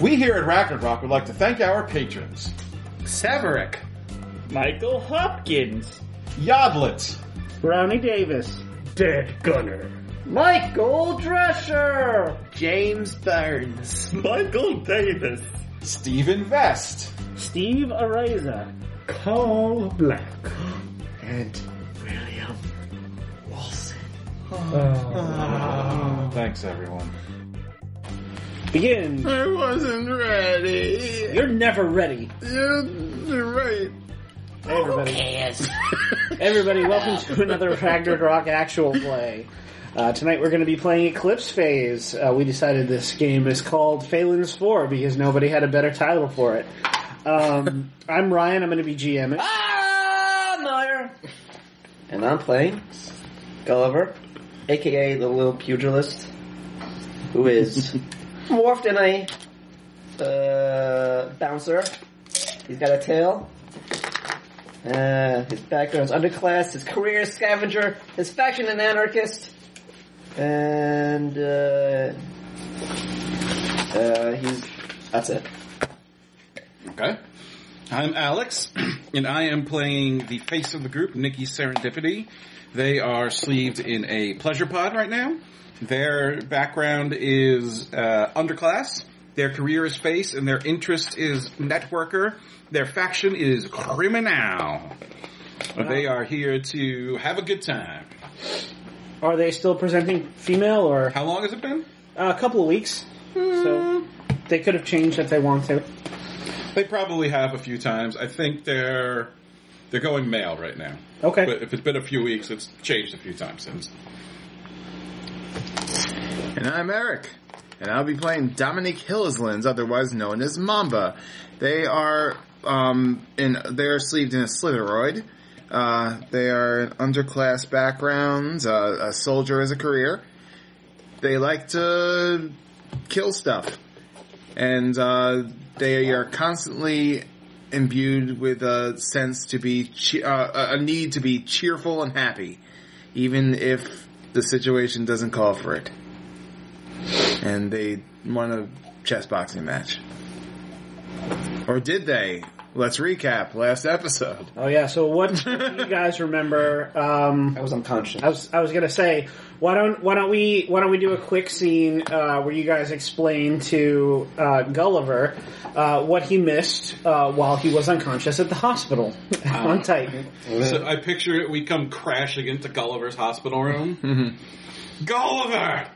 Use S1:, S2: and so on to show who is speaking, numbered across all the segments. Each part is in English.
S1: We here at Racket Rock would like to thank our patrons
S2: Severick,
S3: Michael Hopkins.
S1: Yodlet,
S4: Brownie Davis.
S5: Dead Gunner.
S4: Michael Drescher.
S2: James Burns,
S5: Michael Davis.
S1: Stephen Vest,
S4: Steve Areza.
S5: Carl Black.
S2: and William Wilson.
S1: Thanks, everyone.
S4: Begin.
S2: I wasn't ready.
S4: You're never ready.
S2: You're right.
S4: Hey, everybody. everybody, welcome to another Ragnarok Rock actual play. Uh, tonight we're going to be playing Eclipse Phase. Uh, we decided this game is called Phelan's 4 because nobody had a better title for it. Um, I'm Ryan, I'm going to be GMing.
S6: Ah!
S7: And I'm playing Gulliver, aka the little pugilist, who is morphed in a uh, bouncer. He's got a tail. Uh, his background's underclass, his career is scavenger, his faction an anarchist, and uh, uh, he's that's it.
S6: Okay. I'm Alex, and I am playing the face of the group, Nikki Serendipity. They are sleeved in a pleasure pod right now. Their background is uh, underclass. Their career is space, and their interest is networker. Their faction is criminal. They are here to have a good time.
S4: Are they still presenting female or
S6: How Hmm. long has it been?
S4: a couple of weeks? So they could have changed if they want to.
S6: They probably have a few times. I think they're they're going male right now.
S4: Okay.
S6: But if it's been a few weeks, it's changed a few times since.
S2: And I'm Eric, and I'll be playing Dominic Hillislands, otherwise known as Mamba. They are um, in they're sleeved in a slitheroid. Uh, they are an underclass background, uh, a soldier as a career. They like to kill stuff, and uh, they are constantly imbued with a sense to be che- uh, a a need to be cheerful and happy, even if the situation doesn't call for it and they won a chess boxing match. Or did they? Let's recap last episode.
S4: Oh yeah. So what do you guys remember? Um,
S7: I was unconscious.
S4: I was I was gonna say why don't why don't we why don't we do a quick scene uh, where you guys explain to uh, Gulliver uh, what he missed uh, while he was unconscious at the hospital
S6: Uh-huh.
S4: on Titan.
S6: So I picture it, we come crashing into Gulliver's hospital
S7: Mm-hmm.
S6: room. Mm-hmm. Gulliver!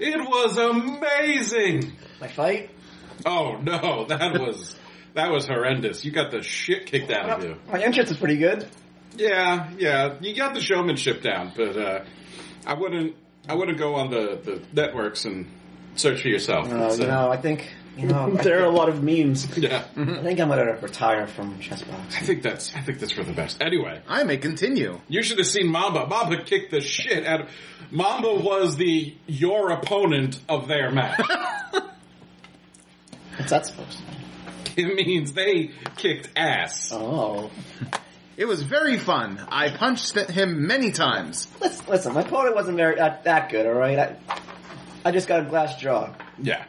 S6: It was amazing!
S7: My fight.
S6: Oh no, that was, that was horrendous. You got the shit kicked out of you.
S7: My entrance is pretty good.
S6: Yeah, yeah, you got the showmanship down, but, uh, I wouldn't, I wouldn't go on the, the networks and search for yourself.
S7: No,
S6: It's, uh,
S7: you know, I think you know. I
S4: Um, There are a lot of memes.
S6: Yeah,
S7: I think I'm gonna retire from chessbox.
S6: I think that's, I think that's for the best. Anyway,
S2: I may continue.
S6: You should have seen Mamba. Mamba kicked the shit out of. Mamba was the your opponent of their match.
S7: What's that supposed to mean?
S6: it means they kicked ass.
S7: Oh.
S2: It was very fun. I punched th- him many times.
S7: Listen, listen, my opponent wasn't very that, that good, alright? I, I just got a glass jaw.
S6: Yeah,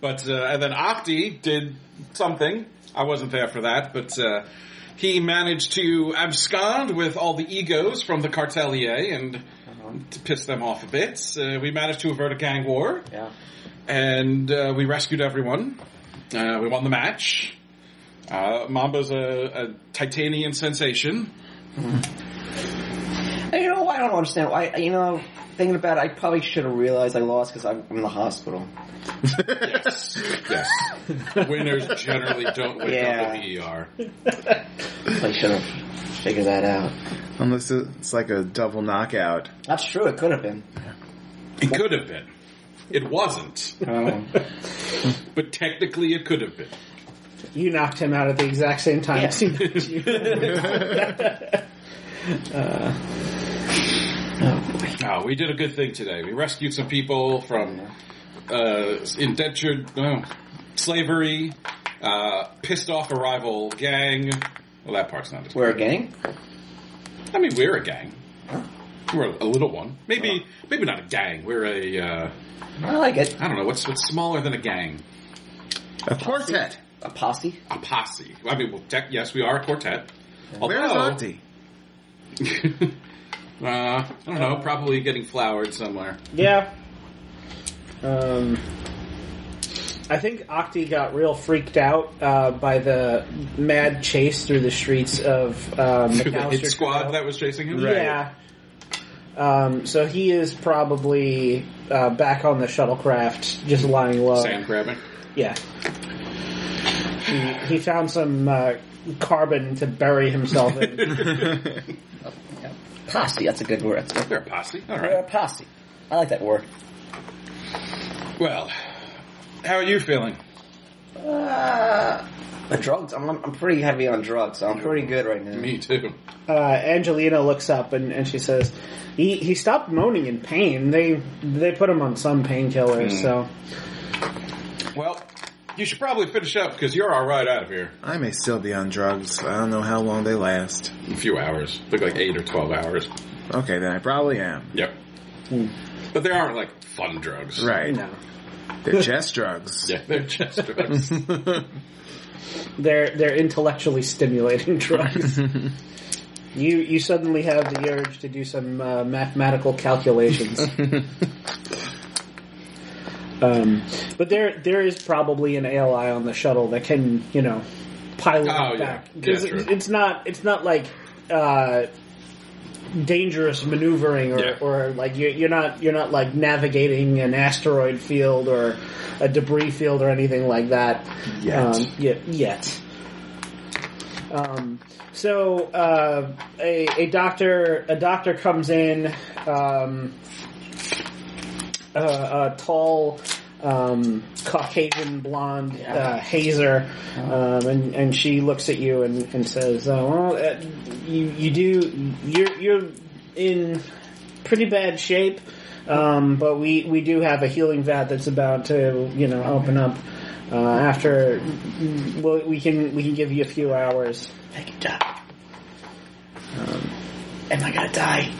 S6: but uh, and then Octi did something. I wasn't there for that, but uh, he managed to abscond with all the egos from the cartelier and to piss them off a bit. Uh, we managed to avert a gang war.
S7: Yeah.
S6: and uh, we rescued everyone. Uh, we won the match. Uh, Mamba's a, a Titanian sensation.
S7: And you know, I don't understand why, you know, thinking about it, I probably should have realized I lost because I'm, I'm in the hospital.
S6: Yes, yes. Winners generally don't wake up in the ER.
S7: I should have figured that out.
S2: Unless it's like a double knockout.
S7: That's true, it could have been.
S6: It could have been. It wasn't, but technically it could have been.
S4: You knocked him out at the exact same time. as he knocked you.
S6: No, we did a good thing today. We rescued some people from uh, indentured no, slavery, uh, pissed off a rival gang. Well, that part's not as
S7: We're a gang?
S6: I mean, we're a gang. We're a little one. Maybe, maybe not a gang. We're a. Uh,
S7: I like it.
S6: I don't know. What's what's smaller than a gang?
S2: A quartet.
S7: A posse?
S6: A posse. I mean, well, tech, yes, we are a quartet.
S2: Where's
S6: Although-
S2: Auntie?
S6: uh, I don't know. Probably getting flowered somewhere.
S4: Yeah. Um, I think Octi got real freaked out uh, by the mad chase through the streets of um,
S6: Through the hit
S4: McAllister
S6: squad
S4: Trail.
S6: that was chasing him.
S4: Yeah. Um, so he is probably uh, back on the shuttlecraft, just lying low.
S6: Sand grabbing.
S4: Yeah. He, he found some uh, carbon to bury himself in.
S7: Yeah. Posse, that's a good word. That's a good
S6: They're a
S7: word.
S6: posse. All
S7: We're a
S6: right.
S7: posse. I like that word.
S6: Well, how are you feeling?
S7: Uh, the drugs, I'm, I'm pretty heavy on drugs, so I'm pretty good right now.
S6: Me too.
S4: Uh, Angelina looks up and, and she says, he, he stopped moaning in pain. They they put him on some painkillers, so.
S6: Well, you should probably finish up because you're all right out of here.
S2: I may still be on drugs. I don't know how long they last.
S6: A few hours. Look like eight or twelve hours.
S2: Okay, then I probably am.
S6: Yep. But they aren't like fun drugs.
S2: Hmm. Right.
S4: No.
S2: They're chest drugs.
S6: Yeah, they're just drugs.
S4: They're they're intellectually stimulating drugs. you you suddenly have the urge to do some uh, mathematical calculations. um, but there there is probably an ALI on the shuttle that can you know pilot
S6: Oh,
S4: it
S6: yeah.
S4: back
S6: Yeah,
S4: 'Cause
S6: true.
S4: it- it's not it's not like. Uh, dangerous maneuvering or,
S6: Yeah.
S4: or like you, you're not you're not like navigating an asteroid field or a debris field or anything like that
S2: Yet.
S4: um, yeah, yet um, so uh, a, a doctor a doctor comes in um, uh, a, a tall um, Caucasian blonde uh, hazer, um, and and she looks at you and, and says, uh, "Well, uh, you you do you're you're in pretty bad shape, um, but we we do have a healing vat that's about to you know open up." Uh, after, well, we can we can give you a few hours.
S7: I could die. Um, Am I gonna die?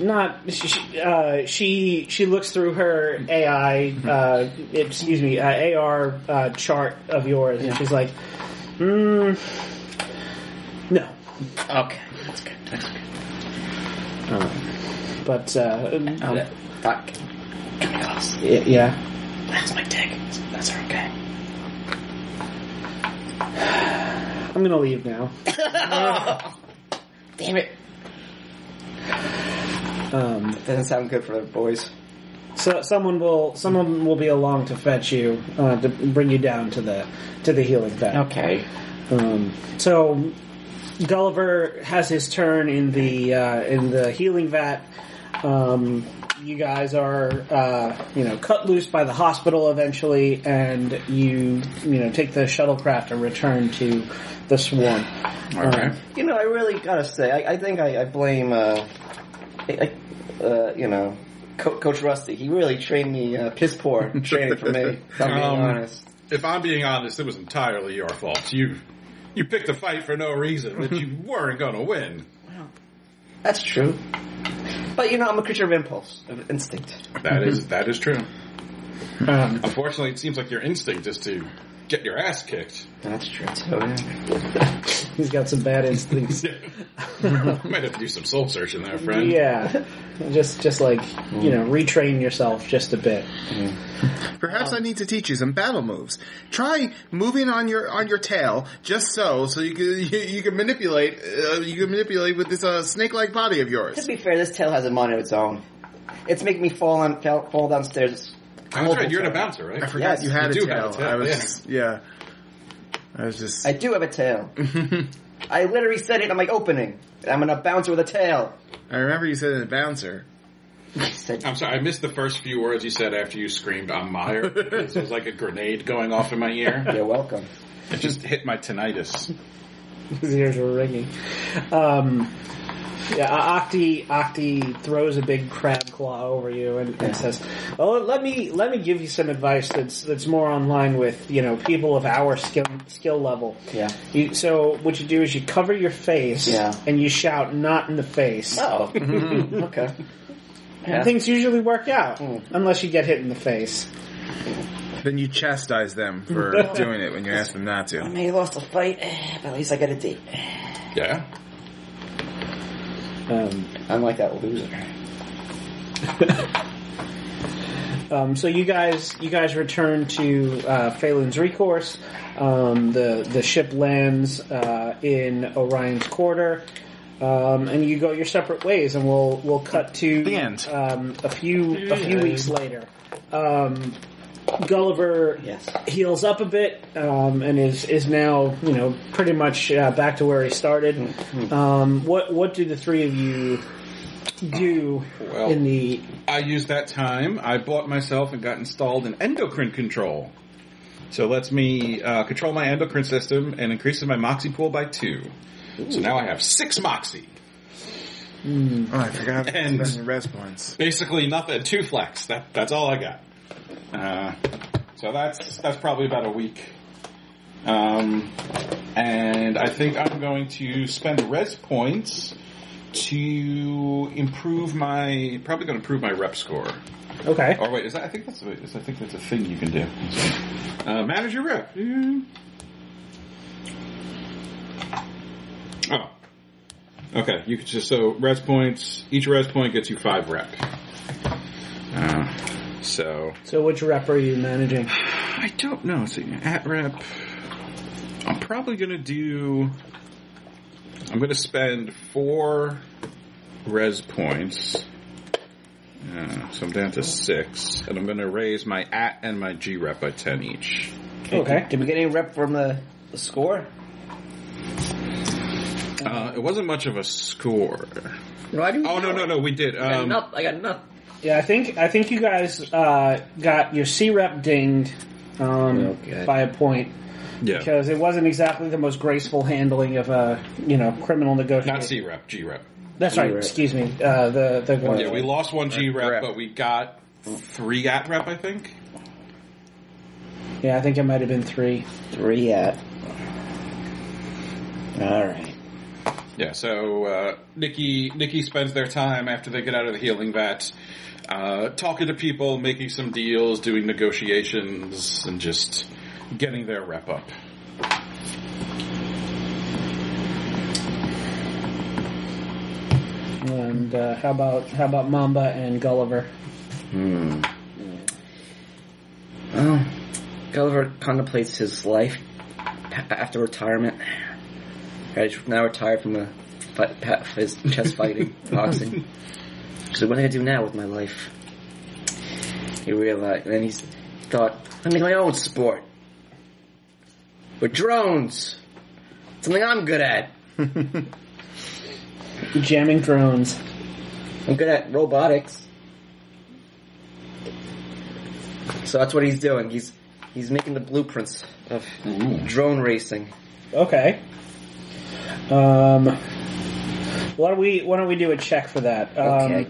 S4: Not she. she- Uh, she she looks through her AI. Uh, excuse me, uh, AR uh, chart of yours, and she's like, mm, "No,
S7: Okay, that's good. That's good.
S4: Uh, but uh, um,
S7: Yeah. Oh, Fuck. Come across.
S4: y- yeah,
S7: That's my dick. That's her okay.
S4: I'm gonna leave now."
S7: Damn it.
S4: Um,
S7: Doesn't sound good for the boys.
S4: so someone will someone will be along to fetch you uh, to bring you down to the to the healing vat.
S7: Okay.
S4: Um, so Gulliver has his turn in the uh, in the healing vat. Um, you guys are uh, you know cut loose by the hospital eventually, and you you know take the shuttlecraft and return to the swarm. Um,
S6: all right.
S7: You know, I really gotta say, I, I think I, I blame, uh, I, I, uh, you know, Co- Coach Rusty. He really trained me uh, piss poor training for me. If I'm being
S6: Um,
S7: honest.
S6: If I'm being honest, it was entirely your fault. You you picked a fight for no reason that you weren't going to win.
S7: That's true. But you know, I'm a creature of impulse, of instinct.
S6: That is that is true.
S4: Um,
S6: Unfortunately, it seems like your instinct is to get your ass kicked.
S7: That's true. So, yeah.
S4: he's got some bad instincts.
S6: Might have to do some soul searching there, friend.
S4: yeah, just just like you know retrain yourself just a bit.
S6: Uh-huh.
S2: Perhaps I need to teach you some battle moves. Try moving on your on your tail, just so, so you can you, you can manipulate uh, you can manipulate with this uh, snake like body of
S7: To
S2: yours.
S7: be fair, this tail has a mind of its own. It's making me fall on fell, fall downstairs.
S6: That's right. You're the bouncer,
S2: I
S6: right?
S2: forgot
S7: Yes,
S2: you had
S6: you do
S2: a tail.
S6: have a tail,
S2: I was
S6: yeah.
S2: just- yeah. I was just
S7: I do have a tail. I literally said it in my opening. I'm gonna bounce with a tail.
S2: I remember you said in the bouncer.
S7: I said,
S6: I'm sorry. I missed the first few words you said after you screamed "I'm Meyer." It was like a grenade going off in my ear.
S7: "You're welcome."
S6: It just hit my tinnitus.
S4: His ears were ringing. Um, yeah, Octi Octi throws a big crab claw over you and, and says, "Oh, let me let me give you some advice that's that's more online with you know people of our skill skill level."
S7: Yeah.
S4: You, so what you do is you cover your face
S7: Yeah.
S4: and you shout "not in the face."
S7: Oh, okay. Hmm.
S4: And things usually work out unless you get hit in the face.
S2: Then you chastise them for doing it when you ask them not to.
S7: may have lost a fight, but at least I got a date.
S6: Yeah.
S4: Um,
S7: I'm like that loser.
S4: Um, so you guys, you guys return to uh, Phelan's Recourse. Um, the the ship lands uh, in Orion's Quarter, um, and you go your separate ways. And we'll we'll cut to
S2: The end.
S4: Um, a few a few weeks later. Um, Gulliver
S7: Yes.
S4: heals up a bit um, and is is now you know pretty much uh, back to where he started. Um, what what do the three of you do
S6: Well-
S4: in the
S6: I used that time. I bought myself and got installed an endocrine control. So it lets me uh, control my endocrine system and increases my moxie pool by two. So now I have six moxie.
S2: Oh, I forgot to
S6: And-
S2: spend your rest points.
S6: Basically nothing. Two flex. That, that's all I got. Uh, so that's that's probably about a week. Um, and I think I'm going to spend res points to improve my probably going to improve my rep score.
S4: okay?
S6: Or Oh, wait, is that? I think that's. a- Is, I think that's a thing you can do. Uh, manage your rep. Mm. Oh, okay. You could just so rest points. Each rest point gets you five rep. Uh, so
S4: So which rep are you managing?
S6: I don't know. Let's see, at rep. I'm probably gonna do. I'm gonna spend four res points. Uh, so I'm down to six, and I'm gonna raise my at and my G rep by ten each.
S4: Okay.
S7: Did we get any rep from the, the score?
S6: Uh, it wasn't much of a score.
S7: No, I didn't.
S6: Oh no no no, we did.
S7: I got
S6: Um,
S7: nothing. I got nothing.
S4: Yeah, I think I think you guys uh, got your C rep dinged um,
S7: Okay.
S4: by a point
S6: yeah,
S4: because it wasn't exactly the most graceful handling of a you know criminal negotiation.
S6: not C rep, G rep.
S4: That's right.
S7: C-rep.
S4: Excuse me. Uh, the the
S6: Yeah, we lost one G rep,
S2: Rep.
S6: but we got three at rep. I think.
S4: Yeah, I think it might have been three.
S7: Three at. All right.
S6: Yeah, so uh, Nikki Nikki spends their time after they get out of the healing vat, uh, talking to people, making some deals, doing negotiations, and just getting their rep up.
S4: And uh, how about how about Mamba and Gulliver?
S7: Well, Gulliver contemplates his life pa- after retirement. Right, he's now retired from the fight, pa- his chess fighting, boxing. So what do I do now with my life? He realized, and then he's thought, I make my own sport. With drones, something I'm good at.
S4: Jamming drones.
S7: I'm good at robotics. So that's what he's doing. He's he's making the blueprints of drone racing.
S4: Okay. Um, why don't we why don't we do a check for that? Um,
S7: Okay.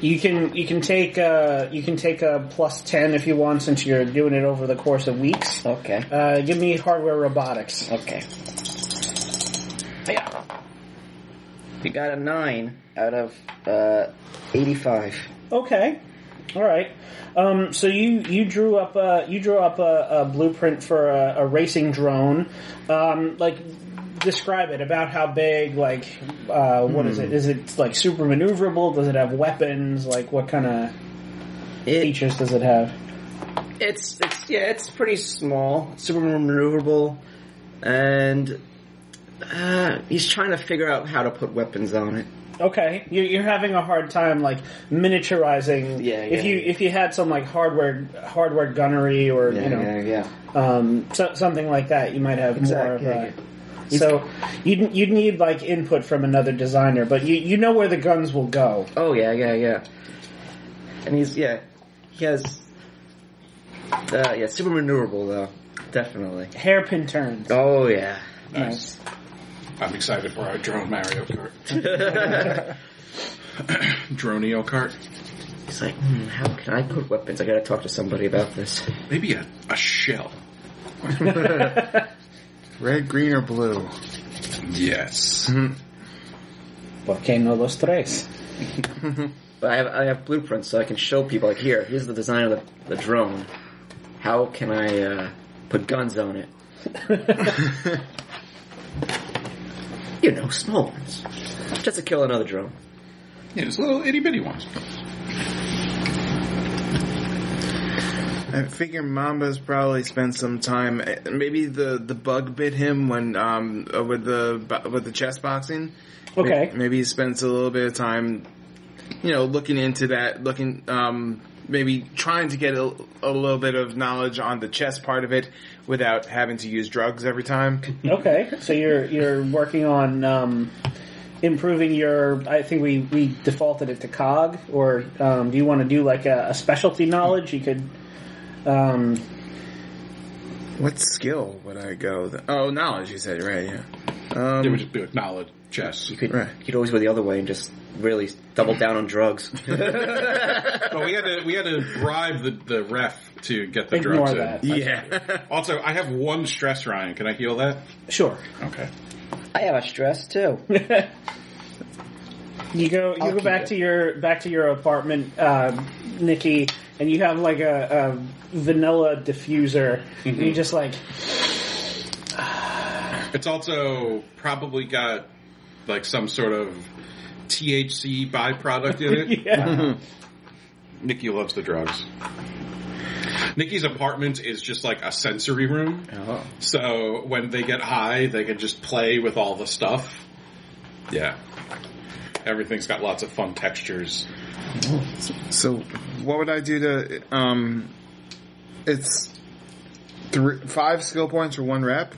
S4: You can you can take uh, you can take a plus ten if you want since you're doing it over the course of weeks.
S7: Okay.
S4: Uh, give me hardware robotics.
S7: Okay. Yeah. You got a nine out of uh, eighty-five.
S4: Okay. All right. Um, so you you drew up a you drew up a, a blueprint for a, a racing drone. Um, like describe it about how big. Like uh, what is it? Is it like super maneuverable? Does it have weapons? Like what kind of
S7: It,
S4: features does it have?
S7: it's it's yeah, it's pretty small, super maneuverable, and uh, he's trying to figure out how to put weapons on it.
S4: Okay, you're, you're having a hard time like miniaturizing.
S7: Yeah, yeah,
S4: If you
S7: yeah.
S4: if you had some like hardware hardware gunnery or you know
S7: yeah.
S4: um, so, something like that, you might have more of
S7: Exactly, yeah,
S4: a. So you'd you'd need like input from another designer, but you you know where the guns will go.
S7: Oh yeah, yeah, yeah. And he's yeah, he has uh, yeah, super maneuverable though, definitely.
S4: Hairpin turns.
S7: Oh yeah.
S6: Nice. I'm excited for our drone Mario Kart, Droneo Kart.
S7: He's like, hmm, how can I put weapons? I gotta talk to somebody about this.
S6: Maybe a, a shell.
S2: Red, green, or blue?
S6: Yes.
S4: Por qué no los tres?
S7: But I have, I have blueprints so I can show people, like, here, here's the design of the, the drone. How can I uh, put guns on it? you know, small ones. Just to kill another drone.
S6: Yeah, it's little itty bitty ones.
S2: I figure Mamba's probably spent some time. eh, Maybe the, the bug bit him when um uh, with the bo- with the chess boxing.
S4: Okay.
S2: May- Maybe he spends a little bit of time, you know, looking into that, looking um maybe trying to get a, a little bit of knowledge on the chess part of it without having to use drugs every time.
S4: Okay, so you're you're working on um, improving your. I think we we defaulted it to cog, or um, do you want to do like a, a specialty knowledge? You could. Um,
S2: What skill would I go? Th- oh, knowledge. You said right. Yeah. Um,
S6: They would just be like knowledge chess.
S7: You could,
S2: Right.
S7: you could always go the other way and just really double down on drugs.
S6: But we had to we had to bribe the, the ref to get the
S4: Ignore
S6: drugs
S4: that.
S6: in.
S2: yeah.
S6: Also, I have one stress, Ryan. Can I heal that?
S4: sure.
S6: Okay.
S7: I have a stress too.
S4: You go. You
S7: I'll
S4: go
S7: keep
S4: back
S7: it.
S4: to your back to your apartment, uh, Nikki, and you have like a, a vanilla diffuser. And
S6: Mm-hmm.
S4: you just like
S6: It's also probably got like some sort of THC byproduct in it.
S4: yeah.
S7: Mm-hmm.
S6: Nikki loves the drugs. Nikki's apartment is just like a sensory room.
S2: Oh.
S6: So when they get high, they can just play with all the stuff. Yeah. Everything's got lots of fun textures.
S2: So, what would I do to? Um, it's three, five skill points for one rep.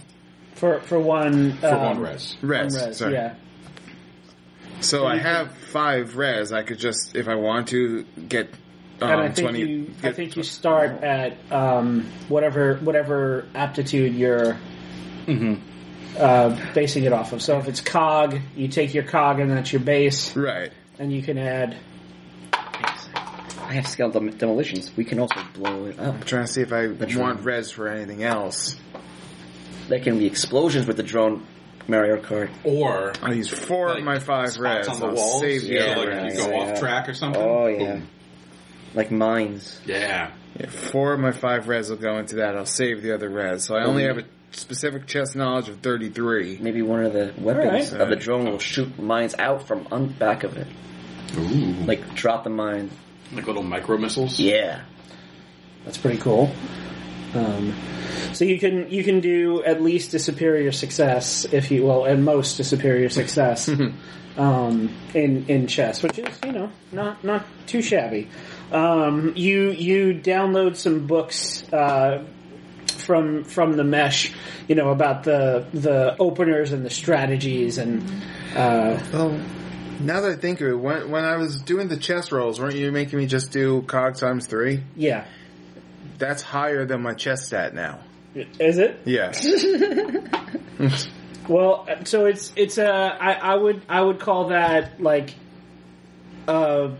S4: for for one
S2: Um,
S4: um,
S6: For one res.
S2: Res.
S4: res,
S2: sorry.
S4: yeah.
S2: So I have five res. I could just, if I want to, get um,
S4: and I think
S2: twenty.
S4: you, I
S2: get- uh,
S4: think you start at um, whatever whatever aptitude you're
S2: Mm-hmm.
S4: uh, basing it off of. So if it's cog, you take your cog and that's your base,
S2: right.
S4: and you can add.
S7: I have scaled dem- demolitions. We can also blow it up.
S2: I'm trying to see if I
S7: That's
S2: want
S7: right.
S2: res for anything else.
S7: There can be explosions with the drone Mario Kart.
S6: Or
S2: I use four
S6: Like,
S2: of my five
S6: spots
S2: res.
S6: on the
S2: I'll
S6: walls.
S2: save the
S6: Yeah,
S2: other
S6: like
S2: res.
S6: you go
S7: Yeah,
S6: off
S7: yeah.
S6: track or something.
S7: Oh yeah,
S6: Boom.
S7: like mines.
S6: Yeah.
S2: Yeah, four of my five res will go into that. I'll save the other res. So I only have a specific chess knowledge of 33.
S7: Maybe one of the weapons
S2: Alright.
S7: of the drone will shoot mines out from un- back of it.
S6: Ooh.
S7: Like drop the mine.
S6: Like little micro missiles.
S7: Yeah.
S4: That's pretty cool. Um, so you can you can do at least a superior success if you will, and most a superior success um, in in chess, which is you know not not too shabby. Um, you you download some books uh, from from the mesh, you know about the the openers and the strategies and uh,
S2: Well, now that I think of it, when, when I was doing the chess rolls, weren't you making me just do cog times three?
S4: yeah.
S2: That's higher than my chess stat now.
S4: Is it?
S2: Yes.
S4: Well, so it's it's a I, I would I would call that like uh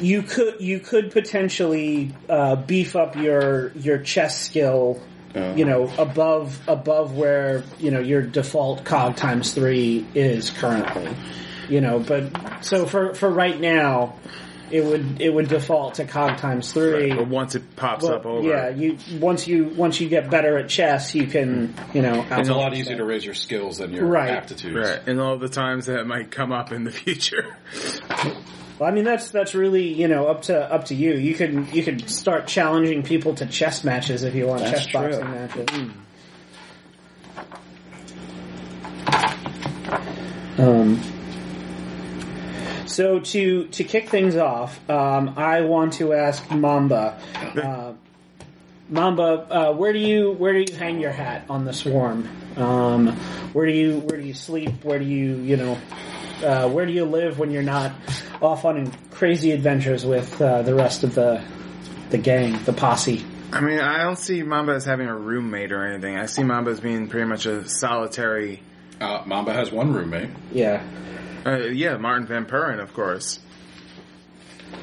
S4: you could you could potentially uh, beef up your your chess skill you know above above where you know your default cog times 3 is currently you know but so for for right now it would it would default to cog times 3
S2: but once it pops
S4: well,
S2: up over.
S4: Yeah, you once you once you get better at chess, you can you know.
S6: It's a lot easier to raise your skills than your
S4: Right.
S6: aptitudes.
S2: Right, and all the times that it might come up in the future.
S4: Well, I mean, that's that's really you know up to up to you. You can you can start challenging people to chess matches if you want
S7: That's
S4: chess boxing
S7: true.
S4: matches. Um. So to to kick things off, um, I want to ask Mamba. Uh, Mamba, uh, where do you where do you hang your hat on the swarm? Um, where do you where do you sleep? Where do you you know uh, where do you live when you're not off on crazy adventures with uh, the rest of the the gang, the posse?
S2: I mean, I don't see Mamba as having a roommate or anything. I see Mamba as being pretty much a solitary.
S6: Uh, Mamba has one roommate.
S4: Yeah,
S2: Uh, yeah, Martin Van Buren, of course,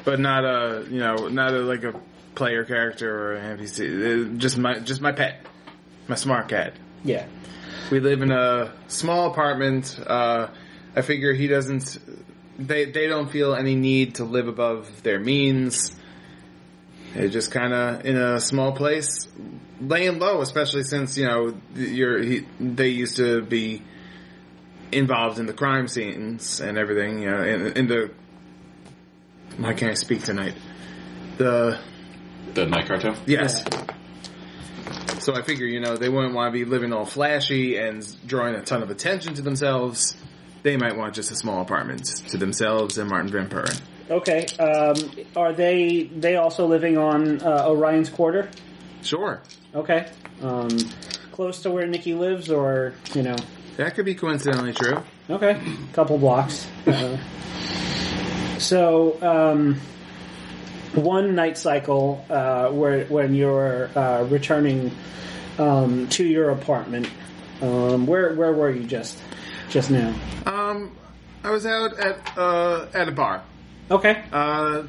S2: but not a you know not a, like a player character or an NPC. Uh, Just my just my pet, my smart cat.
S4: yeah.
S2: We live in a small apartment. Uh, I figure he doesn't they they don't feel any need to live above their means. They're just kind of in a small place, laying low, especially since you know you're he, they used to be involved in the crime scenes and everything. You know, in, in the why can't I speak tonight? The
S8: The night cartel.
S2: Yes. So I figure, you know, they wouldn't want to be living all flashy and drawing a ton of attention to themselves. They might want just a small apartment to themselves and Martin Van Buren.
S4: Okay. Um, are they they also living on uh, Orion's Quarter?
S2: Sure.
S4: Okay. Um, close to where Nikki lives, or you know,
S2: That could be coincidentally true.
S4: okay, couple blocks. Uh, so um, one night cycle uh, where when you're uh, returning um, to your apartment. Um, where where were you just just now?
S2: Um, I was out at, uh, at a bar.
S4: Okay.
S2: Uh,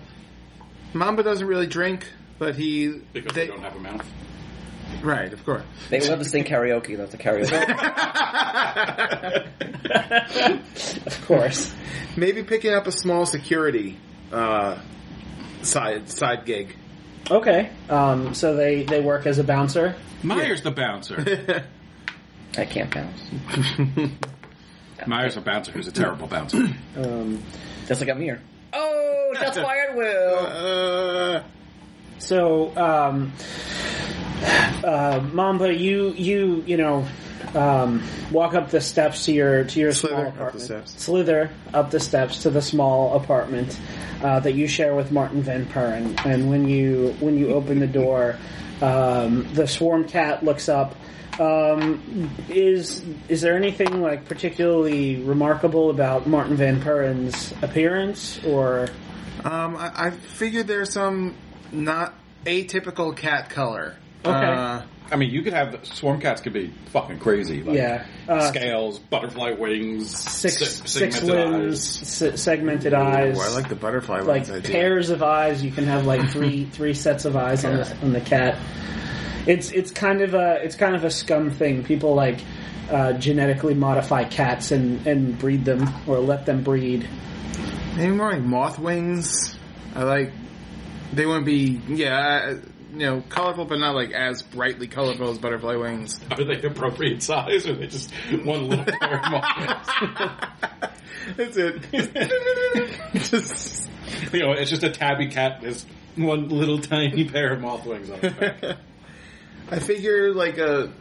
S2: Mamba doesn't really drink, but he,
S8: Because they
S2: they-
S8: don't have a mouth.
S2: right, of course.
S7: They love to sing karaoke. That's a karaoke.
S4: Of course.
S2: Maybe picking up a small security, uh, side, side gig.
S4: Okay. Um, so they they work as a bouncer.
S6: Meyer's the bouncer.
S7: I can't bounce.
S6: Meyer's a bouncer who's a terrible bouncer.
S4: Um,
S7: Just like I'm here. Oh, shots fired, Will.
S2: Uh,
S4: So, um, uh, Mamba, you you you know, um, walk up the steps to your to your
S2: Slither
S4: small
S2: up the
S4: apartment.
S2: steps.
S4: Slither up the steps to the small apartment uh, that you share with Martin Van Puren. And when you when you open the door, um, the swarm cat looks up. Um, is is there anything like particularly remarkable about Martin Van Puren's appearance, or
S2: Um, I, I figured there's some not atypical cat color.
S4: Okay.
S2: Uh,
S6: I mean, you could have swarm cats could be fucking crazy. Like
S4: yeah? Uh,
S6: scales, butterfly wings,
S4: six
S6: se-
S4: six
S6: segmented eyes.
S4: limbs, se- segmented eyes,
S2: oh, I like the butterfly
S4: like
S2: ones. I do.
S4: pairs of eyes. You can have like three three sets of eyes on the, on the cat. It's it's kind of a it's kind of a scum thing. People like uh, genetically modify cats and and breed them or let them breed.
S2: Maybe more like moth wings. I like. They wouldn't be, yeah, I- you know, colorful, but not like as brightly colorful as butterfly wings.
S8: Are they the appropriate size, or are they just one little pair of mouths?
S2: That's it. Just
S6: You know, it's just a tabby cat with one little tiny pair of moth wings on it.
S2: I figure like a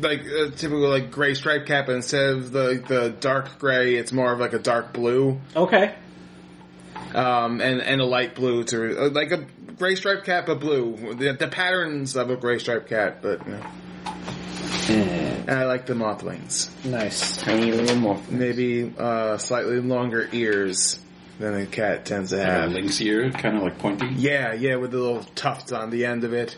S2: like a typical like gray striped cap, but instead of the the dark gray, it's more of like a dark blue,
S4: Okay,
S2: um, and and a light blue to uh, like a gray striped cat, but blue. The, the patterns of a gray striped cat, but you know. And I like the moth wings.
S4: nice.
S7: Tiny little morph.
S2: Maybe uh, slightly longer ears than a cat tends to
S8: Uh,
S2: have.
S8: lynx ear, kind of like pointy.
S2: Um, Yeah, yeah, with the little tuft on the end of it.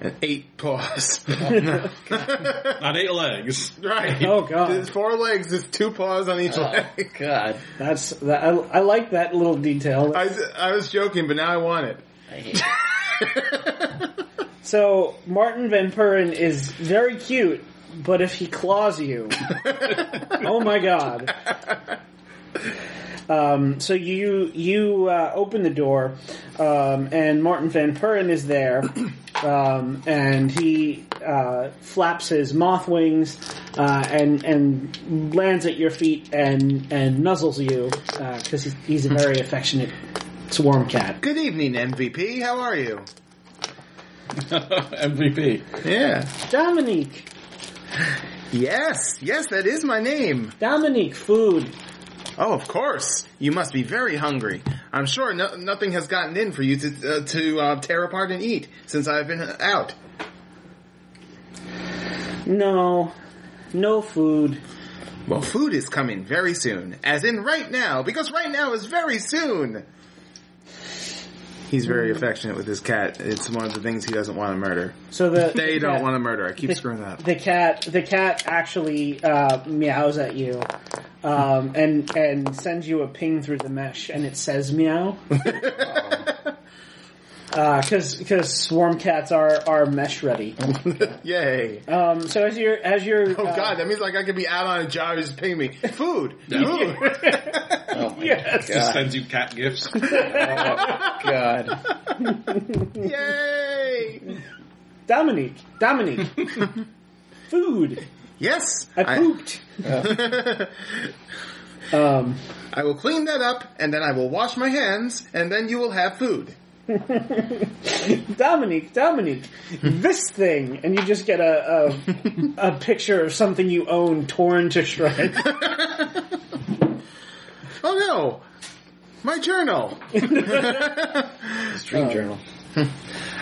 S2: And eight paws.
S6: On eight legs.
S2: right.
S4: Oh, God.
S2: There's four legs, there's two paws on
S7: Oh.
S2: each leg.
S7: God,
S4: That's that, I, I like that little detail.
S2: I, I was joking, but now I want it.
S7: I hate. It.
S4: So Martin Van Puren is very cute, but if he claws you, oh my god! Um, so you you uh, open the door, um, and Martin Van Puren is there, um, and he uh, flaps his moth wings uh, and and lands at your feet and and nuzzles you because he's, he's a very affectionate swarm cat.
S2: Good evening, MVP. How are you?
S6: MVP.
S2: Yeah.
S4: Dominique,
S2: Yes, yes, that is my name.
S4: Dominique, food.
S2: Oh, of course. You must be very hungry. I'm sure no, nothing has gotten in for you to uh, to uh, tear apart and eat since I've been out.
S4: No, no food.
S2: Well, food is coming very soon, as in right now, because right now is very soon. He's very affectionate with his cat. It's one of the things he doesn't want to murder.
S4: So the
S2: They
S4: the
S2: don't
S4: cat-
S2: want to murder. I keep screwing that up.
S4: the cat. The cat actually uh, meows at you, um, and and sends you a ping through the mesh, and it says meow. because because Uh, swarm cats are are mesh ready.
S2: Yay.
S4: Um, so as you're as you're
S2: Oh
S4: uh,
S2: god, that means like I could be out on a job just ping me. Food! Food!
S7: Oh my
S4: Yes.
S6: Just
S7: god.
S6: sends you cat gifts.
S7: god.
S2: Yay!
S4: Dominique, Dominique, food.
S2: Yes!
S4: I pooped. Um,
S2: I will clean that up, and then I will wash my hands, and then you will have food.
S4: Dominique, Dominique, this thing, and you just get a a, a picture of something you own torn to shreds.
S2: Oh no! My journal!
S7: Stream journal.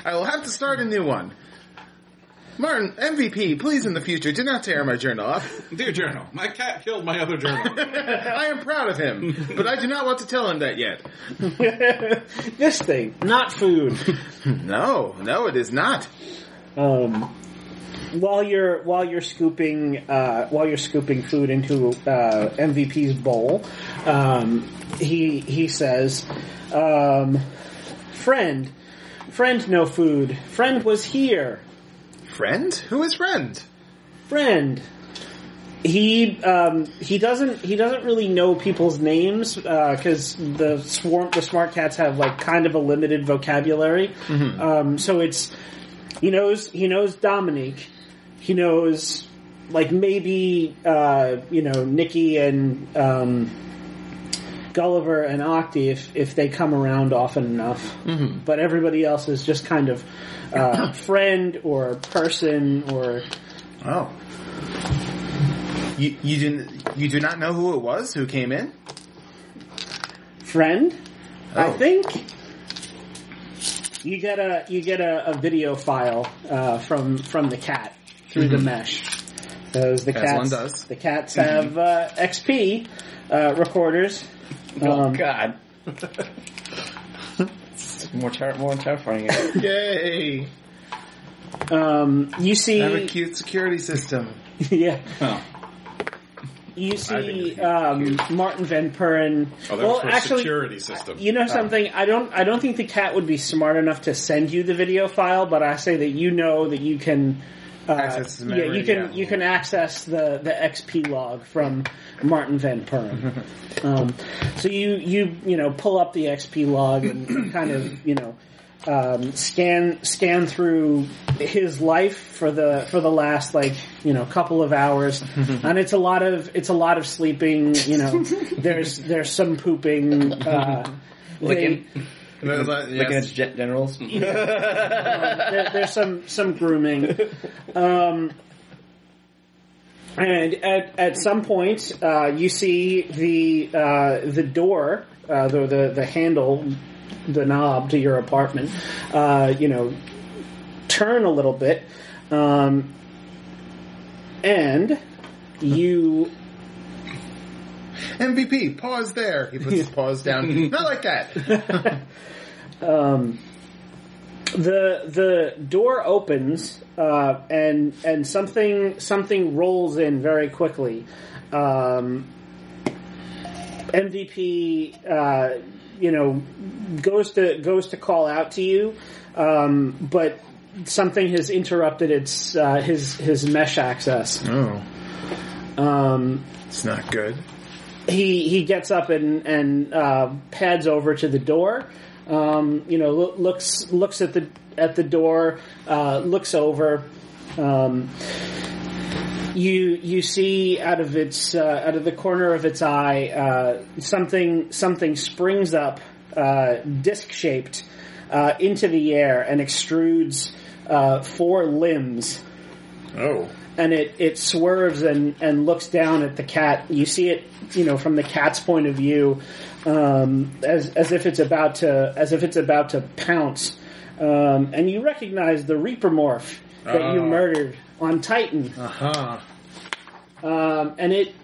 S2: I will have to start a new one. Martin, MVP, please in the future do not tear my journal up.
S6: Dear journal, my cat killed my other journal.
S2: I am proud of him, but I do not want to tell him that yet.
S4: this thing, not food.
S2: No, no, it is not.
S4: Um, while you're while you're scooping uh, while you're scooping food into uh, MVP's bowl, um, he he says, um, "Friend, friend, no food. Friend was here.
S2: Friend? Who is friend?
S4: Friend." He um, he doesn't he doesn't really know people's names because the swarm the smart cats have like kind of a limited vocabulary, um, so it's he knows he knows Dominique. He knows like maybe uh, you know Nikki and um, Gulliver and Octi if if they come around often enough. But everybody else is just kind of uh, friend or person or
S2: Oh. You, you didn't you do not know who it was who came in?
S4: friend. I
S2: Oh.
S4: think. You get a you get a, a video file uh, from from the cat through the mesh. Those the
S2: Mm-hmm. As
S4: cats
S2: one does.
S4: the cats have uh, XP uh, recorders. Um,
S7: Oh, God. It's more ter- more terrifying.
S2: Yay!
S4: um, you
S2: I have
S4: see,
S2: a cute security system.
S4: yeah,
S6: Oh.
S4: you see um, Martin Van Puren.
S8: Oh, that
S4: well,
S8: was for a
S4: actually,
S8: security system.
S4: you
S2: Uh,
S4: know something. I don't. I don't think the cat would be smart enough to send you the video file, but I say that you know that you can. Uh,
S2: Access the
S4: yeah,
S2: memory,
S4: you can
S2: yeah.
S4: you can access the, the XP log from Martin Van Puren. um, so you you you know pull up the XP log and kind of you know um, scan scan through his life for the for the last like you know couple of hours, and it's a lot of it's a lot of sleeping. You know, there's there's some pooping. Uh, they-
S7: Licking. Looking at
S2: Yes.
S7: jet generals.
S4: there, there's some some grooming. Um, and at at some point, uh, you see the uh, the door, uh, the, the the handle, the knob to your apartment. Uh, you know, turn a little bit, um, and you
S2: MVP, pause there. He puts his paws down. Not like that.
S4: the the door opens uh, and and something something rolls in very quickly. Um, MVP, uh, you know, goes to goes to call out to you, um, but something has interrupted its uh, his his mesh access.
S2: Oh,
S4: Um,
S2: it's not good.
S4: he he gets up and and uh, pads over to the door. Um, you know, loo- looks looks at the at the door, uh, looks over. Um, you you see out of its uh, out of the corner of its eye uh, something something springs up uh, disc shaped uh, into the air and extrudes uh, four limbs
S2: Oh,
S4: and it, it swerves and, and looks down at the cat. You see it, you know, from the cat's point of view, um, as as if it's about to as if it's about to pounce. Um, and you recognize the Reaper morph that you murdered on Titan,
S2: uh huh.
S4: um, and it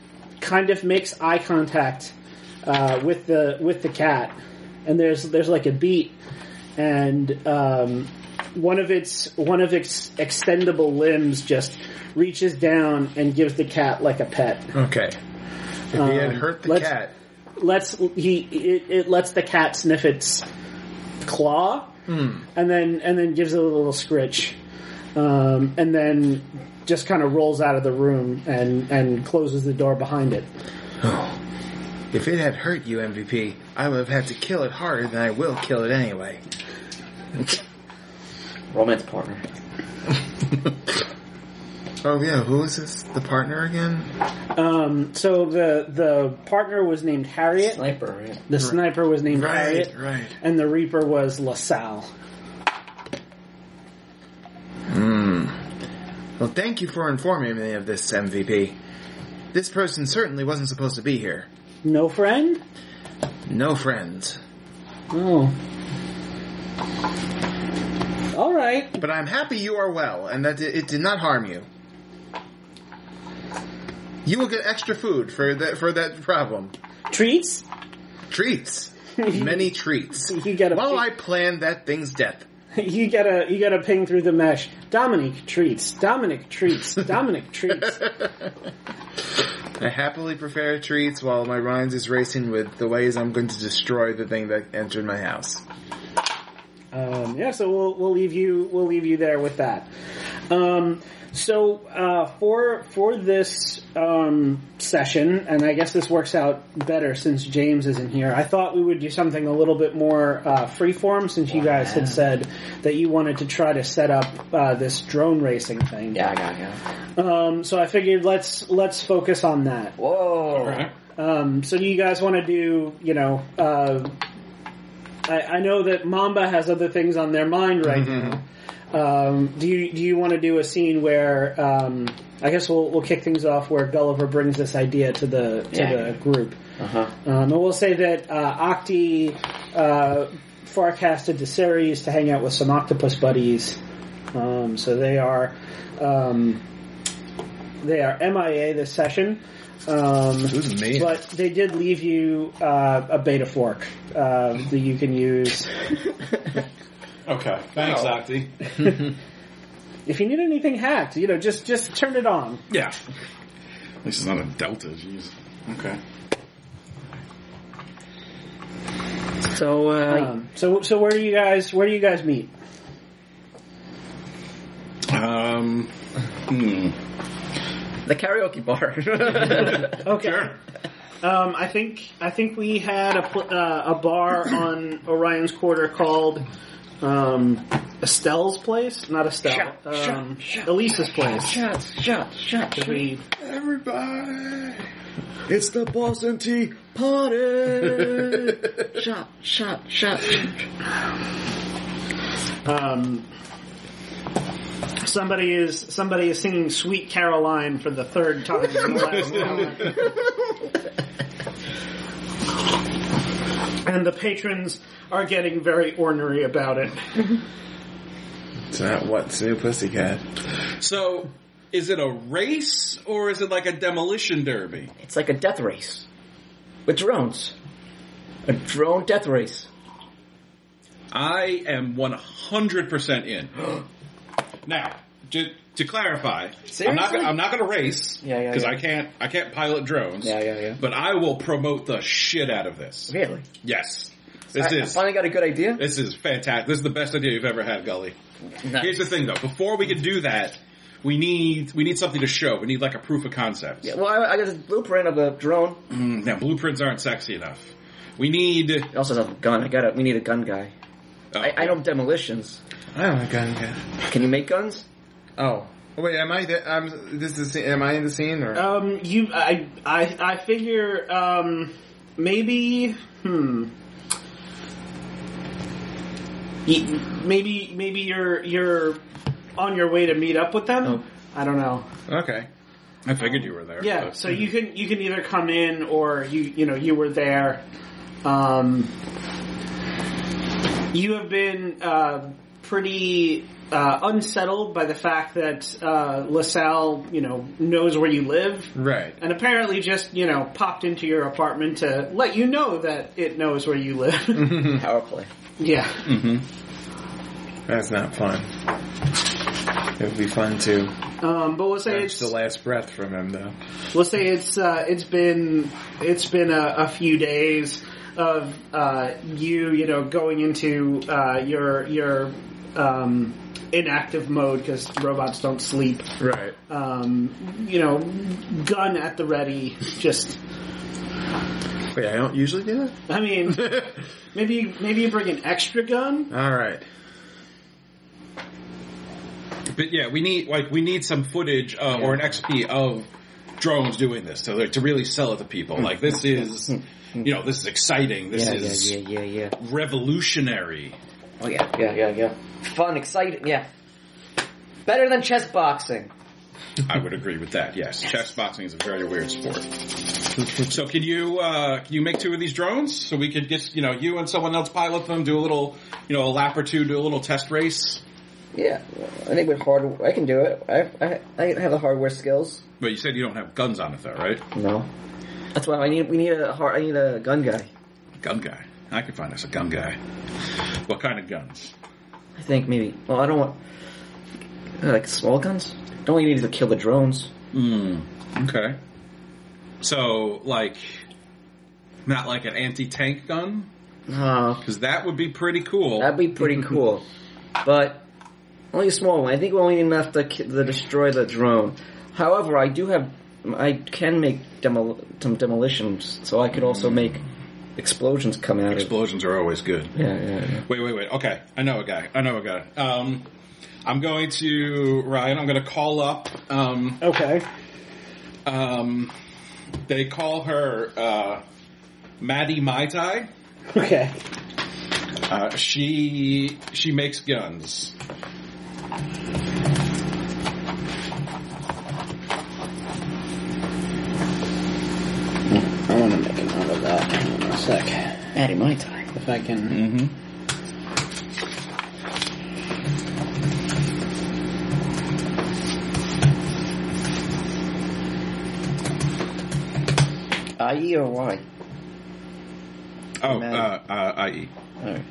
S4: kind of makes eye contact uh, with the with the cat. And there's there's like a beat, and um, one of its one of its extendable limbs just reaches down and gives the cat like a pet.
S2: Okay. If he had
S4: Um,
S2: hurt the
S4: let's-
S2: cat,
S4: Let's he it, it lets the cat sniff its claw, and then and then gives it a little scritch, um, and then just kind of rolls out of the room and and closes the door behind it.
S2: If it had hurt you, MVP, I would have had to kill it harder than I will kill it anyway.
S7: Romance partner.
S2: Oh yeah, who is this? The partner again?
S4: Um, so the the partner was named Harriet,
S7: Sniper, right?
S4: the sniper was named
S2: Right,
S4: Harriet,
S2: right.
S4: and the reaper was LaSalle.
S2: Hmm. Well, thank you for informing me of this, MVP. This person certainly wasn't supposed to be here.
S4: No friend?
S2: No friends.
S4: Oh. All right.
S2: But I'm happy you are well and that it did not harm you. You will get extra food for that for that problem.
S4: Treats?
S2: Treats. Many treats.
S4: You gotta
S2: While I
S4: pick-
S2: plan that thing's death.
S4: You gotta you gotta ping through the mesh. Dominic treats. Dominic treats. Dominic treats.
S2: I happily prepare treats while my mind is racing with the ways I'm going to destroy the thing that entered my house.
S4: Um, yeah, so we'll we'll leave you we'll leave you there with that. Um, so uh, for for this um, session, and I guess this works out better since James isn't here. I thought we would do something a little bit more uh, freeform since you guys had said that you wanted to try to set up uh, this drone racing thing.
S7: Yeah, I got it. got it.
S4: Um, so I figured let's let's focus on that.
S7: Whoa.
S4: Um, so do you guys want to do, you know, uh, I, I know that Mamba has other things on their mind right now. Um, do you do you want to do a scene where um, I guess we'll we'll kick things off where Gulliver brings this idea to the to
S7: Yeah.
S4: the group,
S7: Uh-huh.
S4: um, and we'll say that uh, Octi uh, forecasted to Ceres to hang out with some octopus buddies, um, so they are um, they are MIA this session. Um,
S2: Who's me?
S4: but they did leave you uh, a beta fork uh, that you can use.
S8: Okay. Thanks, Octi.
S4: If you need anything hacked, you know, just just turn it on.
S8: Yeah. At least it's not a delta, jeez. Okay.
S7: So, uh,
S4: Um, so so where do you guys where do you guys meet?
S8: Um, hmm.
S7: the karaoke bar.
S4: Okay. Um, I think I think we had a pl- uh, a bar on Orion's Quarter called um, Estelle's Place, not Estelle, um, Elise's Place.
S7: shots, shots, shots.
S4: Did we-
S2: Everybody! It's the Boston Tea Party!
S7: Shot, shot, shot.
S4: um, somebody is somebody is singing "Sweet Caroline" for the third time. in the last hour. And the patrons are getting very ornery about it.
S2: It's not what Sue Pussycat.
S6: So, is it a race or is it like a demolition derby?
S7: It's like a death race with drones. A drone death race.
S6: I am 100% in. now, to, to clarify, I'm not
S7: Seriously?
S6: gonna, I'm not going to race
S7: Yeah, yeah, yeah.
S6: I can't I can't pilot drones.
S7: Yeah, yeah, yeah.
S6: But I will promote the shit out of this.
S7: Really?
S6: Yes. This
S7: I, I
S6: is
S7: finally got a good idea.
S6: this is fantastic. This is the best idea you've ever had, Gully.
S7: Nice.
S6: Here's the thing though, before we can do that, we need we need something to show. We need like a proof of concept.
S7: Yeah, well, I, I got a blueprint of the drone.
S6: Mm, now blueprints aren't sexy enough. We need uh,
S7: It also has a gun. I got a, We need a gun guy.
S6: oh,
S7: I, I know demolitions.
S2: I don't like gun guy.
S7: Can you make guns?
S2: Oh. Wait, am I, the, I'm, this is, am I in the scene or?
S4: Um, you, I, I, I figure, um, maybe, hmm. Y- Maybe, maybe you're you're on your way to meet up with them.
S7: Oh.
S4: I don't know.
S2: Okay.
S6: I figured you were there.
S4: Yeah,
S6: but-
S4: so you can you can either come in or you you know you were there. Um, you have been uh, pretty uh, unsettled by the fact that uh, LaSalle you know knows where you live
S2: Right.
S4: and apparently just you know popped into your apartment to let you know that it knows where you live.
S6: Hmm.
S7: Power play.
S4: yeah.
S2: That's not fun. It would be fun to
S4: Um, but we'll say
S2: catch
S4: it's
S2: the last breath from him, though.
S4: we'll say it's uh, it's been it's been a, a few days. of uh, you, you know, going into uh, your your um, inactive mode because robots don't sleep.
S2: Right.
S4: Um, you know, gun at the ready. Just,
S2: Wait, I don't usually do
S4: I mean,
S2: that?
S4: maybe maybe you bring an extra gun.
S2: Alright.
S6: But yeah, we need like we need some footage uh, or an XP of drones doing this to to really sell it to people. Like this is, you know, this is exciting. This
S7: Yeah,
S6: is
S7: yeah, yeah, yeah, yeah.
S6: revolutionary.
S7: Oh yeah, yeah, yeah, yeah. Fun, exciting, yeah. Better than chess boxing.
S6: I would agree with that. Yes, chess boxing is a very weird sport. So can you uh, can you make two of these drones so we could just you know you and someone else pilot them, do a little you know a lap or two, do a little test race.
S7: Yeah, I think with hard, I can do it. I, I, I have the hardware skills.
S6: But you said you don't have guns on it though, right?
S7: No, that's why I need. We need a hard. I need a gun guy.
S6: Gun guy. I could find us a gun guy. What kind of guns?
S7: I think maybe. Well, I don't want uh, like small guns. Don't we need to kill the drones?
S6: Hmm. Okay. So like, not like an anti-tank gun
S7: No,
S6: because that would be pretty cool.
S7: that'd be pretty cool. But only a small one. I think we only need enough to, ki- to destroy the drone. However, I do have. I can make demo, some demolitions, so I could also make explosions come out of.
S6: Explosions are always good.
S7: Yeah, yeah, yeah.
S6: Wait, wait, wait. Okay, I know a guy. I know a guy. Um, I'm going to Ryan. I'm going to call up. Um,
S4: Okay.
S6: um, they call her uh, Maddie Mai Tai.
S4: Okay.
S6: Uh, she she makes guns.
S4: I want to make a note of that. Hang on a sec. Addie my time. If I can.
S6: Mm-hmm.
S7: I E or Y?
S6: Oh,
S7: Maddie.
S6: uh, uh, IE.
S7: Alright.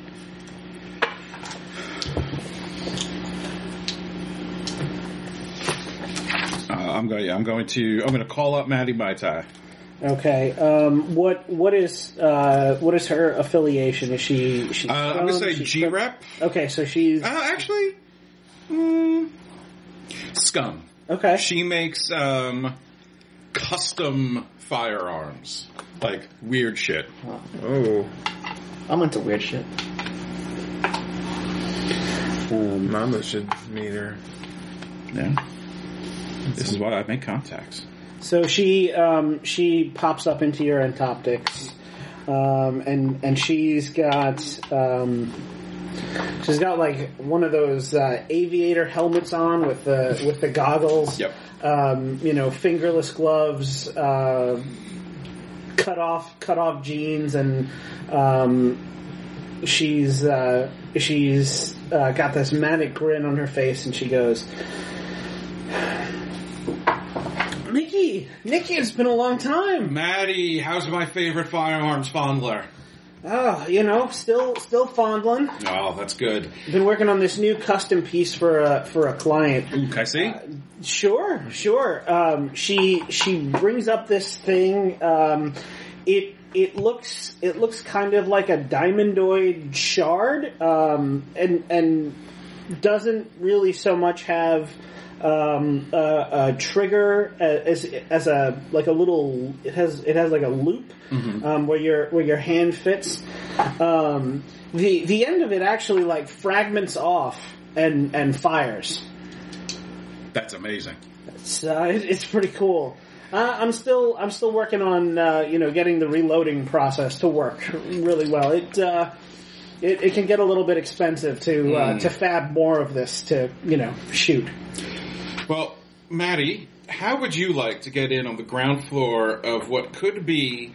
S6: Uh, I'm going. Yeah, I'm going to. I'm going to call up Maddie Mai Tai.
S4: Okay. Um, what what is uh, what is her affiliation? Is she she's
S6: Uh, I'm going to
S4: from-
S6: say
S4: Um, she's
S6: G
S4: from-
S6: Rep.
S4: Okay, so she's
S6: Uh, actually, mm, Scum.
S4: okay.
S6: She makes um, custom firearms, like weird shit.
S2: Oh.
S7: I'm into weird shit.
S2: Mama should meet her.
S6: Yeah. This is why I make contacts.
S4: So she um, she pops up into your entoptics, um, and and she's got um, she's got like one of those uh, aviator helmets on with the with the goggles.
S6: Yep.
S4: Um, you know, fingerless gloves, uh, cut off cut off jeans, and um, she's uh, she's uh, got this manic grin on her face, and she goes. Nikki, Nikki, it's been a long time.
S6: Maddie, how's my favorite firearms fondler?
S4: Oh, you know, still still fondling.
S6: Oh, that's good.
S4: Been working on this new custom piece for a for a client.
S6: Ooh, can I see?
S4: Sure, sure. Um, she she brings up this thing. Um, it it looks it looks kind of like a diamondoid shard, um, and and doesn't really so much have um, a, a trigger as as a like a little. It has it has like a loop um, where your where your hand fits. Um, the the end of it actually like fragments off and and fires.
S6: That's amazing.
S4: It's, uh, it- it's pretty cool. Uh, I'm still I'm still working on uh, you know getting the reloading process to work really well. It uh, it, it can get a little bit expensive to uh, to fab more of this to you know shoot.
S6: Well, Maddie, how would you like to get in on the ground floor of what could be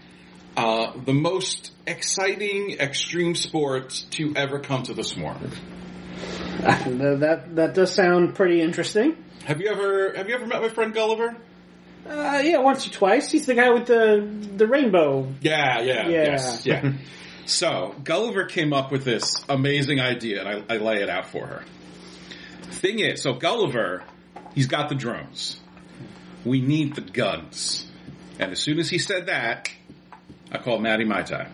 S6: uh, the most exciting extreme sport to ever come to the swarm?
S4: Th- Uh, that that does sound pretty interesting.
S6: Have you ever have you ever met my friend Gulliver?
S4: Uh, yeah, once or twice. He's the guy with the the rainbow.
S6: Yeah, yeah,
S4: Yeah.
S6: yes, yeah. so Gulliver came up with this amazing idea, and I, I lay it out for her. Thing is, so Gulliver, he's got the drones. We need the guns, and as soon as he said that, I called Maddie Mai Tai.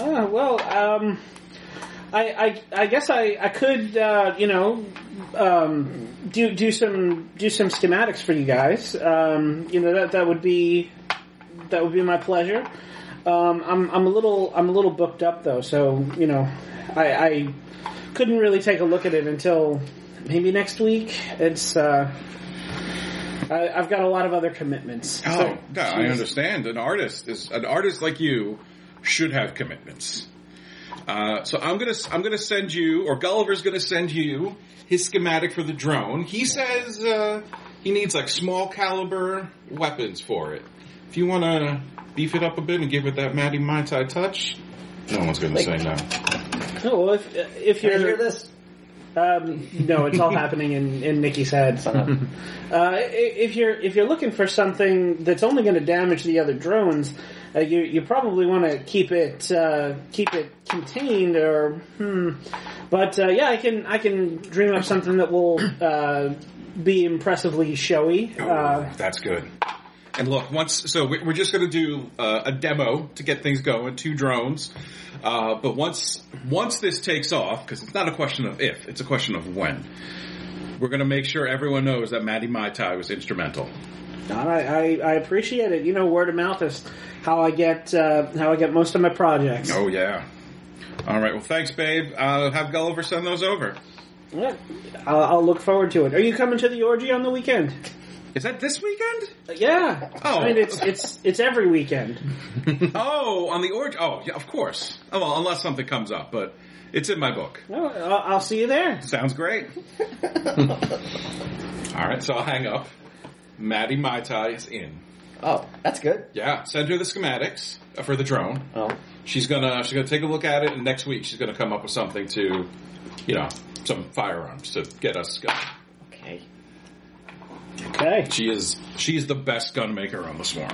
S4: Ah, well, um, I, I, I guess I, I could, uh, you know, um, do do some do some schematics for you guys. Um, you know that that would be that would be my pleasure. Um, I'm I'm a little I'm a little booked up though, so you know, I, I couldn't really take a look at it until maybe next week. It's uh, I, I've got a lot of other commitments.
S6: Oh, no, I understand. An artist is an artist like you should have commitments. Uh, so I'm gonna I'm gonna send you, or Gulliver's gonna send you his schematic for the drone. He says uh, he needs like small caliber weapons for it. If you want to beef it up a bit and give it that Matty Mai Tai touch, no one's gonna say no.
S4: Oh, well, if if
S7: Can
S4: you're
S7: I hear this?
S4: Um, no, it's all happening in, in Nikki's head. Uh, i- if you're if you're looking for something that's only going to damage the other drones, uh, you you probably want to keep it uh, keep it contained or hmm. But uh, yeah, I can I can dream up something that will uh, be impressively showy. Uh,
S6: That's good. And look, once so we- we're just going to do uh, a demo to get things going, two drones. Uh, but once once this takes off, because it's not a question of if, it's a question of when. We're going to make sure everyone knows that Maddie Mai Tai was instrumental.
S4: all right, I, I appreciate it. You know, word of mouth is how I get uh, how I get most of my projects.
S6: Oh yeah. All right. Well, thanks, babe. I'll have Gulliver send those over.
S4: Yeah, I'll, I'll look forward to it. Are you coming to the orgy on the weekend?
S6: Is that this weekend?
S7: Uh,
S4: Yeah.
S6: Oh.
S4: I mean, it's it's it's every weekend.
S6: oh, on the org. Oh, yeah, of course. Oh, well, unless something comes up, but it's in my book.
S4: Well, I'll, I'll see you there.
S6: Sounds great. All right, so I'll hang up. Maddie Mai Tai is in.
S7: Oh, that's good.
S6: Yeah, send her the schematics uh, for the drone.
S7: Oh,
S6: She's gonna she's gonna take a look at it, and next week she's gonna come up with something to, you know, some firearms to get us going.
S7: okay.
S4: Okay.
S6: She is she is the best gun maker on the swarm.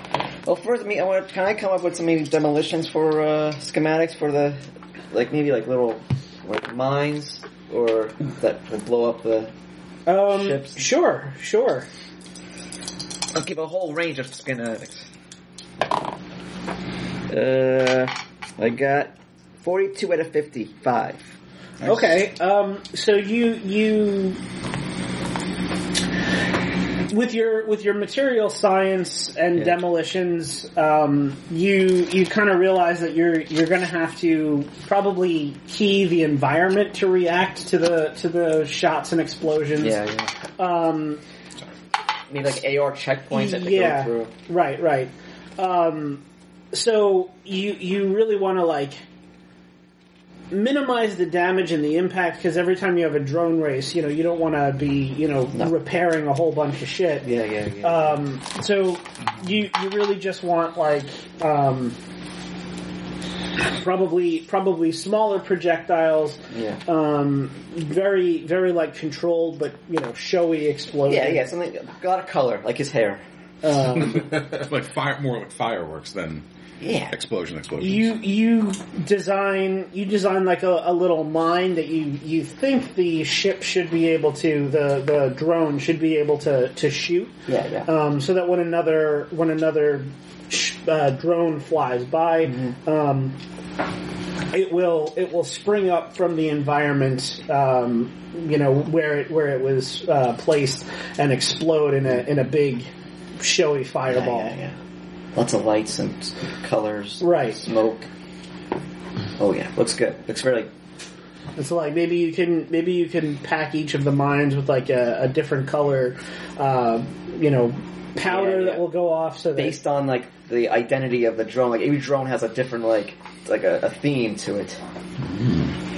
S7: Well, first, I mean, I want, can I come up with some maybe demolitions for uh, schematics for the, like maybe like little like mines or that would blow up the.
S4: Um,
S7: Ships.
S4: Sure, sure.
S7: I'll give a whole range of schematics. Uh, I got forty-two out of fifty-five.
S4: Okay. Um, so you you with your with your material science and
S7: Yeah.
S4: demolitions, um, you you kind of realize that you're you're going to have to probably key the environment to react to the to the shots and explosions.
S7: Yeah, yeah.
S4: Um,
S7: Maybe like AR checkpoints that they
S4: yeah,
S7: go through.
S4: Right, right. Um, so you you really want to like minimize the damage and the impact because every time you have a drone race, you know you don't want to be you know repairing a whole bunch of shit.
S7: Yeah, yeah, yeah.
S4: Um, so you you really just want like um, probably probably smaller projectiles.
S7: yeah.
S4: Um, very very like controlled but you know showy explosions.
S7: Yeah, yeah, something a lot of color, like his hair.
S4: Um,
S6: like fire, more like fireworks than
S7: Yeah.
S6: explosion explosions.
S4: you you design you design like a, a little mine that you you think the ship should be able to the the drone should be able to to shoot
S7: Yeah, yeah.
S4: um, so that when another when another sh- uh, drone flies by
S7: Mm-hmm.
S4: um, it will it will spring up from the environment um, you know where it where it was uh, placed and explode in a in a big showy
S7: yeah,
S4: fireball
S7: yeah, yeah. Lots of lights and s- colors.
S4: Right.
S7: Smoke. Oh yeah, looks good. Looks very.
S4: It's like maybe you can maybe you can pack each of the mines with like a, a different color, uh, you know, powder
S7: Yeah, yeah.
S4: that will go off. So that
S7: based on like the identity of the drone. Like every drone has a different like like a, a theme to it.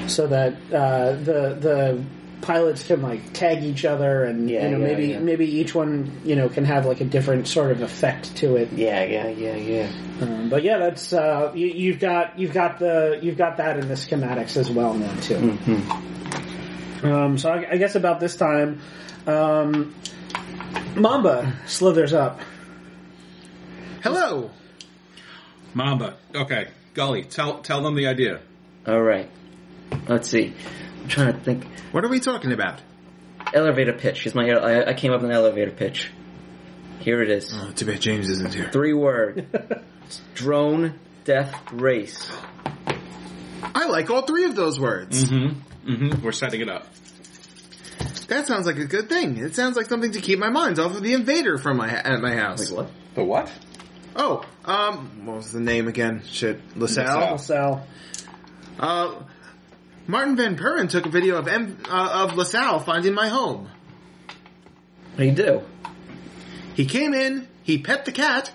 S4: so that uh, the the pilots can like tag each other and
S7: Yeah,
S4: you know
S7: yeah,
S4: maybe
S7: yeah.
S4: maybe each one you know can have like a different sort of effect to it.
S7: Yeah, yeah, yeah, yeah.
S4: Um, but yeah, that's uh, you, you've got you've got the you've got that in the schematics as well now too.
S7: Mm-hmm.
S4: Um, so I, I guess about this time, um, Mamba slithers up.
S2: Hello.
S6: Mamba. Okay, Gully, tell tell them the idea.
S7: All right. Let's see. I'm trying to think.
S2: What are we talking about?
S7: Elevator pitch. Here's my. I, I came up with an elevator pitch. Here it is.
S2: Oh, too bad James isn't here.
S7: Three word. Drone death race.
S2: I like all three of those words.
S6: Mm-hmm. Mm-hmm. We're setting it up.
S2: That sounds like a good thing. It sounds like something to keep my mind off of the invader from my at my house.
S7: What?
S6: The what?
S2: Oh, um, what was the name again? Shit, LaSalle.
S4: LaSalle.
S2: Uh, Martin Van Buren took a video of M- uh, of LaSalle finding my home.
S7: What do you do?
S2: He came in, he pet the cat,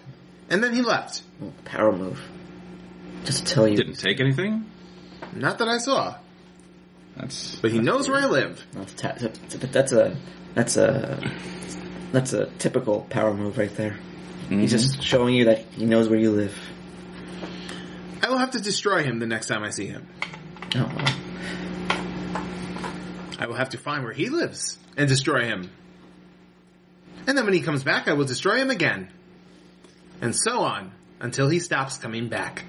S2: and then he left.
S7: Power move. Just tell you.
S6: Didn't take anything.
S2: Not that I saw,
S6: That's
S2: but he knows where I live.
S7: That's, ta- t- t- but that's a that's a that's a typical power move right there. He's just showing you that he knows where you live.
S2: I will have to destroy him the next time I see him.
S7: Oh, well.
S2: I will have to find where he lives and destroy him. And then when he comes back, I will destroy him again. And so on until he stops coming back.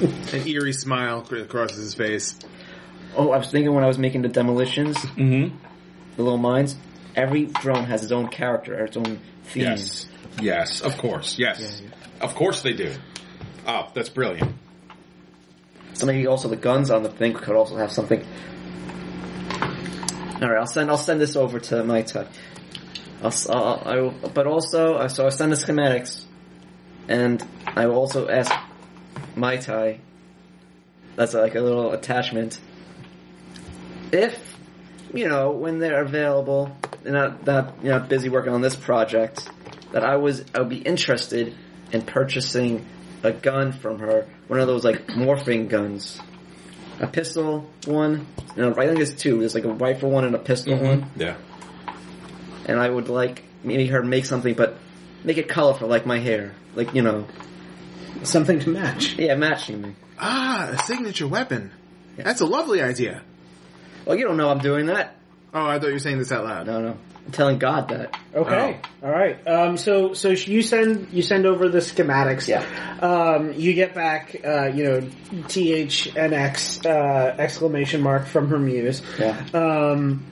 S2: An eerie smile cr- crosses his face.
S7: oh, I was thinking when I was making the demolitions,
S6: Mm-hmm.
S7: the little mines. Every drone has its own character, or its own theme.
S6: Yes. Yes. Of course. Yes. Of course they do. Oh, that's brilliant.
S7: So maybe also the guns on the thing could also have something. All right, I'll send I'll send this over to my tech. I'll, s- I'll- I will- but also uh, so I send the schematics, and I will also ask my tie. That's like a little attachment. If you know when they're available, they're not not you know busy working on this project, that I was I would be interested in purchasing a gun from her, one of those like morphing guns, a pistol one. You know, I think there's two. There's like a rifle one and a pistol one,
S6: Yeah.
S7: and I would like maybe her make something, but make it colorful like my hair, like you know,
S4: Something to match.
S7: yeah, matching me.
S2: Ah, a signature weapon. That's a lovely idea.
S7: Well, you don't know I'm doing that.
S2: Oh, I thought you were saying this out loud.
S7: No, no, I'm telling God that.
S4: Okay. All right. Um, so so you send you send over the schematics.
S7: Yeah.
S4: Um, you get back uh, you know THNX uh, exclamation mark from her muse.
S7: Yeah.
S4: Um,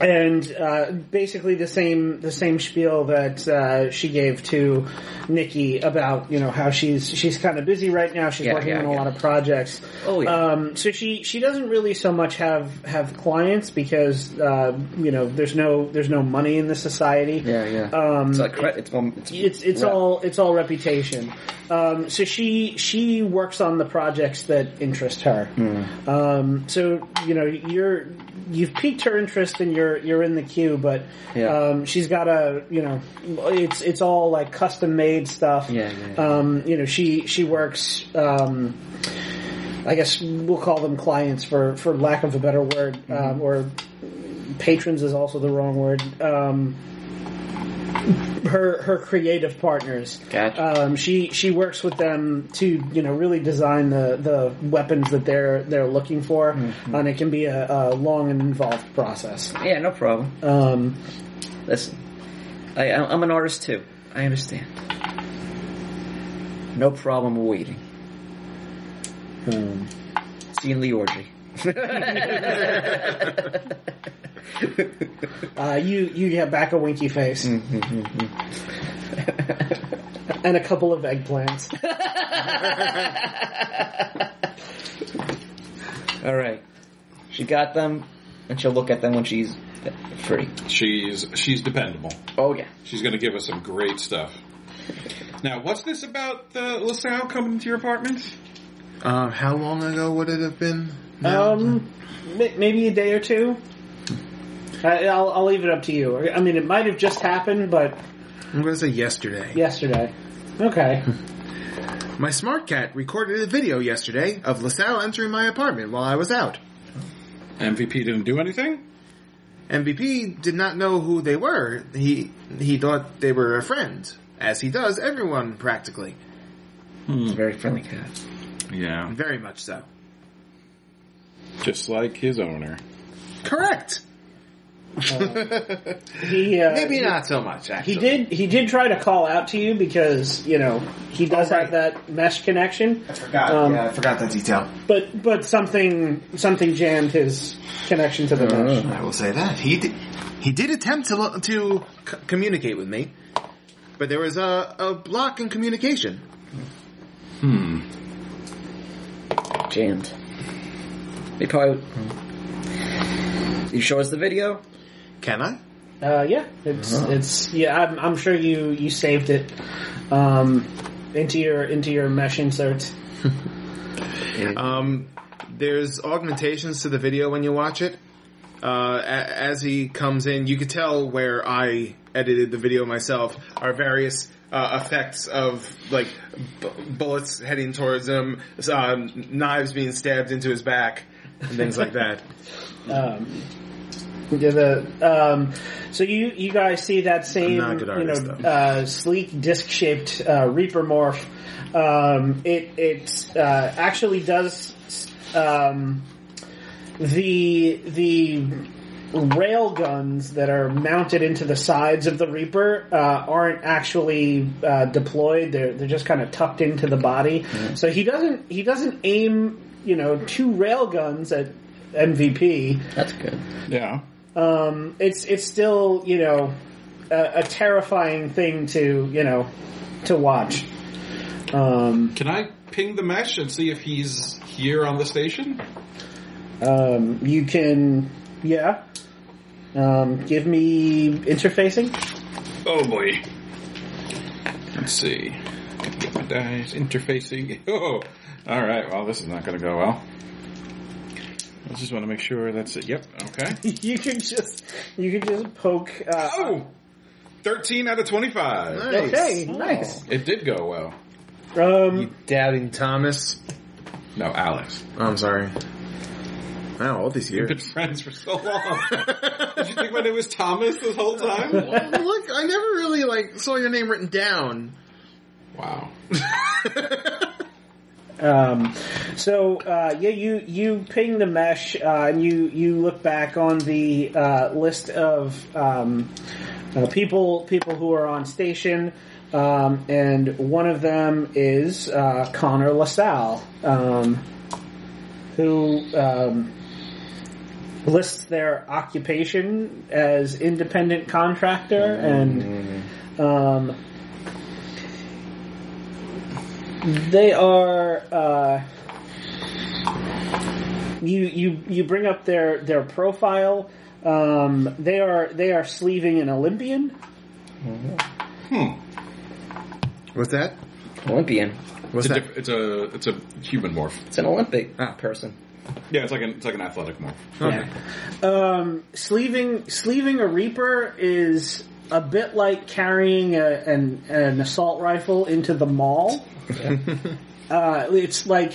S4: and uh, basically the same the same spiel that uh, she gave to Nikki about you know how she's she's kind of busy right now. She's
S7: Yeah,
S4: working
S7: yeah,
S4: on a
S7: yeah.
S4: lot of projects.
S7: Oh, yeah.
S4: Um, so she she doesn't really so much have have clients because uh, you know there's no there's no money in the society.
S7: Yeah, yeah.
S4: Um,
S7: it's like cre- it's um, it's,
S4: it's it's all it's all reputation. Um, so she she works on the projects that interest her.
S7: Hmm.
S4: Um, so you know you're you've piqued her interest and you're you're in the queue, but
S7: Yeah.
S4: um, she's got a you know it's it's all like custom made stuff.
S7: Yeah, yeah,
S4: Um, you know she she works. Um, I guess we'll call them clients for, for lack of a better word,
S7: Mm-hmm.
S4: um, or patrons is also the wrong word. Um, her her creative partners.
S7: Gotcha.
S4: Um, she she works with them to you know really design the, the weapons that they're they're looking for, and it can be a, a long and involved process.
S7: yeah, no problem.
S4: Um,
S7: Listen, I, I'm I'm an artist too. I understand. No problem waiting. Hmm. See you in the orgy.
S4: uh, you you get back a winky face and a couple of eggplants.
S7: All right. She got them, and she'll look at them when she's free.
S6: She's she's dependable.
S7: Oh yeah.
S6: She's going to give us some great stuff. Now, what's this about the LaSalle coming to your apartment?
S2: Uh, how long ago would it have been?
S4: Um, may- maybe a day or two. I, I'll I'll leave it up to you. I mean, it might have just happened, but
S2: I'm gonna say yesterday.
S4: yesterday. Okay.
S2: My smart cat recorded a video yesterday of LaSalle entering my apartment while I was out.
S6: MVP didn't do anything.
S2: MVP did not know who they were. He he thought they were a friend, as he does everyone practically.
S7: It's a very friendly cat.
S6: Yeah,
S2: Very much so.
S6: just like his owner.
S2: Correct.
S4: He Um, uh,
S2: Maybe
S4: he-
S2: not so much. Actually,
S4: He did. He did try to call out to you because you know he does
S2: Oh, right.
S4: have that mesh connection,
S2: I forgot.
S4: Um,
S2: yeah, I forgot that detail.
S4: but but something something jammed his connection to the mesh.
S2: I will say that he did, he did attempt to lo- to c- communicate with me, but there was a a block in communication.
S6: Hmm.
S7: jammed. They probably. You show us the video?
S2: Can I?
S4: Uh, yeah, it's
S2: Uh-huh.
S4: it's yeah. I'm, I'm sure you you saved it um, into your into your mesh inserts.
S2: Um, there's augmentations to the video when you watch it. Uh, a- as he comes in, you could tell where I edited the video myself are various uh, effects of like b- bullets heading towards him, um, knives being stabbed into his back, and things like that.
S4: Um, yeah, the um, so you you guys see that same
S2: I'm not a good artist,
S4: you know
S2: though.
S4: uh, sleek disc shaped uh, Reaper morph. Um, it it uh, actually does um, the the rail guns that are mounted into the sides of the Reaper uh, aren't actually uh, deployed. They're they're just kind of tucked into the body. So he doesn't he doesn't aim you know two rail guns at MVP.
S7: That's good.
S6: Yeah.
S4: Um, it's it's still you know a, a terrifying thing to you know to watch. Um,
S6: Can I ping the mesh and see if he's here on the station?
S4: um, you can yeah. Um, give me interfacing.
S6: Oh boy. Let's see. Get my dice interfacing. Oh, all right. Well, this is not going to go well. I just want to make sure that's it. Yep. Okay.
S4: you can just you can just poke. Uh,
S6: Oh, 13 out of 25.
S4: Okay, nice.
S6: It did go well.
S4: Um,
S2: Doubting Thomas.
S6: No, Alex.
S2: Oh, I'm sorry. Wow, all these
S6: We've
S2: years.
S6: been friends for so long. did you think my name was Thomas this whole time?
S2: Look, I never really like saw your name written down.
S6: Wow.
S4: um, so uh, yeah, you you ping the mesh, uh, and you you look back on the uh, list of um, uh, people people who are on station, um, and one of them is uh, Connor LaSalle, um, who. Um, lists their occupation as independent contractor and um, They are. Uh, you you you bring up their their profile. Um, they are they are sleeving an Olympian.
S6: Hmm.
S2: What's that?
S7: Olympian.
S2: What's
S6: It's a,
S2: that?
S6: diff- it's a it's a human morph.
S7: It's an Olympic
S2: Ah.
S7: person.
S6: Yeah, it's like an it's like an athletic morph.
S2: Okay.
S4: Um, sleeving sleeving a Reaper is a bit like carrying a, an an assault rifle into the mall. uh, it's like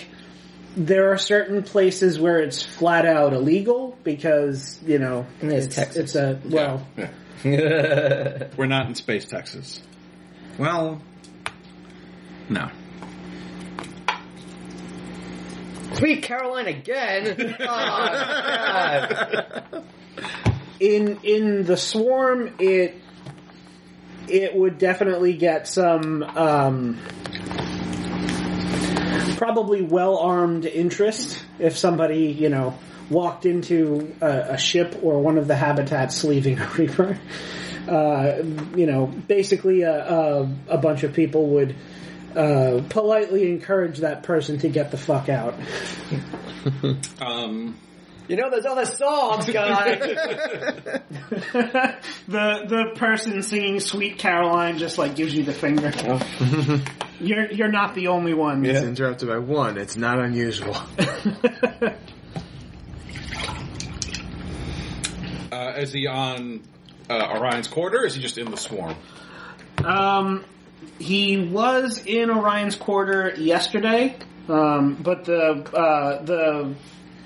S4: there are certain places where it's flat out illegal because you know
S7: And there's
S4: it's,
S7: Texas.
S4: it's a well.
S6: Yeah.
S7: That's
S6: We're not in space, Texas.
S2: Well,
S6: No.
S7: Sweet Caroline again! Oh, God.
S4: in in the swarm it it would definitely get some um probably well armed interest if somebody you know walked into a, a ship or one of the habitats leaving a reaper uh, you know basically a, a, a bunch of people would uh, politely encourage that person to get the fuck out
S6: Um.
S7: You know those other songs, guy!
S4: the the person singing "Sweet Caroline" just like gives you the finger. you're you're not the only one.
S2: it's interrupted by one. It's not unusual.
S6: Uh, is he on uh, Orion's quarter? Or is he just in the swarm?
S4: um, he was in Orion's quarter yesterday, um, but the uh, the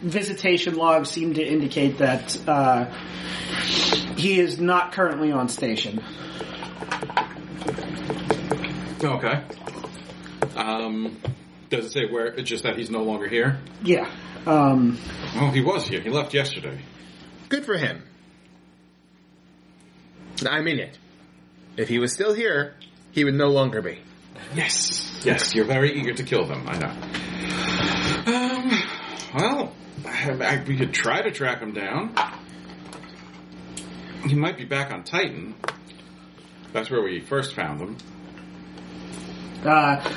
S4: visitation log seemed to indicate that uh, he is not currently on station.
S6: Okay. Um. Does it say where? It's just that he's no longer here.
S4: Yeah. Um,
S6: Oh, he was here. He left yesterday.
S2: Good for him. I mean it. If he was still here, he would no longer be.
S6: Yes. Yes. You're very eager to kill them. I know. Um. Well, I, I, we could try to track him down. He might be back on Titan. That's where we first found him.
S4: Uh,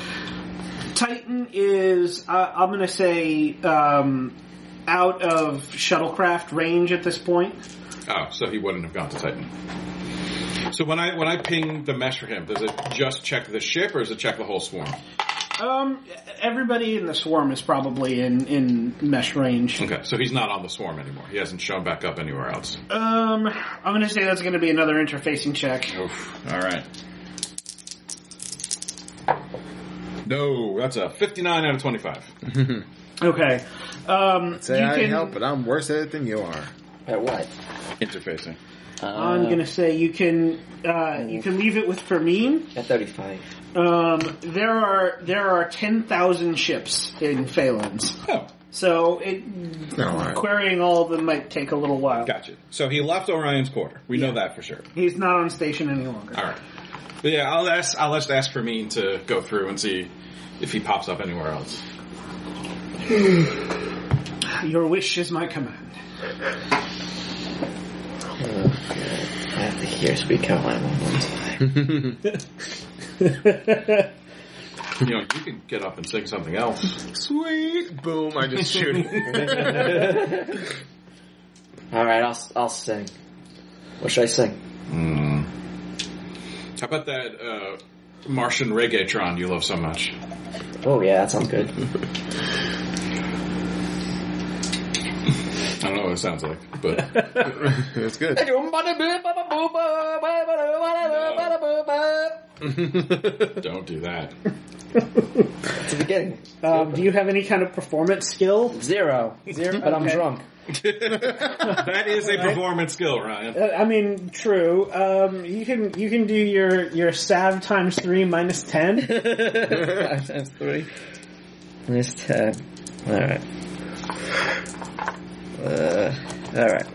S4: Titan is, uh, I'm going to say, um, out of shuttlecraft range at this point.
S6: Oh, so he wouldn't have gone to Titan. So when I when I ping the mesh for him, does it just check the ship or does it check the whole swarm?
S4: Um, everybody in the swarm is probably in, in mesh range.
S6: Okay, so he's not on the swarm anymore. He hasn't shown back up anywhere else.
S4: Um, I'm going to say that's going to be another interfacing check.
S6: Oof. All right. No, that's a 59 out of 25.
S4: Okay. Um,
S2: Say
S4: you
S2: I
S4: can,
S2: help, but I'm worse at it than you are.
S7: At what? Uh,
S6: Interfacing.
S4: I'm going to say you can uh, you can leave it with Fermin.
S7: At 35.
S4: Um, there are there are ten thousand ships in Phalanx,
S6: Oh,
S4: so it,
S2: all right.
S4: querying all of them might take a little while.
S6: gotcha. So he left Orion's quarter. We know that for sure.
S4: He's not on station any longer.
S6: All right. But yeah, I'll ask. I'll just ask Fermin to go through and see if he pops up anywhere else.
S4: Your wish is my command.
S7: I have to hear speak out loud one time.
S6: You know, you can get up and sing something else.
S2: Sweet! Boom! I just shoot. it.
S7: Alright, I'll, I'll sing. What should I sing?
S6: How about that uh, Martian reggaetron you love so much?
S7: Oh yeah, that sounds good.
S6: I don't know what it sounds like, but
S2: it's good.
S6: don't do that.
S7: It's the beginning.
S4: Um, do you have any kind of performance skill?
S7: Zero. Zero, but I'm drunk.
S6: That is a performance skill, Ryan.
S4: Uh, I mean, true. Um, you can you can do your your sav times three minus ten.
S7: Five times three. Minus ten. Alright. Uh, alright.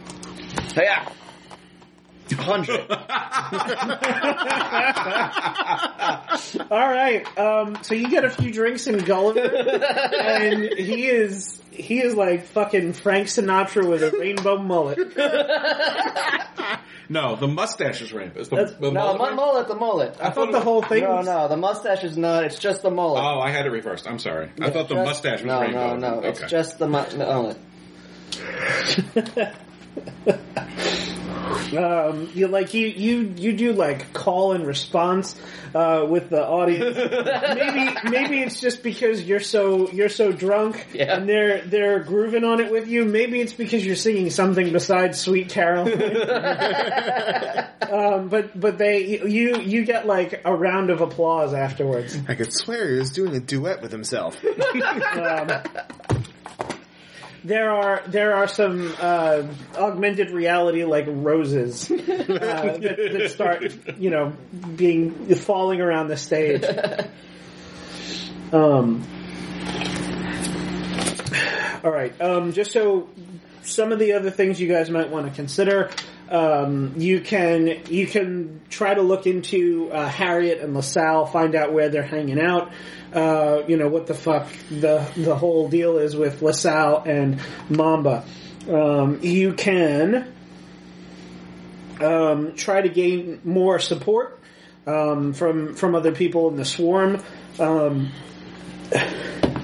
S7: Hey, yeah. 100.
S4: All right. Um, so you get a few drinks in Gulliver, and he is he is like fucking Frank Sinatra with a rainbow mullet.
S6: No, the mustache is rampant. It's the,
S4: That's-
S6: the
S7: No,
S6: mullet
S7: mu-
S6: ramp-
S7: mullet, the mullet.
S4: I thought the whole thing.
S7: No,
S4: was-
S7: no, the mustache is not. It's just the mullet.
S6: Oh, I had it reversed. I'm sorry. I thought the
S7: Just-
S6: mustache was
S7: no,
S6: rainbow.
S7: No, no,
S6: Okay.
S7: It's just the mu- mullet.
S4: Um, you like you you you do like call and response uh, with the audience. maybe maybe it's just because you're so you're so drunk
S7: Yeah.
S4: and they're they're grooving on it with you. Maybe it's because you're singing something besides "Sweet Caroline." um, but but they you you get like a round of applause afterwards.
S2: I could swear he was doing a duet with himself.
S4: Um, There are there are some uh, augmented reality like roses uh, that, that start you know being falling around the stage. Um. All right. Um, just so some of the other things you guys might want to consider. Um, you can you can try to look into uh, Harriet and LaSalle, find out where they're hanging out. Uh, you know what the fuck the the whole deal is with LaSalle and Mamba. Um, you can um, try to gain more support um, from from other people in the swarm. Um,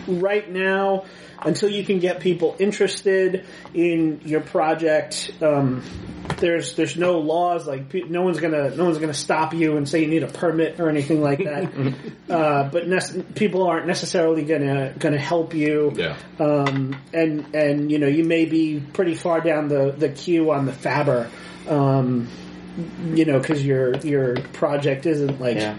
S4: right now until you can get people interested in your project. Um, there's there's no laws like pe- no one's gonna no one's gonna stop you and say you need a permit or anything like that. uh, but nec- people aren't necessarily gonna gonna help you.
S6: Yeah.
S4: Um, and and you know you may be pretty far down the the queue on the Faber. Um, you know, because your your project isn't like
S7: Yeah.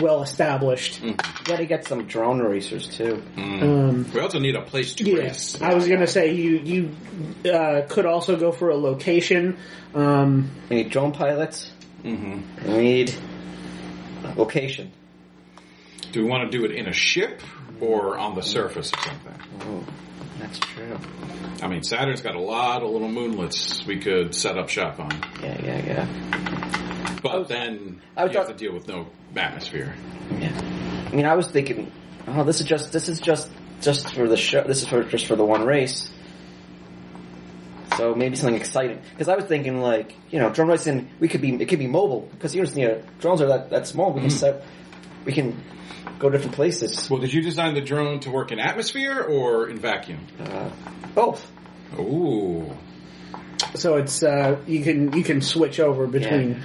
S4: well established.
S7: You gotta get some drone racers too.
S4: Um,
S6: We also need a place to race.
S4: Yes, I was gonna say you you uh, could also go for a location. Um,
S7: We need drone pilots. Mm-hmm. We need a location.
S6: Do we want to do it in a ship or on the surface or something?
S7: Oh, that's true.
S6: I mean, Saturn's got a lot of little moonlets we could set up shop on,
S7: Yeah, yeah, yeah.
S6: but then
S7: I was
S6: you have to
S7: talk-
S6: deal with no atmosphere.
S7: Yeah. I mean, I was thinking, oh, this is just this is just just for the show. This is for just for the one race. So maybe something exciting because I was thinking Mm-hmm. like you know drone racing we could be it could be mobile because you just need a, drones are that, that small we can set we can go different places.
S8: Well, did you design the drone to work in atmosphere or in vacuum?
S7: Uh, both.
S8: Ooh.
S4: So it's uh, you can you can switch over between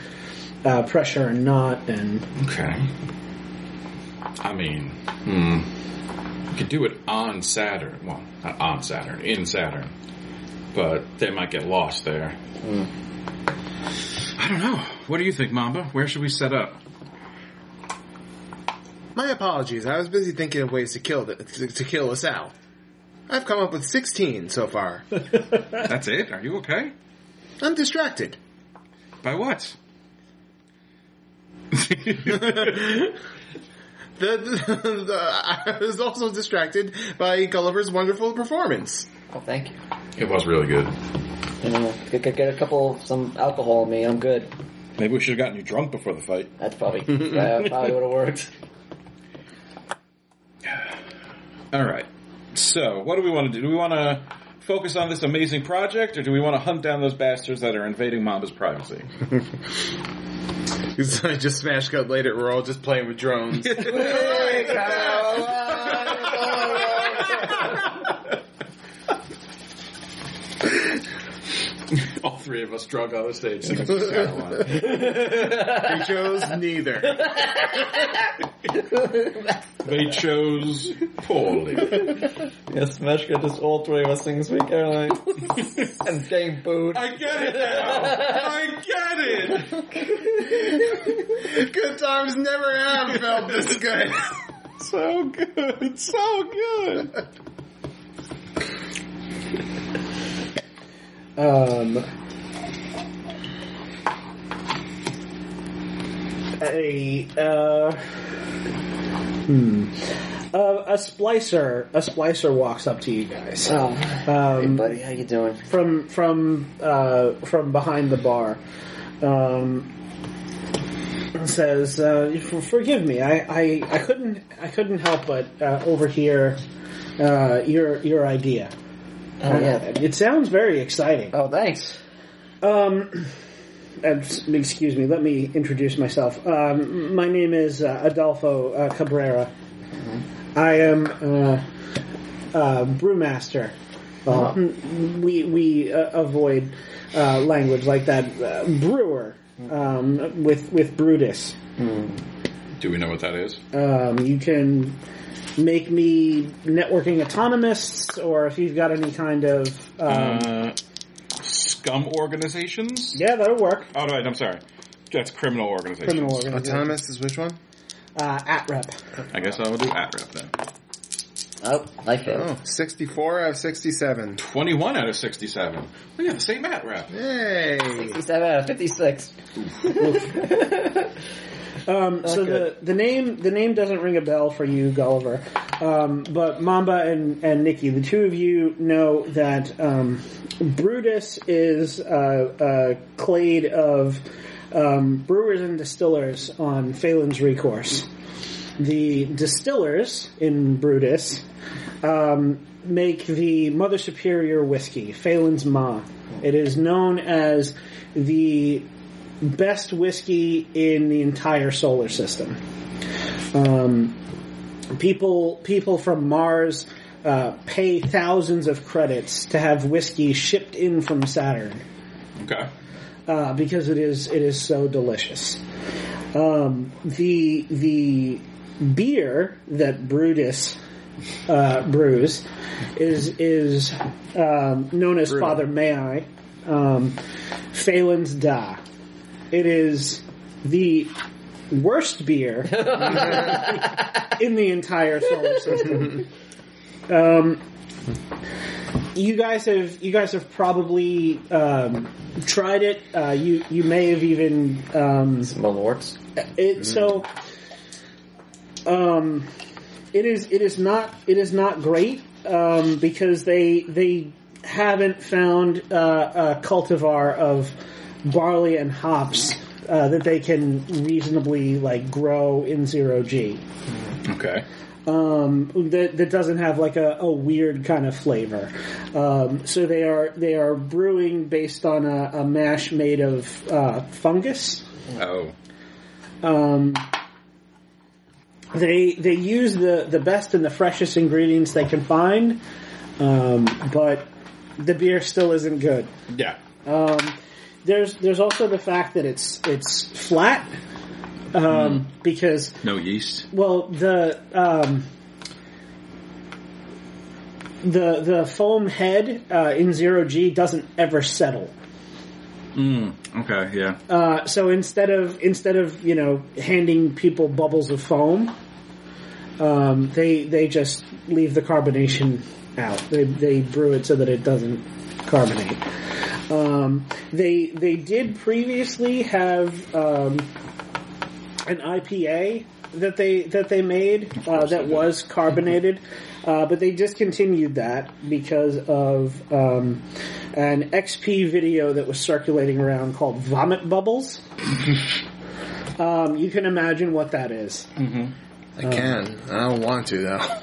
S4: uh, pressure and not, and
S8: Okay. I mean, hmm. You could do it on Saturn. Well, not on Saturn, in Saturn. But they might get lost there.
S6: Hmm. I don't know. What do you think, Mamba? Where should we set up?
S2: My apologies. I was busy thinking of ways to kill the, to, to kill us out. I've come up with 16 so far.
S6: That's it? Are you okay?
S2: I'm distracted.
S6: By what?
S2: The, the, the, I was also distracted by Gulliver's wonderful performance.
S7: Oh, thank you.
S8: It was really good.
S7: You know, get, get, get a couple some alcohol in me. I'm good.
S8: Maybe we should have gotten you drunk before the fight.
S7: That's probably that probably would have worked.
S6: All right. So, what do we want to do? Do we want to focus on this amazing project, or do we want to hunt down those bastards that are invading Mamba's privacy?
S2: So I just smash cut later. We're all just playing with drones.
S8: All three of us drunk on the stage.
S2: we chose neither.
S8: they chose poorly.
S7: yes, Smash got this all three of us things week, Caroline. I'm getting booed.
S8: I get it now. I get it.
S2: Good times never have felt this good.
S8: So good. So good.
S4: um, a uh, hmm, uh, a splicer a splicer walks up to you guys.
S7: Oh,
S4: Um,
S7: buddy, how you doing?
S4: from from uh, from behind the bar. Um, and says, uh, "For- "Forgive me, I, I, I couldn't I couldn't help but uh, overhear uh, your your idea.
S7: Oh yeah.
S4: It sounds very exciting.
S7: Oh, thanks.
S4: Um, and s- excuse me, let me introduce myself. Um, my name is uh, Adolfo uh, Cabrera. I am uh, uh, brewmaster. Uh, we we uh, avoid uh, language like that. Uh, brewer um, with with Brutus.
S8: Do we know what that is?
S4: Um, you can make me networking autonomists, or if you've got any kind of um,
S6: Uh, scum organizations?
S4: yeah, that'll work.
S6: Oh, no, wait, I'm sorry. That's criminal organizations.
S4: Criminal organization.
S2: Autonomous is which one?
S4: Uh, at rep.
S6: I guess I will do at rep then.
S7: Oh, I failed.
S2: Oh, 64 out of 67.
S6: 21 out of 67. We have the same at rep.
S2: Yay!
S7: 67 out of 56.
S4: Um, so the, the name the name doesn't ring a bell for you, Gulliver, um, but Mamba and, and Nikki, the two of you know that um, Brutus is a, a clade of um, brewers and distillers on Phelan's Recourse. The distillers in Brutus um, make the Mother Superior whiskey, Phelan's Ma. It is known as the best whiskey in the entire solar system. Um, people people from Mars uh, pay thousands of credits to have whiskey shipped in from Saturn
S8: Okay.
S4: uh, because it is it is so delicious. Um, the the beer that Brutus uh, brews is is um, known as Father May I, um, Phelan's Da. It is the worst beer in the entire solar system. um, you guys have you guys have probably um, tried it. Uh, you you may have even um,
S7: Malorts.
S4: it so um it is it is not it is not great um because they they haven't found uh, a cultivar of barley and hops uh, that they can reasonably like grow in zero g
S6: Okay.
S4: um, that that doesn't have like a, a weird kind of flavor. Um, so they are they are brewing based on a, a mash made of uh, fungus.
S6: Oh.
S4: Um, they they use the the best and the freshest ingredients they can find, um, but the beer still isn't good.
S6: Yeah.
S4: Um, there's there's also the fact that it's it's flat um, because
S6: No yeast.
S4: well the um, the the foam head uh, in zero g doesn't ever settle.
S6: Mm. Okay. Yeah.
S4: Uh, so instead of instead of you know handing people bubbles of foam, um, they they just leave the carbonation out. They they brew it so that it doesn't carbonate. Um, they they did previously have um, an IPA that they that they made uh, that was carbonated, uh, but they discontinued that because of um, an XP video that was circulating around called "Vomit Bubbles." um, you can imagine what that is.
S8: Oh.
S2: I can. I don't want to though.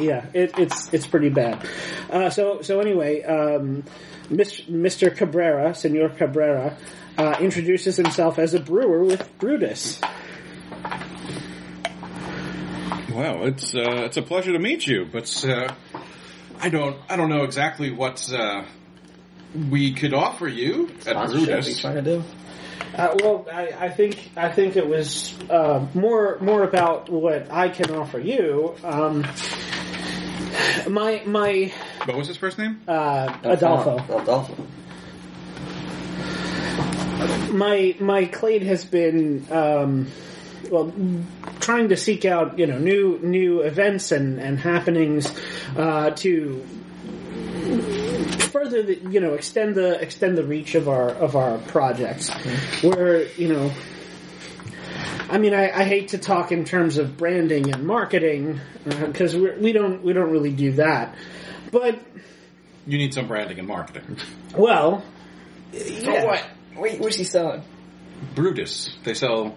S4: Yeah, it, it's it's pretty bad. Uh, so so anyway, um, Mis- Mr. Cabrera, Senor Cabrera, uh, introduces himself as a brewer with Brutus.
S6: Well, it's uh, it's a pleasure to meet you, but uh, I don't I don't know exactly what uh, we could offer you at
S7: Sponsorship, what are you
S6: Brutus.
S7: trying to do?
S4: Uh, well, I, I think I think it was uh, more more about what I can offer you. Um, my my
S6: What was his first name?
S4: uh, Adolfo,
S7: Adolfo.
S4: my my clade has been um, well trying to seek out you know new new events and and happenings uh, to further the, you know extend the extend the reach of our of our projects where you know I mean, I, I hate to talk in terms of branding and marketing because we're we don't we don't really do that. But
S6: You need some branding and marketing.
S4: well,
S7: For what? Wait, what's he selling?
S6: Brutus. They sell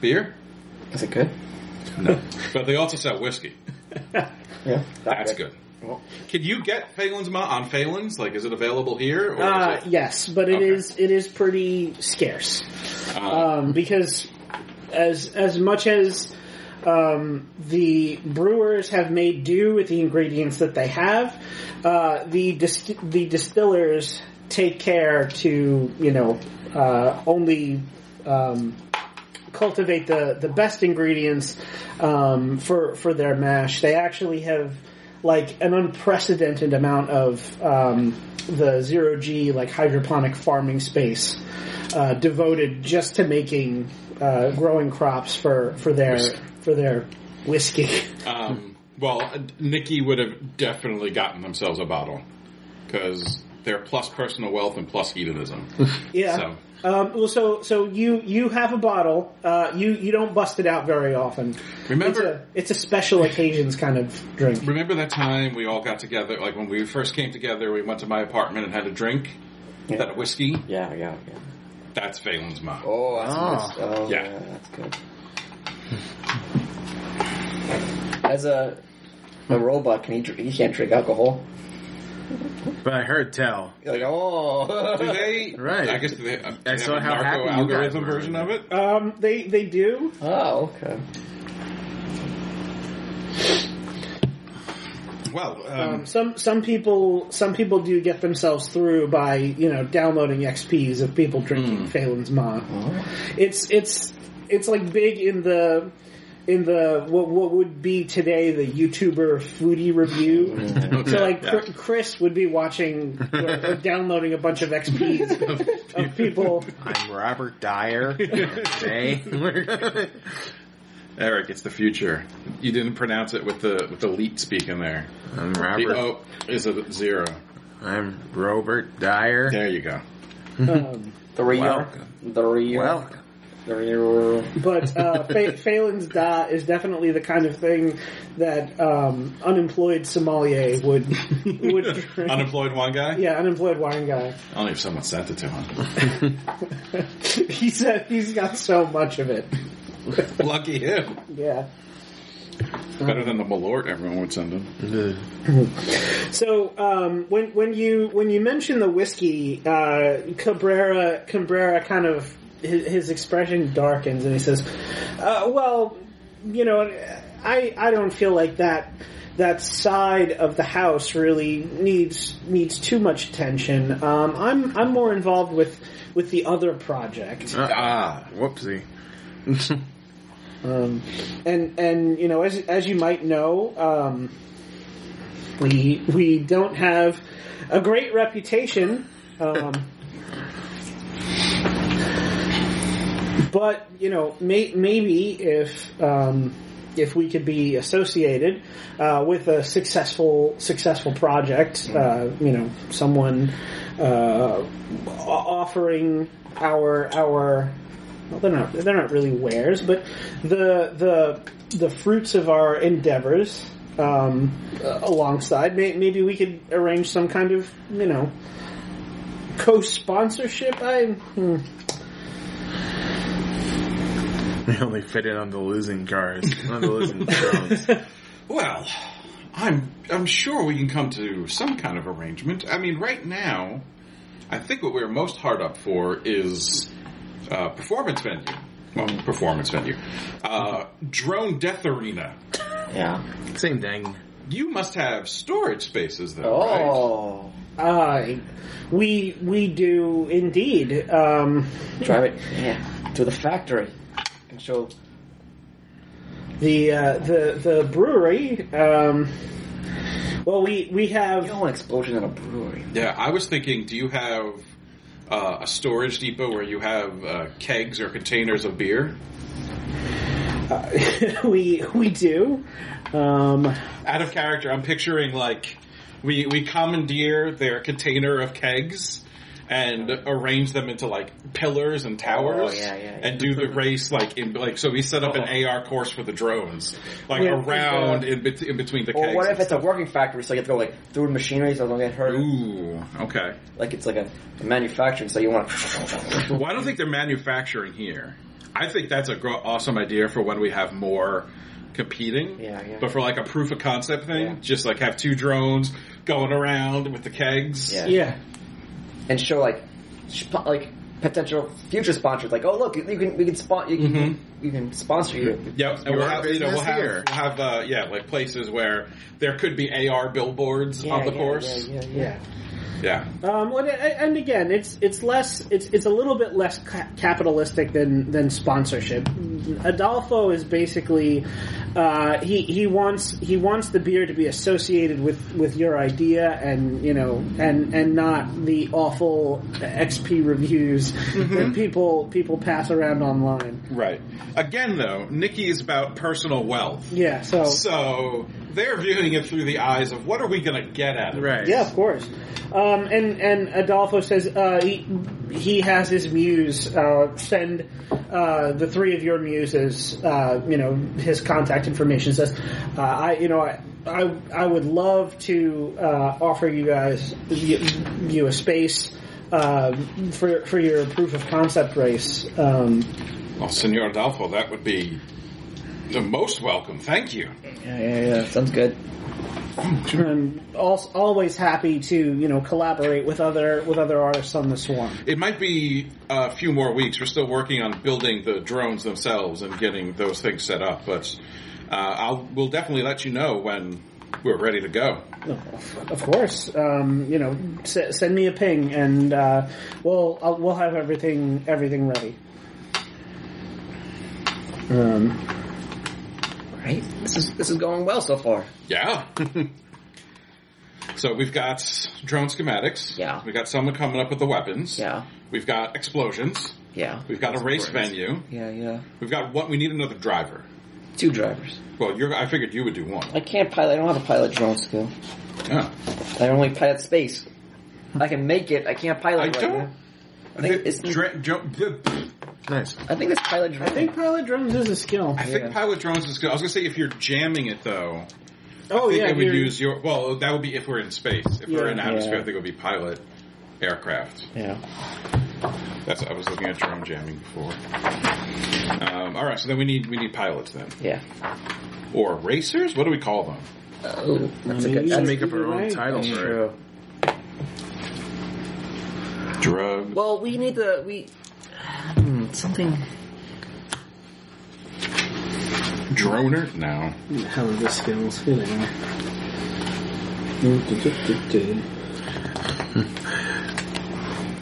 S6: beer,
S7: Is it good?
S6: but they also sell whiskey.
S7: Yeah.
S6: That's good. Could you get Phelan's Ma on Phelan's? Like, is it available here? Or
S4: uh,
S6: is it,
S4: yes, but it
S6: Okay.
S4: is it is pretty scarce.
S6: uh,
S4: um, because as as much as um, the brewers have made do with the ingredients that they have, uh, the dis- the distillers take care to you know uh, only. Um, cultivate the, the best ingredients um, for for their mash. They actually have like an unprecedented amount of um, the zero G like hydroponic farming space uh, devoted just to making uh, growing crops for for their for their whiskey.
S6: Um, well, Nikki would have definitely gotten themselves a bottle because they're plus personal wealth and plus hedonism.
S4: yeah.
S6: So.
S4: Um, well, so so you you have a bottle. Uh, you you don't bust it out very often. It's
S6: Remember,
S4: a, it's a special occasions kind of drink.
S6: remember that time we all got together? Like when we first came together, we went to my apartment and had a drink, had a whiskey.
S7: Yeah, yeah, yeah.
S6: That's Phelan's mom.
S7: Oh, that's
S2: Ah.
S7: nice. Oh,
S6: Yeah.
S7: yeah. that's good. As a a robot, can he? dr- He can't drink alcohol.
S2: But I heard tell.
S7: You're like, oh,
S6: Do they?
S2: Right.
S6: I guess do they, uh, they
S2: I
S6: have
S2: saw
S6: a
S2: how happy
S6: narco
S2: you guys
S6: algorithm
S2: were.
S6: version of it.
S4: Um, they they do.
S7: oh, okay.
S6: Well,
S4: Um,
S6: um,
S4: some some people some people do get themselves through by you know downloading XPs of people drinking Phelan's Ma. It's it's it's like big in the in the what what would be today the YouTuber foodie review. So like Chr- Chris would be watching or, or downloading a bunch of XPs of people.
S2: I'm Robert Dyer. Today we're gonna-
S6: Eric, it's the future. You didn't pronounce it with the with the leet speak in there.
S2: I'm
S6: The
S2: Robert.
S6: O is a zero.
S2: I'm Robert Dyer.
S6: There you go.
S4: Um,
S7: The rear,
S2: Welcome.
S7: the rear,
S2: Welcome.
S7: the rear.
S4: but uh, Phe- Phelan's Da is definitely the kind of thing that um, unemployed sommelier would would drink.
S6: Unemployed one guy.
S4: Yeah, unemployed wine guy.
S6: I don't know if someone sent it to him.
S4: he's a, he's got so much of it.
S6: Lucky him.
S4: Yeah.
S6: Better than the Malort everyone would send him.
S4: So um, when when you when you mention the whiskey, uh, Cabrera Cabrera kind of his, his expression darkens and he says, uh, "Well, you know, I, I don't feel like that that side of the house really needs needs too much attention. Um, I'm I'm more involved with with the other project.
S2: Ah, whoopsie.
S4: Um, and and you know, as as you might know, um, we we don't have a great reputation. Um, but you know, may, maybe if um, if we could be associated uh, with a successful successful project, uh, you know, someone uh, o- offering our our well, they're not they're not really wares, but the the the fruits of our endeavors um, uh, alongside. May, maybe we could arrange some kind of you know co-sponsorship. I hmm.
S2: They only fit in on the losing cars, on the losing drones.
S6: Well, I'm I'm sure we can come to some kind of arrangement. I mean, right now, I think what we're most hard up for is uh, performance venue. Well, performance venue. Uh, drone death arena.
S7: Yeah.
S2: Same thing.
S6: You must have storage spaces, though, right?
S7: Oh.
S4: I Uh, we we do indeed. Um,
S7: Drive it yeah, to the factory and show.
S4: the uh, the the brewery. Um, well, we we
S7: You
S4: have
S7: don't want explosion in a brewery.
S6: Yeah, I was thinking. Do you have uh, a storage depot where you have uh, kegs or containers of beer?
S4: we we do. Um,
S6: out of character, I'm picturing like we we commandeer their container of kegs and arrange them into like pillars and towers
S7: Oh, yeah, yeah, yeah.
S6: and do the race like in like so we set up an AR course for the drones like
S4: Yeah,
S6: around in, bet- in between the
S7: Or
S6: kegs.
S7: what if
S6: and
S7: it's a working factory, so you have to go like through machinery so they don't get
S6: stuff.
S7: hurt?
S6: Ooh, okay.
S7: Like it's like a, a manufacturing, so you want. to...
S6: Well, I don't think they're manufacturing here. I think that's a gro- awesome idea for when we have more competing.
S7: Yeah, yeah.
S6: But for like a proof of concept thing,
S7: Yeah.
S6: just like have two drones going around with the kegs.
S7: Yeah.
S4: yeah.
S7: and show like sp- like potential future sponsors. Like, oh look, you can we can spon- you can
S6: Mhm.
S7: you can sponsor you.
S6: Yep, and
S2: Your
S6: we'll have, you know, we'll
S2: business
S6: have,
S2: here.
S6: we'll have uh, yeah, like places where there could be AR billboards on the course.
S7: Yeah, yeah,
S4: Yeah.
S6: Yeah.
S4: Um, and, and again, it's it's less it's it's a little bit less ca- capitalistic than than sponsorship. Adolfo is basically uh, he he wants he wants the beer to be associated with, with your idea and you know and and not the awful XP reviews that people people pass around online.
S6: right. Again, though, Nikki is about personal wealth,
S4: Yeah, so
S6: so they're viewing it through the eyes of what are we going to get out of it?
S2: Right.
S4: Yeah, of course. Um, and and Adolfo says uh, he he has his muse uh, send uh, the three of your muses. Uh, you know his contact information says uh, I you know I. I, I would love to uh, offer you guys you, you a space uh, for for your proof of concept race. Um,
S6: Well, Oh, Senor Adolfo, that would be the most welcome. Thank you.
S7: yeah, yeah, yeah. Sounds good.
S4: and al- always happy to you know collaborate with other with other artists on the swarm.
S6: It might be a few more weeks. We're still working on building the drones themselves and getting those things set up, but uh, I'll we'll definitely let you know when we're ready to go.
S4: Of course, um, you know, s- send me a ping, and uh, we'll I'll, we'll have everything everything ready. Um,
S7: Right. This is this is going well so far.
S6: Yeah. so we've got drone schematics.
S7: Yeah.
S6: We've got someone coming up with the weapons.
S7: Yeah,
S6: We've got explosions.
S7: yeah,
S6: We've got a race venue.
S7: yeah, yeah.
S6: We've got what we need another driver.
S7: Two drivers.
S6: Well, you're, I figured you would do one.
S7: I can't pilot. I don't have a pilot drone skill.
S6: Yeah.
S7: I only pilot space. I can make it. I can't pilot.
S6: I
S7: right
S6: don't-
S7: now. I think it's.
S6: Dra- dro-
S2: Nice.
S7: I think it's pilot drone.
S4: I think pilot drones is a skill.
S6: I think pilot drones is good. I was gonna say if you're jamming it though,
S4: Oh
S6: I think
S4: yeah,
S6: it would
S4: you're-
S6: use your. Well, that would be if we're in space. If we're
S4: Yeah.
S6: in atmosphere,
S7: Yeah.
S6: I think it would be pilot aircraft.
S7: Yeah.
S6: That's I was looking at drone jamming before. Um, all right, so then we need we need pilots then,
S7: Yeah.
S6: or racers. What do we call them?
S7: Oh, that's
S4: Maybe we
S7: a good.
S4: should
S7: That's
S2: Make up our own
S4: Right.
S2: title for it.
S7: true.
S6: Drug.
S7: Well, we need to we hmm, something.
S6: Droner? No.
S4: How are the skills? Here they Oh, are.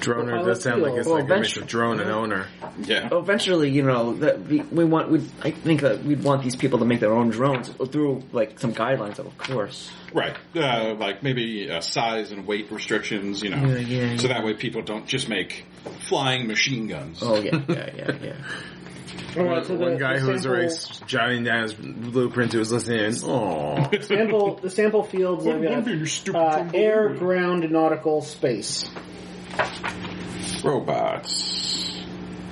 S2: Droner does sound like it's
S7: Well,
S2: like a mix
S7: eventually-
S2: of drone and owner.
S6: Yeah.
S7: Eventually, you know, that we, we want. We, I think that we'd want these people to make their own drones through like some guidelines, of course.
S6: Right. Uh, like maybe uh, size and weight restrictions, you know.
S7: Yeah, yeah,
S6: So
S7: yeah.
S6: that way people don't just make flying machine guns.
S7: Oh yeah, yeah, yeah, yeah.
S4: Well, to the-
S2: One guy
S4: the
S2: who's
S4: sample-
S2: already s- jotting down his blueprint to his listening. is, Aw.
S4: sample the sample fields
S6: What-
S4: I've got,
S6: what are your stupid
S4: uh,
S6: jumbo
S4: air,
S6: wheels?
S4: ground, nautical, space.
S6: Robots.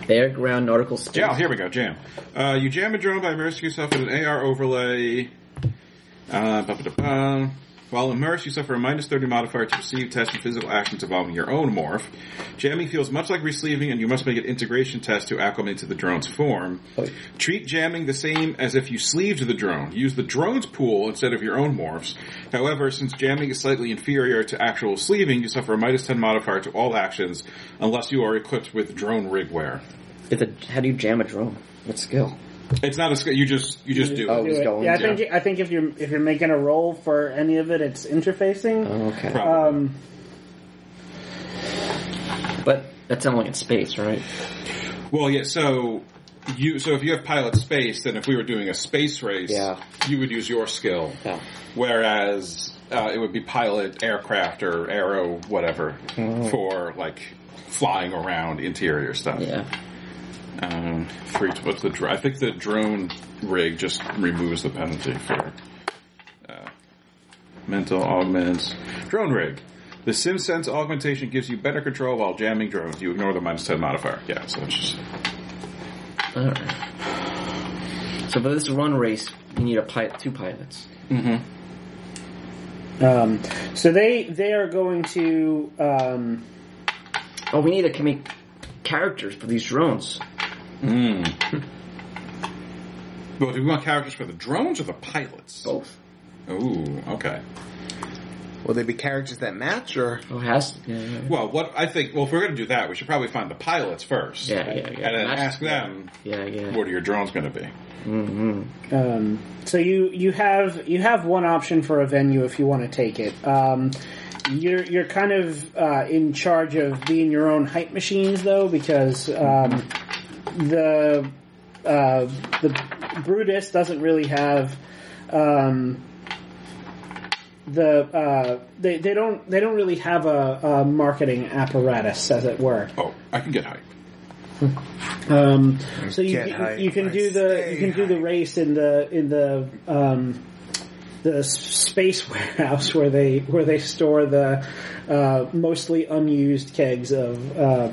S7: Air, ground, nautical space.
S6: Yeah, here we go. Jam. Uh, you jam a drone by immersing yourself in an AR overlay. Uh, ba-ba-da-ba. While immersed, you suffer a minus 30 modifier to perceive, test, and physical actions involving your own morph. Jamming feels much like receiving, and you must make an integration test to acclimate to the drone's form. Treat jamming the same as if you sleeved the drone. Use the drone's pool instead of your own morphs. However, since jamming is slightly inferior to actual sleeving, you suffer a minus 10 modifier to all actions unless you are equipped with drone rigware.
S7: It's a, how do you jam a drone? What skill?
S6: It's not a skill. You just you just do. it.
S7: Oh, he's
S4: Do it.
S7: going.
S4: yeah, I
S7: to-
S4: think I think if you're if you're making a roll for any of it, it's interfacing.
S7: Oh, okay.
S6: Probably.
S4: Um,
S7: But that's only in space, right?
S6: well, yeah. So you so if you have pilot space, then if we were doing a space race,
S7: Yeah.
S6: you would use your skill.
S7: Yeah.
S6: Whereas uh, it would be pilot aircraft or aero whatever
S7: Mm-hmm.
S6: for like flying around interior stuff.
S7: Yeah.
S6: Um, free to, what's the dr- I think the drone rig just removes the penalty for uh, mental augments. Drone rig. The SimSense augmentation gives you better control while jamming drones. You ignore the minus 10 modifier. Yeah, so it's just.
S7: All right. So for this run race, you need a pilot, two pilots.
S6: mm-hmm.
S4: um, so they they are going to um,
S7: Oh, we need to make characters for these drones.
S6: Mm-hmm. Well, do we want characters for the drones or the pilots?
S7: Both.
S6: Ooh, okay.
S2: Will they be characters that match or?
S7: Oh, it has yeah, yeah, yeah.
S6: Well, what I think, well, if we're going to do that, we should probably find the pilots first.
S7: Yeah, yeah, yeah.
S6: And then
S7: That's-
S6: ask them,
S7: yeah, yeah.
S6: what are your drones going to be?
S7: hmm
S4: Um, so you you have you have one option for a venue if you want to take it. Um, you're you're kind of uh, in charge of being your own hype machines though because um, the uh, the Brutus doesn't really have um, the uh, they they don't they don't really have a, a marketing apparatus as it were.
S6: Oh, I can get hype.
S4: Um, so you,
S2: Get hype,
S4: you, you can
S2: I
S4: do the
S2: stay
S4: you can do the
S2: hype.
S4: race in the in the um, the s- space warehouse where they where they store the uh, mostly unused kegs of uh,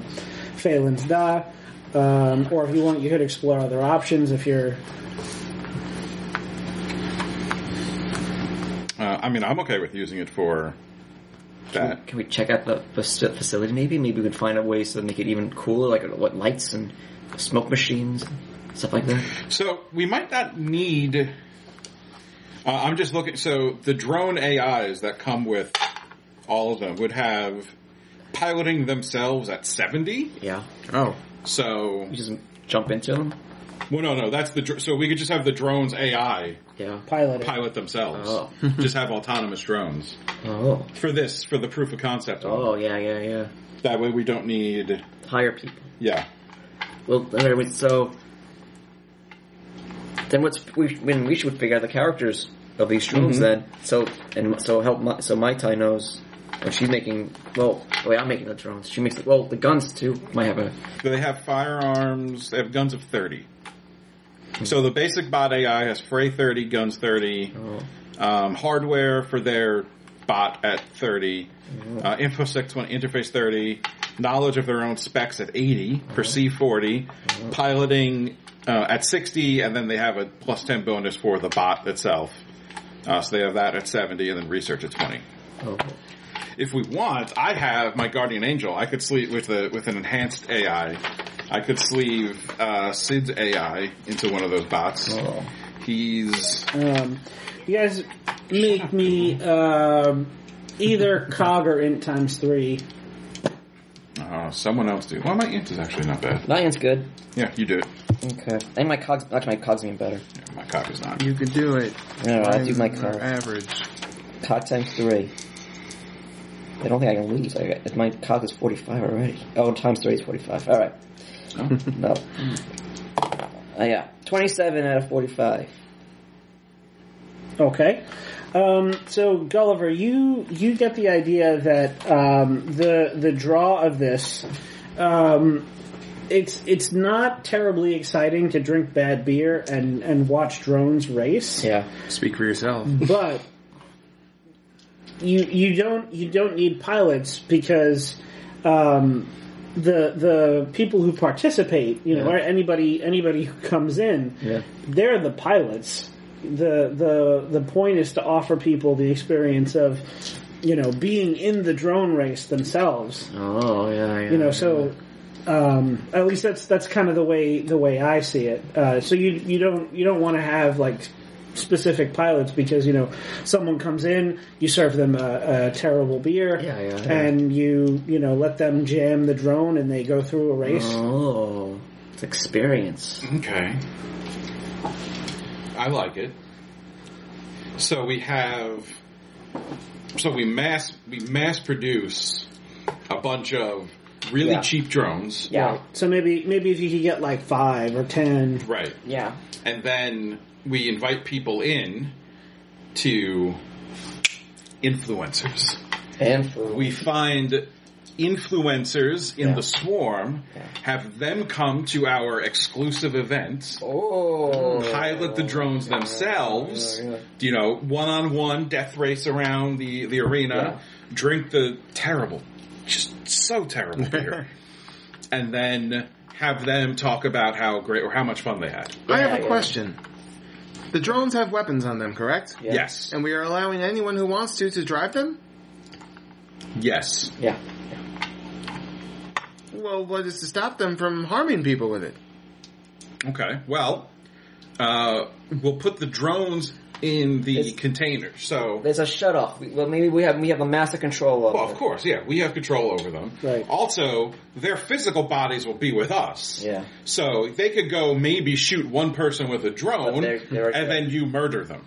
S4: Phelan's Da. Um, or if you want, you could explore other options if you're.
S6: Uh, I mean, I'm okay with using it for that.
S7: Can we check out the faci- facility? Maybe, maybe we can find a ways to make it even cooler, like what lights and smoke machines, stuff like that.
S6: So we might not need. Uh, I'm just looking. So the drone AIs that come with all of them would have piloting themselves at 70.
S7: Yeah,
S2: Oh,
S6: So
S7: we just jump into them.
S6: well, no, no, that's the. dr- So we could just have the drones AI
S7: Yeah.
S4: Piloting.
S6: pilot themselves.
S7: Oh.
S6: just have autonomous drones
S7: Oh.
S6: for this for the proof of concept.
S7: Oh yeah, yeah, yeah.
S6: That way we don't need.
S7: Hire people.
S6: Yeah.
S7: Well, there we- so then what's we when we should figure out the characters of these drones then. So and so help my, so my tie knows when she's making well wait I'm making the drones she makes the, well the guns too might have a
S6: They have firearms. They have guns of 30. So the basic bot AI has Fray 30, guns 30.
S7: oh,
S6: um, hardware for their bot at 30, uh, InfoSec 20, interface 30, knowledge of their own specs at 80, perceive 40, piloting uh, at 60, and then they have a plus 10 bonus for the bot itself. Uh, so they have that at 70, and then research at 20.
S7: oh
S6: If we want, I have my guardian angel. I could sleeve with the with an enhanced AI. I could sleeve uh, Sid's AI into one of those bots.
S7: oh
S6: He's
S4: Um, you guys make me um, either cog or int times three.
S6: uh, someone else. Do well, my int is actually not bad.
S7: Nian's good
S6: Yeah, you do it.
S7: Okay. I think my cogs, actually my cogs mean better.
S6: My cock is not.
S2: You could do it.
S7: No, I'll do my
S2: Mine's
S7: cog.
S2: Average.
S7: Cog times three. I don't think I can lose. I got, my cog is 45 already. Oh, times three is 45. Alright. no. Uh, yeah. 27 out of 45.
S4: Okay. Um, so Gulliver, you you get the idea that um, the the draw of this, um, it's it's not terribly exciting to drink bad beer and and watch drones race,
S7: Yeah.
S2: Speak for yourself.
S4: but you you don't you don't need pilots because um, the the people who participate, you know, or anybody anybody who comes in,
S7: Yeah.
S4: they're the pilots. The the the point is to offer people the experience of you know being in the drone race themselves.
S2: Oh yeah, yeah.
S4: You know, so um, at least that's that's kind of the way the way I see it. Uh, so you you don't you don't want to have like specific pilots because you know someone comes in, you serve them a, a terrible beer,
S7: Yeah, yeah, yeah.
S4: and you you know let them jam the drone and they go through a race.
S7: Oh. It's experience.
S6: Okay. I like it. So we have so we mass we mass produce a bunch of really
S7: Yeah.
S6: cheap drones.
S7: Yeah.
S4: So maybe maybe if you could get like five or ten.
S6: Right.
S7: Yeah.
S6: And then we invite people in to influencers.
S7: And for
S6: We find influencers in
S7: Yeah.
S6: the swarm, have them come to our exclusive event.
S7: Oh.
S6: pilot the drones themselves.
S7: yeah, yeah.
S6: You know, one on one death race around the the arena. Drink the terrible, just so terrible beer, and then have them talk about how great or how much fun they had.
S2: I have a
S7: yeah.
S2: question. The drones have weapons on them, correct?
S7: Yeah.
S6: Yes,
S2: And we are allowing anyone who wants to to drive them.
S6: yes.
S7: Yeah.
S2: Well, what is to stop them from harming people with it?
S6: Okay. Well, uh, we'll put the drones in the
S7: It's-
S6: container. So
S7: There's a shut off. We, well, maybe we have we have a master control over.
S6: Well, of course, yeah, we have control over them.
S4: Right.
S6: Also, their physical bodies will be with us.
S7: Yeah.
S6: So they could go maybe shoot one person with a drone,
S7: But they're- they're-
S6: and then you murder them.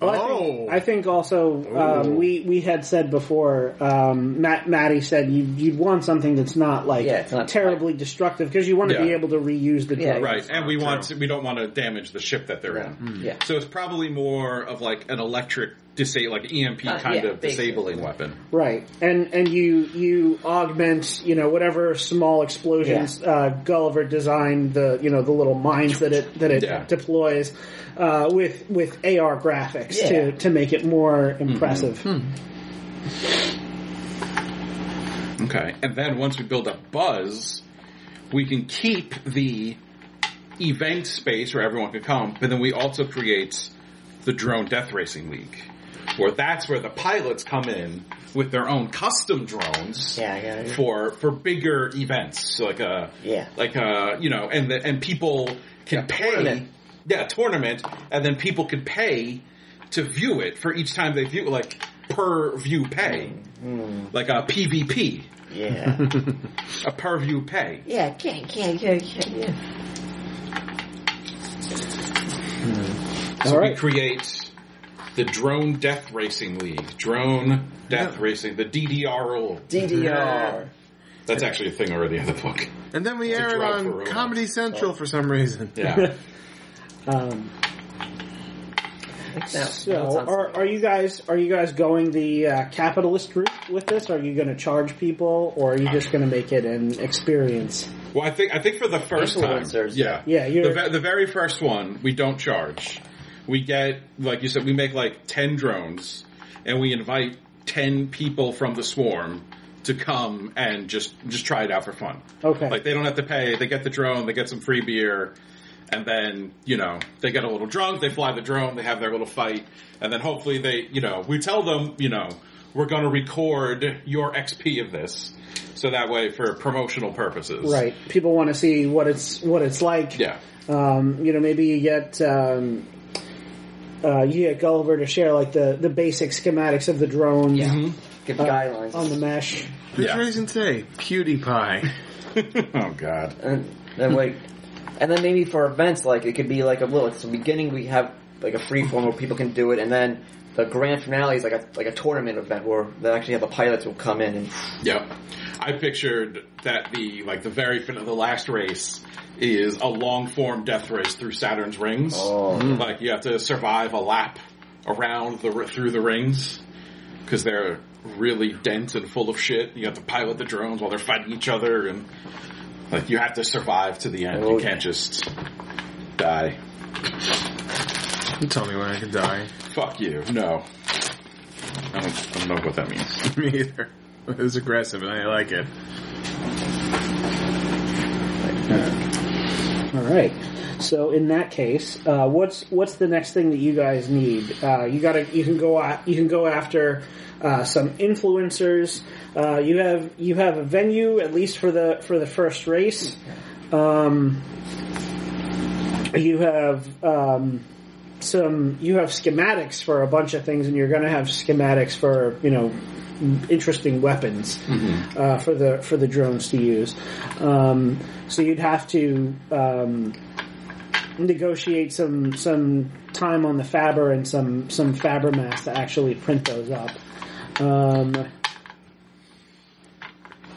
S4: Well, I
S6: Oh.
S4: think, I think also um, we we had said before. Um, Matt Maddie said you, you'd want something that's not like
S7: Yeah, it's not-
S4: terribly destructive because you want to be
S6: Yeah.
S4: able to reuse the
S7: Yeah,
S4: drone.
S6: Right. And we want to, we don't want to damage the ship that they're
S7: Yeah.
S6: in.
S7: Yeah.
S6: So it's probably more of like an electric disa- like EMP
S7: Uh,
S6: kind
S7: yeah,
S6: of
S7: basically.
S6: disabling weapon.
S4: Right, and and you you augment you know whatever small explosions uh, Gulliver designed the you know the little mines that it that it
S6: Yeah.
S4: deploys uh, with with AR graphics
S7: Yeah. Hmm.
S4: to to make it more
S6: Mm-hmm.
S4: impressive.
S6: Okay. And then once we build up buzz, we can keep the event space where everyone can come, but then we also create the drone death racing league. Where that's where the pilots come in with their own custom drones
S7: Yeah, yeah, yeah.
S6: for for bigger events. So like a
S7: Yeah.
S6: like a you know, and the, and people can pay
S7: tournament.
S6: yeah, a tournament, and then people can pay to view it for each time they view like per view pay.
S7: Mm.
S6: Like a PvP
S7: Yeah.
S6: a per view pay.
S7: yeah. Yeah. Yeah. Yeah. Yeah.
S6: So
S4: All
S6: we
S4: right.
S6: create the Drone Death Racing League. Drone Death Racing, the DDRL.
S7: DDR.
S6: That's actually a thing already in the book.
S2: And then we
S6: It's a
S2: air it
S6: drive for
S2: on
S6: robots.
S2: Comedy Central for some reason.
S6: Yeah.
S4: Um,
S7: Now, now it's
S4: So,
S7: on-
S4: are, are you guys are you guys going the uh, capitalist route with this? Are you going to charge people, or are you just going to make it an experience?
S6: Well, I think I think for the first time,
S7: Influencers.
S6: yeah,
S4: Yeah, you're-
S6: the, ve- the very first one we don't charge. We get like you said, we make like ten drones, and we invite ten people from the swarm to come and just just try it out for fun.
S4: Okay.
S6: like they don't have to pay. They get the drone, they get some free beer, and then you know they get a little drunk. They fly the drone, they have their little fight, and then hopefully they you know we tell them you know we're going to record your XP of this. So that way, for promotional purposes,
S4: Right. People want to see what it's what it's like.
S6: Yeah.
S4: Um, you know, maybe you get um, uh, you get Gulliver to share like the the basic schematics of the drones
S7: Yeah. Give guidelines.
S4: on the mesh.
S2: Who's raising today? PewDiePie.
S6: oh God.
S7: and, and like, And then maybe for events, like it could be like a little. At the beginning, we have like a free form where people can do it, and then the grand finale is like a like a tournament event where they actually have the pilots will come in and
S6: Yep. I pictured that the like the very fin of the last race is a long form death race through Saturn's rings. Like you have to survive a lap around the r- through the rings because they're really dense and full of shit. You have to pilot the drones while they're fighting each other, and like you have to survive to the end. You can't just die.
S2: You tell me when I can die.
S6: Fuck you. No. I don't, I don't know what that means.
S2: me either. It was aggressive, and I like it.
S4: All right. So in that case, uh, what's what's the next thing that you guys need? Uh, you gotta you can go a- you can go after uh, some influencers. Uh, you have you have a venue at least for the for the first race. Um, you have um, some you have schematics for a bunch of things, and you're going to have schematics for you know interesting weapons
S6: Mm-hmm.
S4: uh, for the for the drones to use. Um, so you'd have to um, negotiate some some time on the faber and some some faber mass to actually print those up. Um,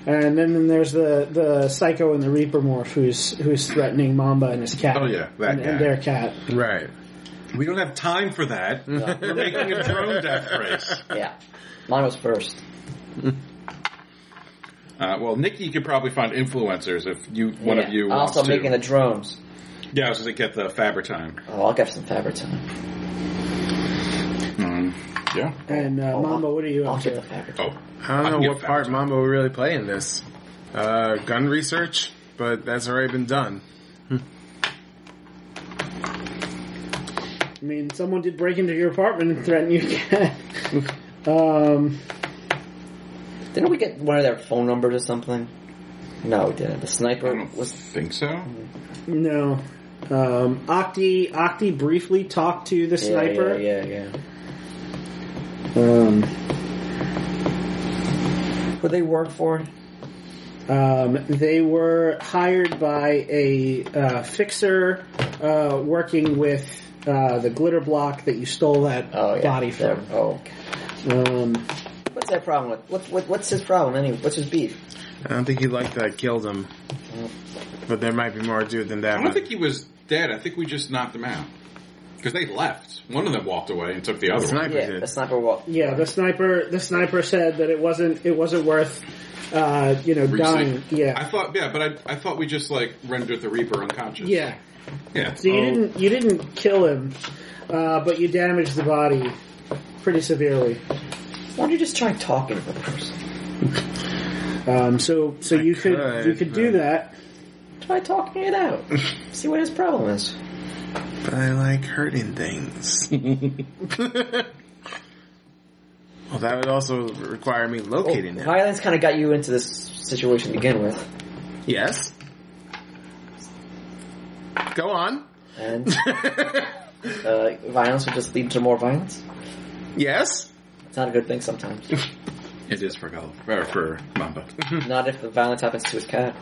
S4: and then there's the, the psycho and the reaper morph who's who's threatening Mamba and his cat.
S6: Oh, yeah, that
S4: and, and
S6: guy.
S4: their cat.
S2: Right.
S6: We don't have time for that. We're making a drone death race.
S7: yeah. Mine was first.
S6: Uh, well, Nikki could probably find influencers if you one
S7: Yeah.
S6: of you wants
S7: also
S6: to.
S7: making the drones.
S6: yeah, I was going to get the Faber time.
S7: Oh, I'll get some fabric time.
S6: Um, Yeah.
S4: And uh, Mamba, what are you
S7: Oh, I'll
S4: up
S7: get the
S4: to?
S7: fabric.
S6: Oh,
S2: I
S6: I
S2: don't
S6: can
S2: know
S6: get
S2: what
S6: fact
S2: part
S6: check.
S2: Mambo will really play in this. Uh, gun research, but that's already been done.
S4: I mean, someone did break into your apartment and threaten your cat. um,
S7: Didn't we get one of their phone numbers or something? No, we didn't. The
S6: I
S7: sniper
S6: don't
S7: was
S6: think so.
S4: no. Um, Octi, Octi briefly talked to the
S7: Yeah,
S4: sniper.
S7: Yeah, yeah, yeah.
S4: Um,
S7: Who they work for?
S4: Um, they were hired by a uh, fixer uh, working with uh, the glitter block that you stole that
S7: Oh, yeah.
S4: body
S7: They're-
S4: from.
S7: Oh, okay.
S4: Um,
S7: What's their problem with? What, what, what's his problem anyway? What's his beef?
S2: I don't think he liked that I killed him. But there might be more to it than that.
S6: Mm. I don't think he was dead. I think we just knocked him out because they left. One of them walked away and took the other.
S2: the
S6: One.
S2: sniper
S7: yeah,
S2: did.
S7: the sniper walk.
S4: yeah, the sniper. The sniper said that it wasn't. It wasn't worth. Uh, you know, dying.
S6: I
S4: Yeah,
S6: thought, yeah, but I, I thought we just like rendered the Reaper unconscious.
S4: yeah.
S6: yeah.
S4: So you didn't. You didn't kill him, uh, but you damaged the body pretty severely.
S7: Why don't you just try talking to the person?
S4: Um, so, so you could,
S2: could,
S4: you could do
S2: but-
S4: that.
S7: Try talking it out. See what his problem is.
S2: But I like hurting things. well, that would also require me
S7: Oh,
S2: locating him.
S7: violence kind of got you into this situation to begin with,
S2: Yes. Go on.
S7: and uh, violence will just lead to more violence.
S2: yes.
S7: It's not a good thing sometimes.
S6: It is for Gull or for Mamba.
S7: not if the violence happens to his cat.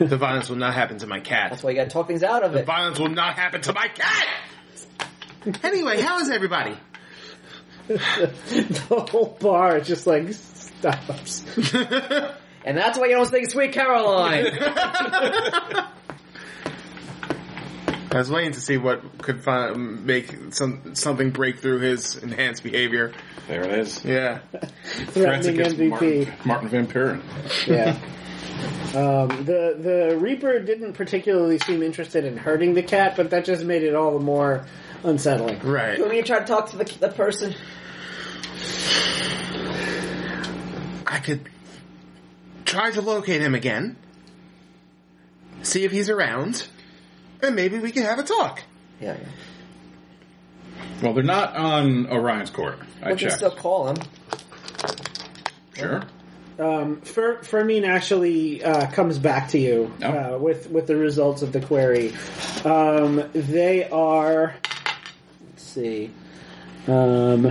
S2: The violence will not happen to my cat.
S7: That's why you got to talk things out of it.
S2: Violence will not happen to my cat. Anyway, how is everybody?
S4: the whole bar is just like stops.
S7: And that's why you don't sing Sweet Caroline.
S2: I was waiting to see what could fi- make some something break through his enhanced behavior.
S6: There it is.
S2: Yeah.
S6: Threats
S4: threatening
S6: against
S4: MVP.
S6: Martin, Martin Van Buren.
S4: Yeah. Um, the the Reaper didn't particularly seem interested in hurting the cat, but that just made it all the more unsettling.
S2: Right.
S7: when you try to talk to the, the person,
S2: I could try to locate him again, see if he's around, and maybe we could have a talk.
S7: yeah, yeah.
S6: Well, they're not on Orion's court. I
S7: we can
S6: checked.
S7: still call him.
S6: Sure.
S4: Um, Fer, Fermin actually uh, comes back to you
S6: Oh.
S4: uh, with with the results of the query. Um, they are. Let's see. Um,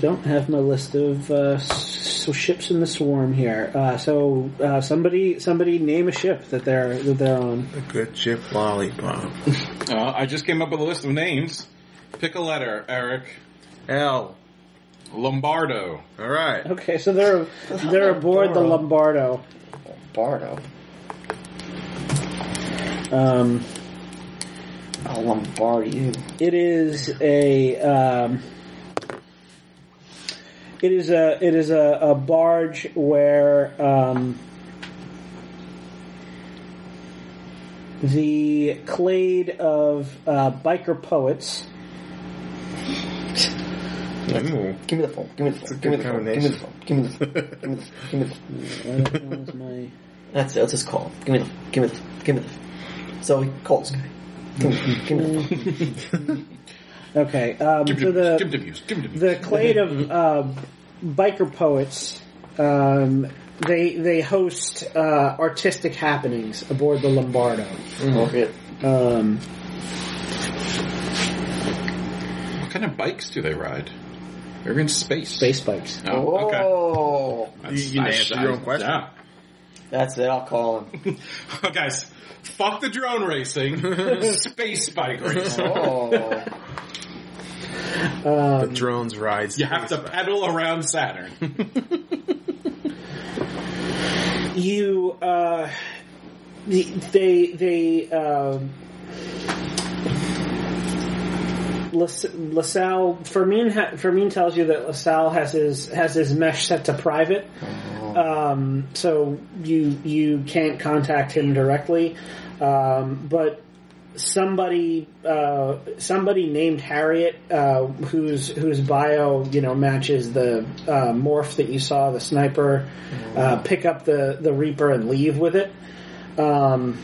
S4: don't have my list of uh, s- ships in the swarm here. Uh, so uh, somebody, somebody, name a ship that they're that they're on.
S2: A good chip lollipop.
S6: Uh, I just came up with a list of names. Pick a letter, Eric.
S2: L.
S6: Lombardo.
S2: All right.
S4: Okay, so they're they're aboard the Lombardo.
S7: Bardo.
S4: Um,
S7: I'll Lombard you.
S4: it is a um, it is a it is a, a barge where um, the clade of uh, biker poets.
S2: Ooh.
S7: Give me the phone. Give me the phone. Give me the phone. Give me the phone. Give me the phone. Give me the phone. Give me the phone.
S4: Where the hell is my-
S7: That's it. That's his call. Give me the. Give me the. Give me the. So he calls guy. Give me. Give me the.
S4: Okay, um,
S6: Give
S4: so
S6: him the,
S4: the
S6: give him the views. Give him the views.
S4: the clade of uh, biker poets. Um, they they host uh, artistic happenings aboard the Lombardo.
S7: Okay.
S4: Um,
S6: what kind of bikes do they ride? They're in space.
S4: space bikes.
S6: Oh, okay.
S7: Oh,
S2: You, you can answer your own question.
S6: Yeah.
S7: that's it. I'll call him.
S6: Oh, Guys, fuck the drone racing. space bike racing.
S7: Oh,
S2: The drones rides.
S6: You have to pedal around Saturn.
S4: You uh, the- they they um, Las- LaSalle Fermin ha- Fermin tells you that LaSalle has his has his mesh set to private. Um, so you you can't contact him directly, um, but somebody uh, somebody named Harriet, uh, whose whose bio you know matches the uh, morph that you saw, the sniper, uh, pick up the the Reaper and leave with it. Um,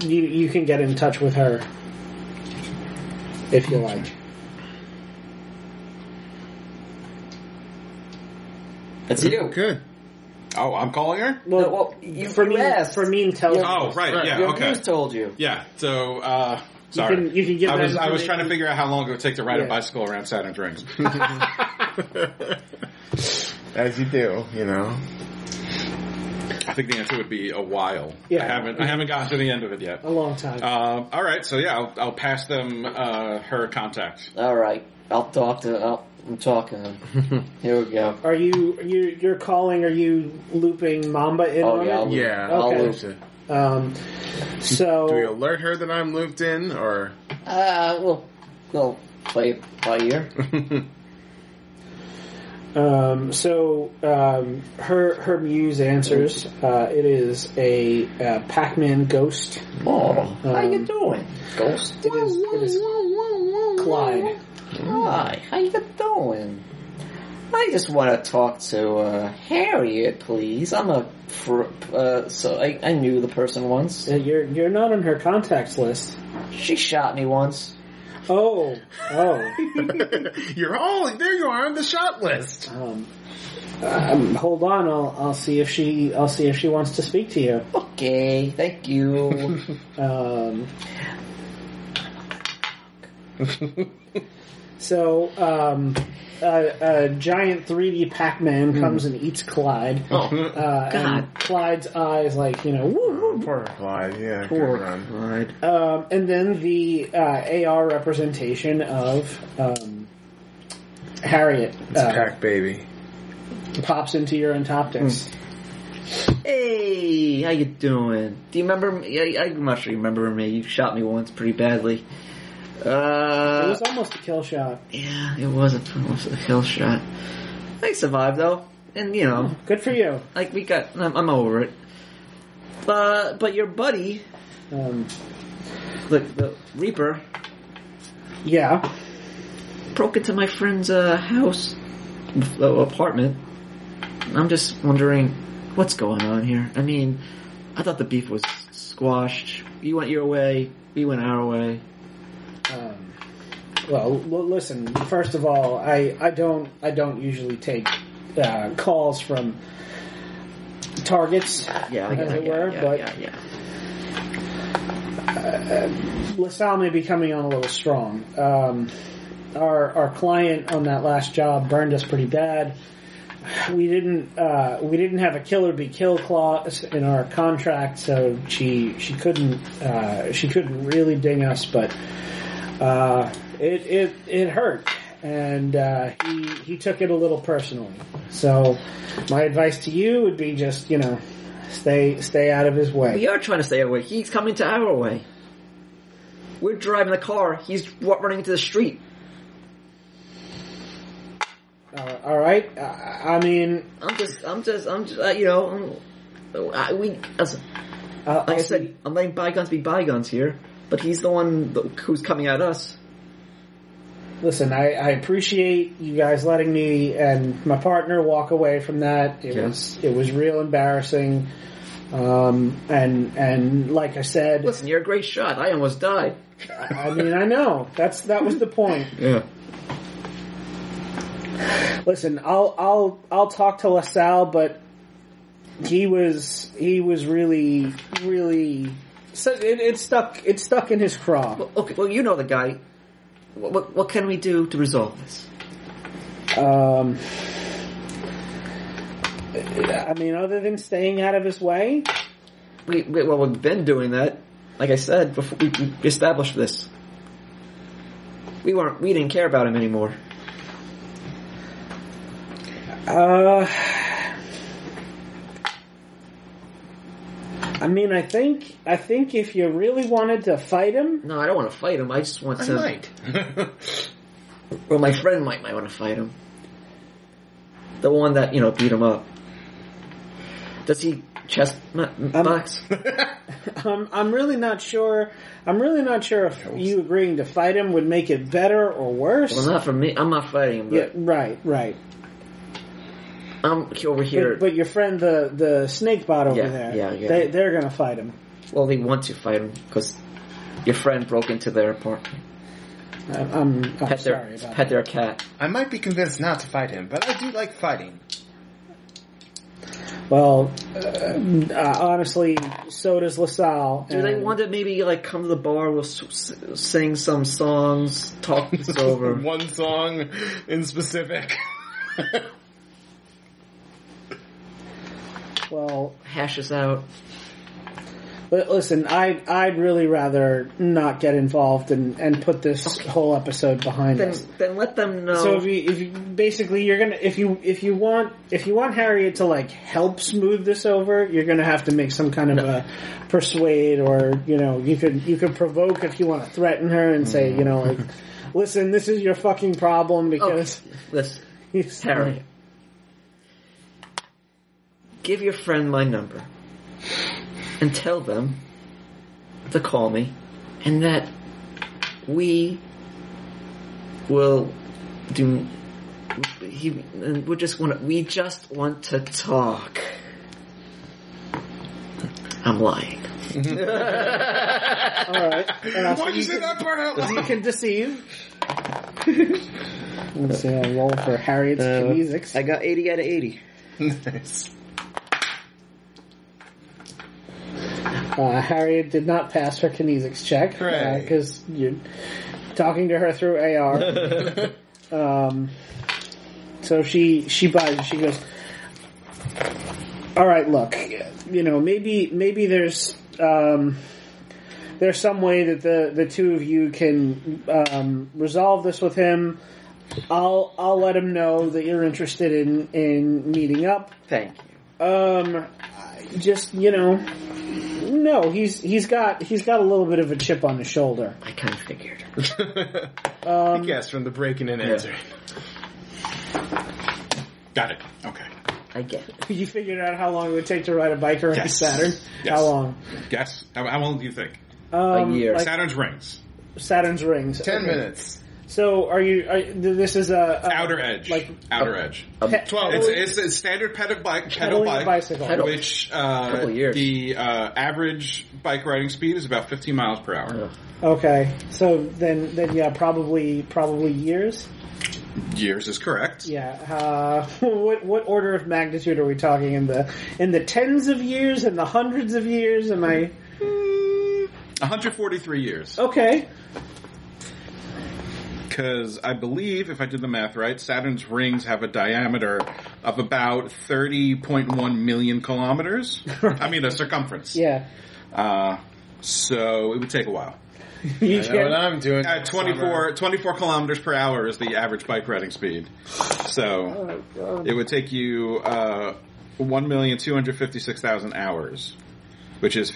S4: you you can get in touch with her if you like.
S7: that's you.
S2: Good.
S6: oh, I'm calling her?
S7: No, well, you,
S4: for me,
S7: you asked.
S4: for me, tell
S7: Yeah.
S6: Oh, right.
S2: Right.
S6: Yeah,
S7: your
S6: okay.
S7: muse told you.
S6: Yeah, so, uh, sorry.
S4: can- you can give
S6: I
S4: that
S6: was, I was
S4: information.
S6: trying to figure out how long it would take to ride
S4: Yeah.
S6: a bicycle around Saturn's rings.
S2: As you do, you know.
S6: I think the answer would be a while.
S4: Yeah.
S6: I haven't, I haven't gotten to the end of it yet.
S4: a long time.
S6: Um, all right, so yeah, I'll, I'll pass them uh, her contact.
S7: All right, I'll talk to. I'll, I'm talking. to him. Here we go.
S4: are you you you're calling? Are you looping Mamba in?
S7: Oh,
S4: on
S7: yeah,
S4: it?
S7: I'll-
S2: Yeah.
S4: Okay.
S2: I'll lose it.
S4: Um, so
S2: Do we alert her that I'm looped in, or
S7: Uh, we'll we'll play by ear.
S4: Um, so um, her her muse answers. Uh, it is a, uh Pac-Man ghost.
S7: Oh, how you
S4: Um,
S7: doing, Ghost?
S4: It is, it is Clyde.
S7: Hi, how you doing? I just want to talk to uh, Harriet, please. I'm a fr- uh, so I, I knew the person once.
S4: Uh, You're you're not on her contacts list.
S7: She shot me once.
S4: Oh oh.
S2: you're all there? You are on the shot list.
S4: Um, um, hold on. I'll I'll see if she I'll see if she wants to speak to you.
S7: Okay, thank you.
S4: Um, so um, a, a giant 3D Pac-Man comes and eats Clyde. uh, and Clyde's eyes, like you know, woo, woo, woo.
S2: Poor Clyde. Yeah.
S4: Poor
S2: Good run.
S4: Um, and then the uh, AR representation of um, Harriet
S2: It's
S4: uh,
S2: pack baby.
S4: pops into your entoptics.
S7: Hmm. hey, how you doing? Do you remember? Me? I, I must remember me. You shot me once pretty badly. Uh,
S4: It was almost a kill shot.
S7: yeah, it was a, almost a kill shot. I survived though, and you know.
S4: Good for you.
S7: Like we got, I'm, I'm over it. But but your buddy,
S4: Um,
S7: the, the Reaper,
S4: yeah.
S7: broke into my friend's uh, house, uh, apartment. I'm just wondering what's going on here. I mean, I thought the beef was squashed. You went your way, we went our way.
S4: Um, well, l- listen. First of all, I, I don't I don't usually take uh, calls from targets,
S7: Yeah,
S4: as
S7: yeah,
S4: it
S7: yeah,
S4: were.
S7: yeah,
S4: but
S7: yeah, yeah.
S4: LaSalle may be coming on a little strong. Um, our our client on that last job burned us pretty bad. We didn't uh, we didn't have a kill or be killed clause in our contract, so she she couldn't uh, she couldn't really ding us, but uh, it it it hurt, and uh, he he took it a little personally. So my advice to you would be just you know stay stay out of his way.
S7: We are trying to stay away. He's coming to our way. We're driving the car. He's wa- running into the street.
S4: Uh, all right, uh, I mean
S7: I'm just, I'm just, I'm just, uh, you know, I'm, I, we, as,
S4: uh,
S7: like I said, I'm letting bygones be bygones here. But he's the one th- who's coming at us.
S4: Listen, I, I appreciate you guys letting me and my partner walk away from that. It
S7: Yeah.
S4: was it was real embarrassing. Um, and and like I said,
S7: Listen, you're a great shot. I almost died.
S4: I mean I know that's that was the point.
S7: Yeah.
S4: Listen, I'll I'll I'll talk to LaSalle, but he was he was really really so it, it stuck it stuck in his craw.
S7: Well, okay, well, you know the guy. What, what, what can we do to resolve this?
S4: Um, I mean, other than staying out of his way,
S7: We, we, well, we've been doing that. Like I said, before we, we established this. We weren't, we didn't care about him anymore.
S4: uh, I mean, I think I think if you really wanted to fight him,
S7: No, I don't want to fight him. I just want
S2: I
S7: to.
S2: might.
S7: Well, my friend might might want to fight him. The one that you know beat him up. Does he chest ma- box?
S4: I'm um, I'm really not sure. I'm really not sure if you agreeing to fight him would make it better or worse.
S7: well, not for me. I'm not fighting him.
S4: yeah,
S7: But
S4: right, right.
S7: I'm over here.
S4: But, but your friend, the the snake bot over
S7: Yeah,
S4: there,
S7: yeah, yeah.
S4: they they're gonna fight him.
S7: well, they want to fight him because your friend broke into their apartment,
S4: I- I'm, I'm
S7: pet
S4: sorry
S7: their
S4: about
S7: pet their cat.
S2: I might be convinced not to fight him, but I do like fighting.
S4: Well, uh, uh, honestly, so does LaSalle.
S7: Do they
S4: and-
S7: want to maybe like come to the bar? We'll s- s- sing some songs, talk this over.
S2: One song in specific.
S4: Well,
S7: Hash this out.
S4: li- listen, I I'd really rather not get involved and and put this whole episode behind
S7: Then
S4: us.
S7: then let them know.
S4: So if you if you basically you're gonna if you if you want if you want Harriet to like help smooth this over, you're gonna have to make some kind of a persuade or you know you could you could provoke if you want to threaten her and say you know like. Listen, this is your fucking problem because
S7: listen.
S4: you
S7: Harry. Give your friend my number and tell them to call me and that we will do he and we just want to, we just want to talk. I'm lying.
S4: All right. Uh, so
S6: Why'd you say that part out loud?
S4: you can deceive. Let's see a roll for Harriet's
S7: Uh,
S4: kinesics.
S7: I got 80 out of 80.
S2: nice.
S4: Uh, Harriet did not pass her kinesics check
S2: Hooray.
S4: because you're talking to her through AR. um, so she she buys. it. She goes, "All right, look, you know, maybe maybe there's." Um, there's some way that the, the two of you can um, resolve this with him. I'll I'll let him know that you're interested in, in meeting up.
S7: Thank you.
S4: Um, just you know, no, he's he's got he's got a little bit of a chip on his shoulder.
S7: I kind of figured.
S2: I guess from the breaking and answering.
S6: Got it. Okay.
S7: I get it.
S4: You figured out how long it would take to ride a bike around
S6: Yes.
S4: Saturn.
S6: Yes.
S4: How long?
S6: Guess. How, how long do you think?
S4: Um,
S7: year.
S4: like
S6: Saturn's rings.
S4: Saturn's rings.
S2: Ten
S4: Okay.
S2: minutes.
S4: So are you? Are, th- this is a, a
S6: Outer edge.
S4: like
S6: outer edge.
S7: Um,
S4: pe-
S6: Twelve. It's, it's a standard pedal bike. Pedal
S4: pedaling a
S6: bike.
S4: bicycle.
S7: Pedal.
S6: Which uh,
S7: Couple years.
S6: the uh, average bike riding speed is about 15 miles per hour.
S4: Okay, so then then yeah, probably probably years.
S6: Years is correct.
S4: Yeah. Uh, what what order of magnitude are we talking in the in the tens of years and the hundreds of years? Am I
S6: Hmm. 143 years.
S4: okay?
S6: Because I believe, if I did the math right, Saturn's rings have a diameter of about 30.1 million kilometers. I mean, a circumference.
S4: Yeah.
S6: Uh, so it would take a while.
S4: You
S2: I know what
S4: can-
S2: I'm doing.
S6: At
S2: this summer.
S6: 24, 24 kilometers per hour is the average bike riding speed. So it would take you uh, 1,256,000 hours, which is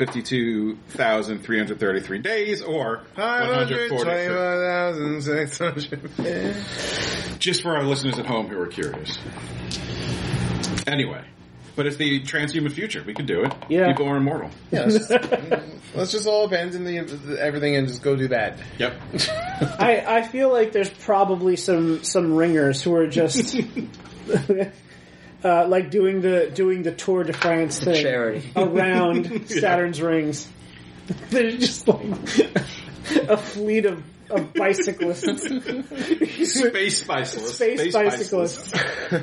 S6: 52,333 days or 140.
S2: 525,600.
S6: Just for our listeners at home who are curious. Anyway, but it's the transhuman future. We can do it.
S4: Yeah.
S6: People are immortal.
S2: Yes. Let's just all abandon the, the- everything and just go do that.
S6: Yep.
S4: I, I feel like there's probably some some ringers who are just uh, like doing the doing the Tour de France thing
S7: charity.
S4: around Saturn's rings. There's just like a fleet of, of bicyclists,
S6: Space bicyclists.
S4: space, bicyclists.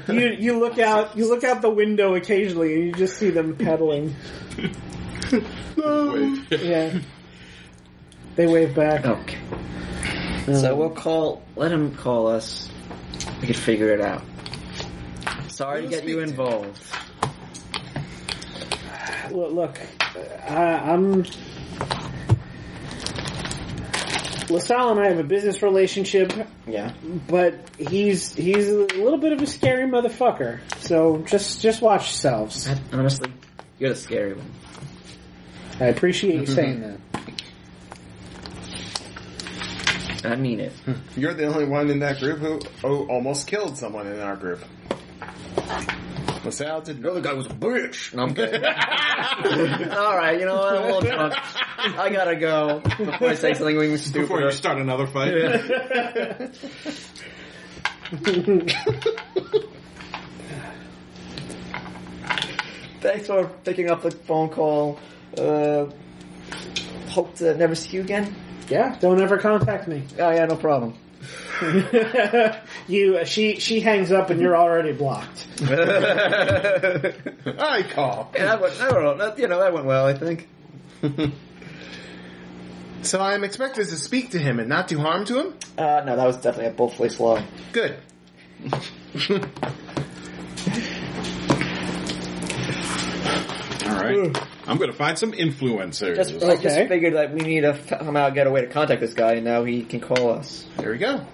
S4: you you look out you look out the window occasionally and you just see them pedaling. Yeah, they wave back.
S7: Okay. So we'll call. Let him call us. We can figure it out. Sorry to get you involved.
S4: Look, look I, I'm. LaSalle and I have a business relationship,
S7: Yeah.
S4: but he's he's a little bit of a scary motherfucker. So just just watch yourselves.
S7: I- honestly, you're the scary one.
S4: I appreciate you saying that.
S7: I mean it.
S2: You're the only one in that group who oh, almost killed someone in our group. LaSalle did not.
S7: guy was a bitch. No, I'm kidding. All right, you know what? I'm a little drunk. I gotta go before I say something really stupid. uh,
S6: Before you start another fight.
S7: Thanks for picking up the phone call. Uh, hope to never see you again.
S4: Yeah, don't ever contact me.
S7: Oh yeah, no problem.
S4: you she she hangs up and you're already blocked.
S2: I call.
S7: Yeah, that went, I don't know. That, you know, that went well. I think.
S2: So I am expected to speak to him and not do harm to him?
S7: Uh, no, that was definitely a both-way slow.
S2: Good.
S6: All right. I'm going to find some influencers.
S7: Just, I
S4: Okay.
S7: just figured that we need to somehow get a way to contact this guy, and now he can call us.
S2: There we go.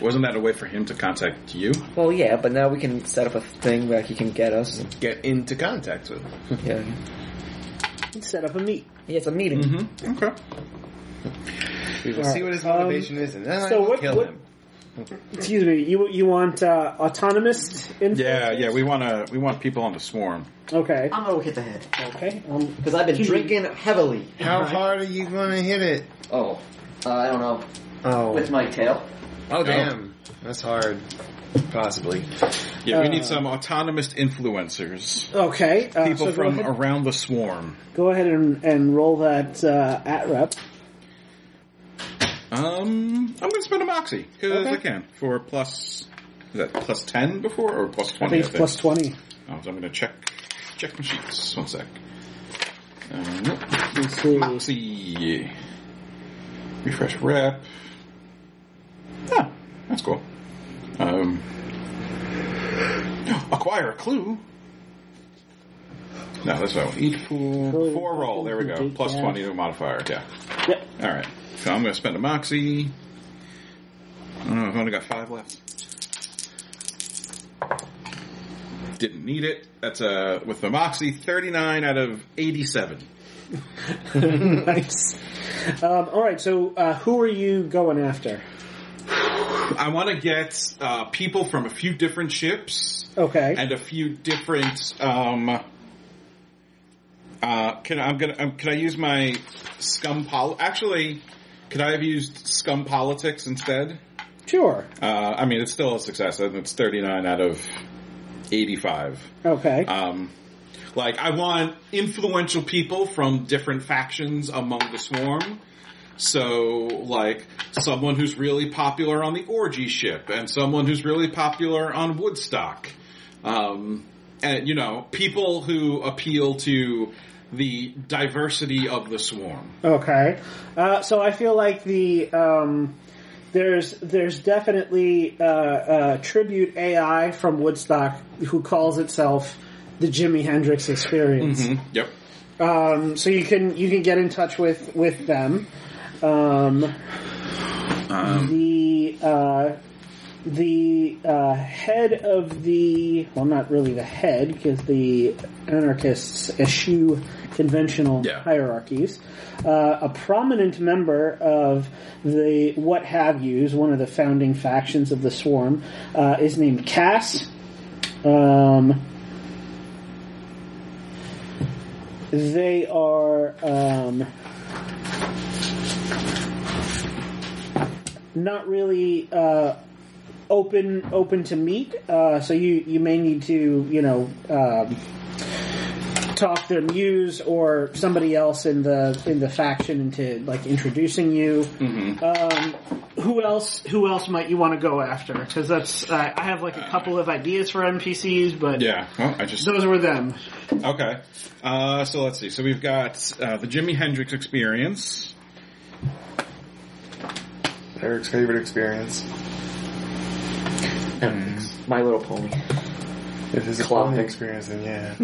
S6: Wasn't that a way for him to contact you?
S7: Well, yeah, but now we can set up a thing where he can get us.
S2: Get into contact with him.
S7: Yeah,
S4: Set up a meet.
S7: yeah it's a meeting.
S6: Mm-hmm. Okay.
S2: We
S4: All
S2: will see
S4: right.
S2: what his motivation
S7: Um,
S2: is and then I
S4: so
S2: will
S4: what-
S2: kill
S4: what-
S2: him.
S4: Excuse me. You you want uh, autonomous? Influencers?
S6: Yeah, yeah. We want to. We want people on the swarm.
S4: Okay.
S7: I'm gonna hit the head
S4: Okay. Um,
S7: because I've been drinking heavily.
S2: How hard are you going to hit it?
S7: Oh, uh, I don't know.
S2: Oh.
S7: With my tail.
S2: Oh, damn. That's hard. Possibly.
S6: Yeah, we
S4: Uh,
S6: need some autonomous influencers.
S4: okay. Uh,
S6: People
S4: so
S6: from
S4: go ahead,
S6: around the swarm.
S4: go ahead and, and roll that uh, at rep.
S6: Um, I'm going to spend a moxie because I can for plus. Is that plus ten before or plus
S4: I
S6: twenty?
S4: think it's plus twenty.
S6: Oh, so I'm going to check check my sheets. One sec. Uh, nope.
S4: Let's see.
S6: Moxie. Refresh rep. Ah, that's cool. Um, acquire a clue. No, that's not one. Each fool. Four roll. There we go. Plus 20 to modifier. Yeah.
S4: Yep.
S6: All right. So I'm going to spend a moxie. I don't know. I've only got five left. Didn't need it. That's uh, with the moxie, 39 out of 87.
S4: nice. Um, all right. So uh, who are you going after?
S6: I want to get uh, people from a few different ships
S4: Okay.
S6: and a few different. Um, uh, can I'm gonna um, can I use my scum pol? Actually, could I have used scum politics instead?
S4: sure.
S6: Uh, I mean, it's still a success. I think It's 39 out of 85.
S4: Okay.
S6: Um, like I want influential people from different factions among the swarm. So like someone who's really popular on the orgy ship and someone who's really popular on Woodstock. Um, and you know, people who appeal to the diversity of the swarm.
S4: Okay. Uh, so I feel like the um, there's there's definitely uh, uh, tribute AI from Woodstock who calls itself the Jimi Hendrix Experience.
S6: Mhm, Yep.
S4: Um, so you can you can get in touch with with them. Um, the uh, the uh, head of the well, not really the head because the anarchists eschew conventional
S6: Yeah.
S4: hierarchies. Uh, a prominent member of the what have yous, one of the founding factions of the swarm, uh, is named Cass. Um, they are um, not really uh, open open to meet. Uh, so you you may need to you know um, talk their muse or somebody else in the in the faction into like introducing you. Um, who else? Who else might you want to go after? Because that's I I have like a couple of ideas for NPCs, but
S6: Yeah. Well, I just
S4: those were them.
S6: okay. Uh, so let's see. So we've got uh, the Jimi Hendrix Experience.
S2: Eric's favorite experience.
S7: My Little Pony.
S2: If it's a
S7: Clopping.
S2: clothing experience, then yeah.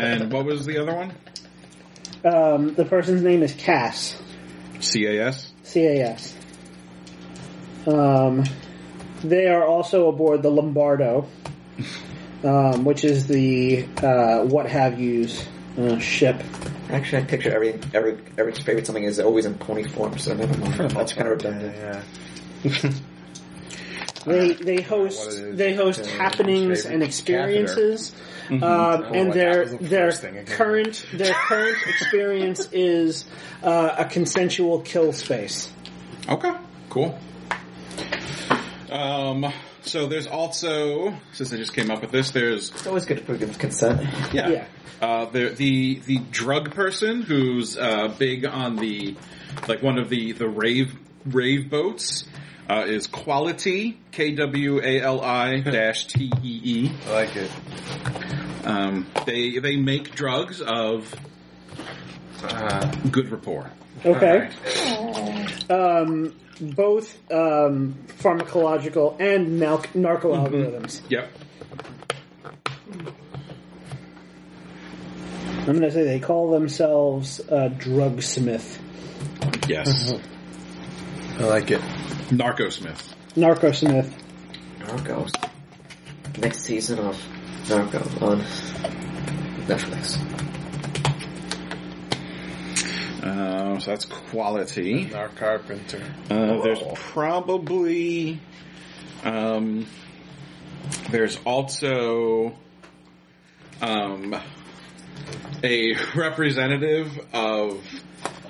S6: And what was the other one?
S4: Um, the person's name is Cass.
S6: CAS.
S4: CAS. Um, they are also aboard the Lombardo, um, which is the uh, what have yous uh, ship.
S7: Actually, I picture every every Eric's favorite something is always in pony form, so never mind. That's kind of
S2: yeah,
S7: redundant.
S2: yeah.
S4: They they
S2: Uh, what
S4: host
S2: it is.
S4: they host
S2: Yeah,
S4: happenings
S2: favorite
S4: and experiences, um, and
S2: like
S4: their
S2: Mm-hmm. Oh, that was the
S4: their
S2: first thing again.
S4: current their current experience is uh, a consensual kill space.
S6: Okay, cool. Um, so there's also, since I just came up with this, there's
S7: It's always good to give consent.
S6: yeah,
S4: Yeah.
S6: Uh, the the the drug person who's uh, big on the like one of the the rave rave boats uh, is quality K W A L I dash T E E.
S2: I like it.
S6: Um, they they make drugs of
S2: Uh-huh.
S6: good rapport.
S4: Okay. Um, both um, pharmacological and nar- narco
S2: Mm-hmm.
S4: algorithms.
S6: Yep.
S4: I'm going to say they call themselves uh, Drugsmith,
S6: Yes.
S2: I like it.
S6: Narcosmith.
S4: Narcosmith.
S7: Narcos. Next season of Narcos on Netflix.
S6: Uh, so that's quality.
S2: Our carpenter.
S6: Uh, there's probably um, there's also um, a representative of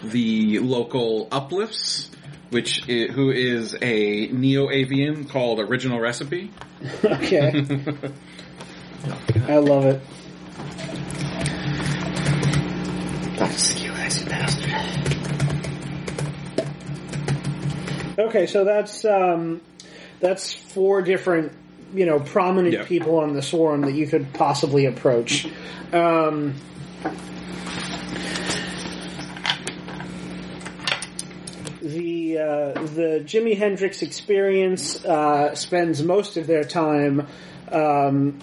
S6: the local uplifts, which i who is a neo avian called Original Recipe.
S4: Okay. I love it.
S7: Dr. Skew, you bastard.
S4: Okay, so that's um, that's four different, you know, prominent
S6: Yep.
S4: people on the swarm that you could possibly approach. Um, the uh, the Jimi Hendrix Experience uh, spends most of their time um,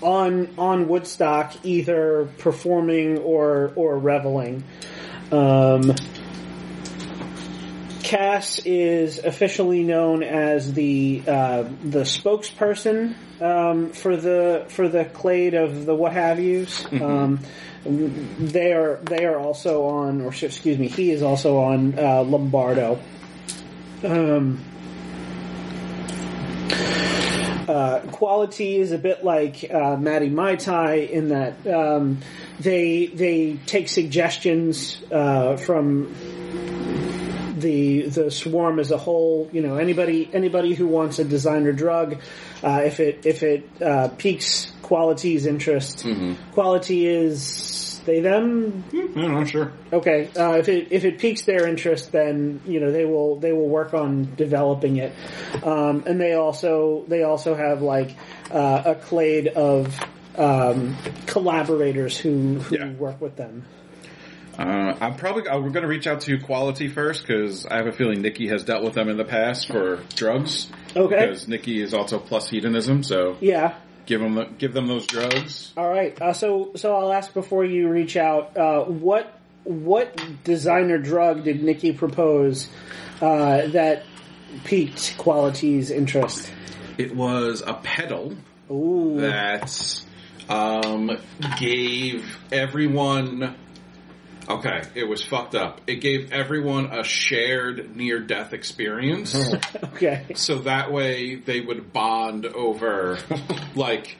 S4: on on Woodstock, either performing or or reveling. Um, Cass is officially known as the uh, the spokesperson um, for the for the clade of the what have yous. Um, they are they are also on, or sh- excuse me, he is also on uh, Lombardo. Um, uh, quality is a bit like uh, Maddie Mai Tai in that um, they they take suggestions uh, from the the swarm as a whole. You know, anybody anybody who wants a designer drug, uh, if it if it uh, piques quality's interest, quality is they them.
S6: I'm not sure.
S4: Okay, uh, if it if it piques their interest, then you know they will they will work on developing it, um, and they also they also have like uh, a clade of um, collaborators who who
S6: Yeah.
S4: work with them.
S6: Uh, I'm probably uh, we're going to reach out to Quality first because I have a feeling Nikki has dealt with them in the past for drugs.
S4: Okay.
S6: Because Nikki is also plus hedonism, so
S4: Yeah.
S6: give them the, give them those drugs.
S4: All right. Uh, so so I'll ask before you reach out. Uh, what what designer drug did Nikki propose uh, that piqued Quality's interest?
S6: It was a pedal
S4: Ooh.
S6: that um, gave everyone. Okay, it was fucked up. It gave everyone a shared near death experience.
S4: Okay.
S6: so that way they would bond over like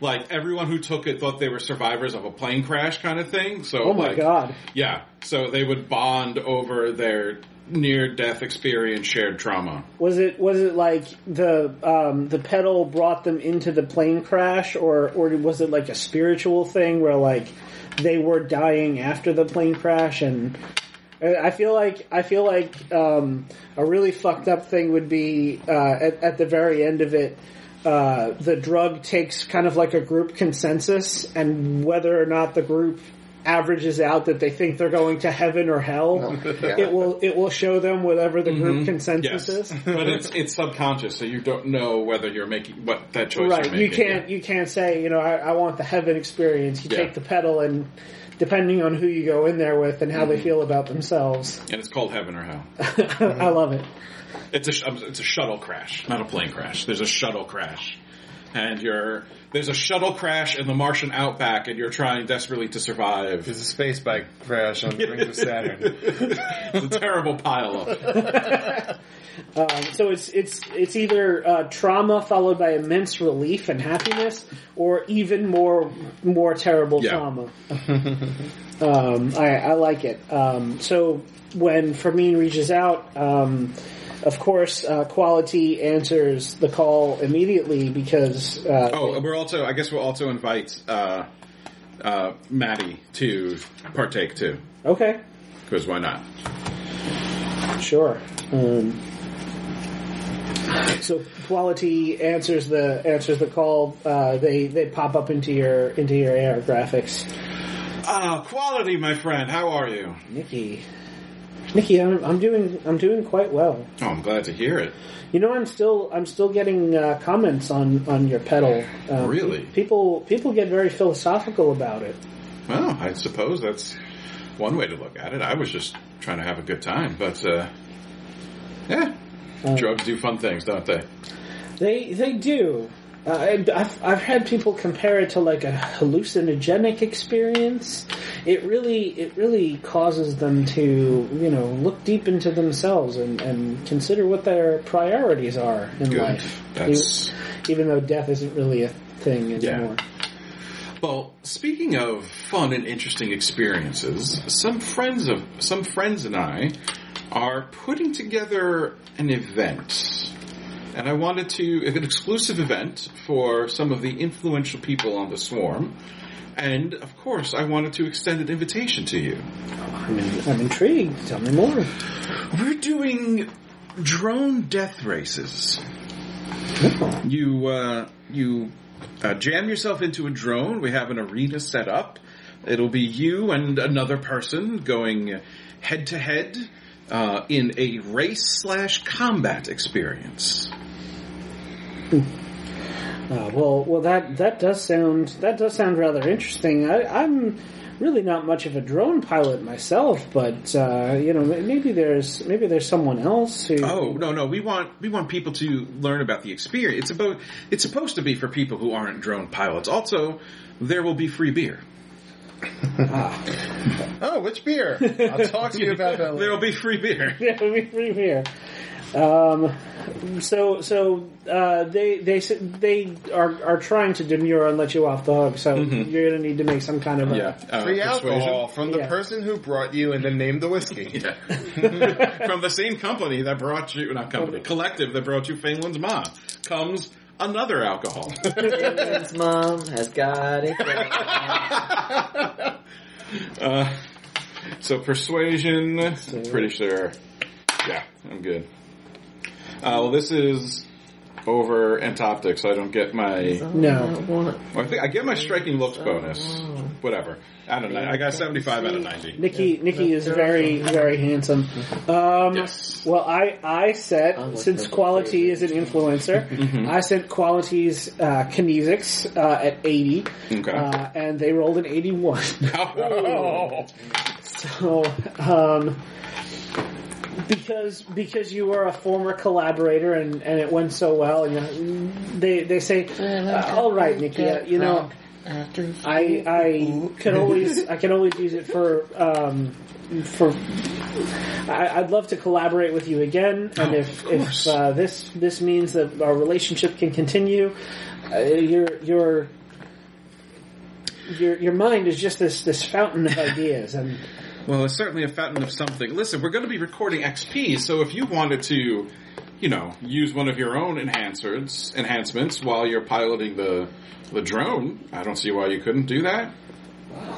S6: like everyone who took it thought they were survivors of a plane crash kind of thing so
S4: Oh my
S6: like,
S4: god.
S6: yeah so they would bond over their near death experience shared trauma
S4: Was it was it like the um, the pedal brought them into the plane crash, or or was it like a spiritual thing where like they were dying after the plane crash? And I I feel like I feel like um, a really fucked up thing would be uh, at, at the very end of it. Uh, the drug takes kind of like a group consensus, and whether or not the group averages out that they think they're going to heaven or hell, it will it will show them whatever the group
S6: yes
S4: consensus is.
S6: but it's it's subconscious so you don't know whether you're making what that choice
S4: Right.
S6: you're
S4: You
S6: making
S4: can't you can't say, you know, I, I want the heaven experience. You
S6: Yeah.
S4: take the pedal and depending on who you go in there with and how
S6: Mm-hmm.
S4: they feel about themselves.
S6: and it's called heaven or hell
S4: I love it.
S6: It's a sh- um, it's a shuttle crash, not a plane crash. There's a shuttle crash, and you're there's a shuttle crash in the Martian outback, and you're trying desperately to survive.
S2: There's a space bike crash on the rings of Saturn.
S6: it's a terrible pileup.
S4: Um, so it's it's it's either uh, trauma followed by immense relief and happiness or even more more terrible
S6: Yeah.
S4: trauma. Um, I, I like it. Um, so when Fermin reaches out, um, of course, uh, Quality answers the call immediately because uh,
S6: Oh, and we're also I guess we'll also invite uh, uh, Maddie to partake too,
S4: okay,
S6: because why not?
S4: sure. Um, so Quality answers the answers the call. Uh, they they pop up into your into your AR graphics.
S6: Ah, quality, my friend. How are you?
S4: Nikki, Nikki, I'm, I'm doing I'm doing quite well.
S6: Oh, I'm glad to hear it.
S4: You know, I'm still I'm still getting uh, comments on on your pedal. Um,
S6: Really?
S4: people people get very philosophical about it.
S6: Well, I suppose that's one way to look at it. I was just trying to have a good time, but uh, yeah, drugs do fun things, don't they?
S4: They they do. Uh, and I've I've had people compare it to like a hallucinogenic experience. It really it really causes them to you know look deep into themselves and, and consider what their priorities are in
S6: Good.
S4: life.
S6: That's
S4: E- Even though death isn't really a thing anymore.
S6: well. Speaking of fun and interesting experiences, some friends of some friends and I are putting together an event, and I wanted to an exclusive event for some of the influential people on the swarm, and of course, I wanted to extend an invitation to you.
S4: I'm, in, I'm intrigued. Tell me more.
S6: We're doing drone death races. You uh, you uh, jam yourself into a drone. We have an arena set up. It'll be you and another person going head to head in a race slash combat experience.
S4: Uh, well, well, that that does sound that does sound rather interesting. I, I'm really not much of a drone pilot myself, but uh, you know, m- maybe there's maybe there's someone else who.
S6: Oh no no we want we want people to learn about the experience. It's about it's supposed to be for people who aren't drone pilots. Also, there will be free beer.
S2: Oh, which beer? I'll talk to you about that
S6: There
S2: later.
S6: will be free beer.
S4: Yeah, we we- here. Um, so so uh, they they s- they are are trying to demur and let you off the hook. So you're gonna need to make some kind of a,
S6: Mm-hmm. Yeah, uh,
S2: Free
S6: persuasion.
S2: alcohol from the
S4: Yeah.
S2: person who brought you and then named the whiskey.
S6: Yeah. From the same company that brought you, not company, collective that brought you Phelan's Ma, comes another alcohol.
S7: His mom has got it. going.
S6: uh, so persuasion, pretty sure. Yeah, I'm good. Uh, well, this is over Antoptic, so I don't get my.
S4: No.
S6: Well, I think I get my striking looks bonus. Whatever. I don't know. I got 75 out of 90.
S4: Nikki, Nikki is very, very handsome. Um,
S6: Yes.
S4: Well, I, I set
S7: look
S4: since
S7: at the
S4: quality is an influencer, I sent qualities uh, kinesics uh, at eighty,
S6: Okay.
S4: uh, and they rolled an eighty-one.
S6: Oh.
S4: So, um, because because you were a former collaborator and, and it went so well, and you, they they say, uh, "All right, Nikki, uh, you know, I I can always I can always use it for um, for." I, I'd love to collaborate with you again, and if, if uh, this this means that our relationship can continue, uh, your your your your mind is just this this fountain of ideas, and
S6: Well, it's certainly a fountain of something. Listen, we're going to be recording XP, so if you wanted to, you know, use one of your own enhancers, enhancements while you're piloting the the drone, I don't see why you couldn't do that.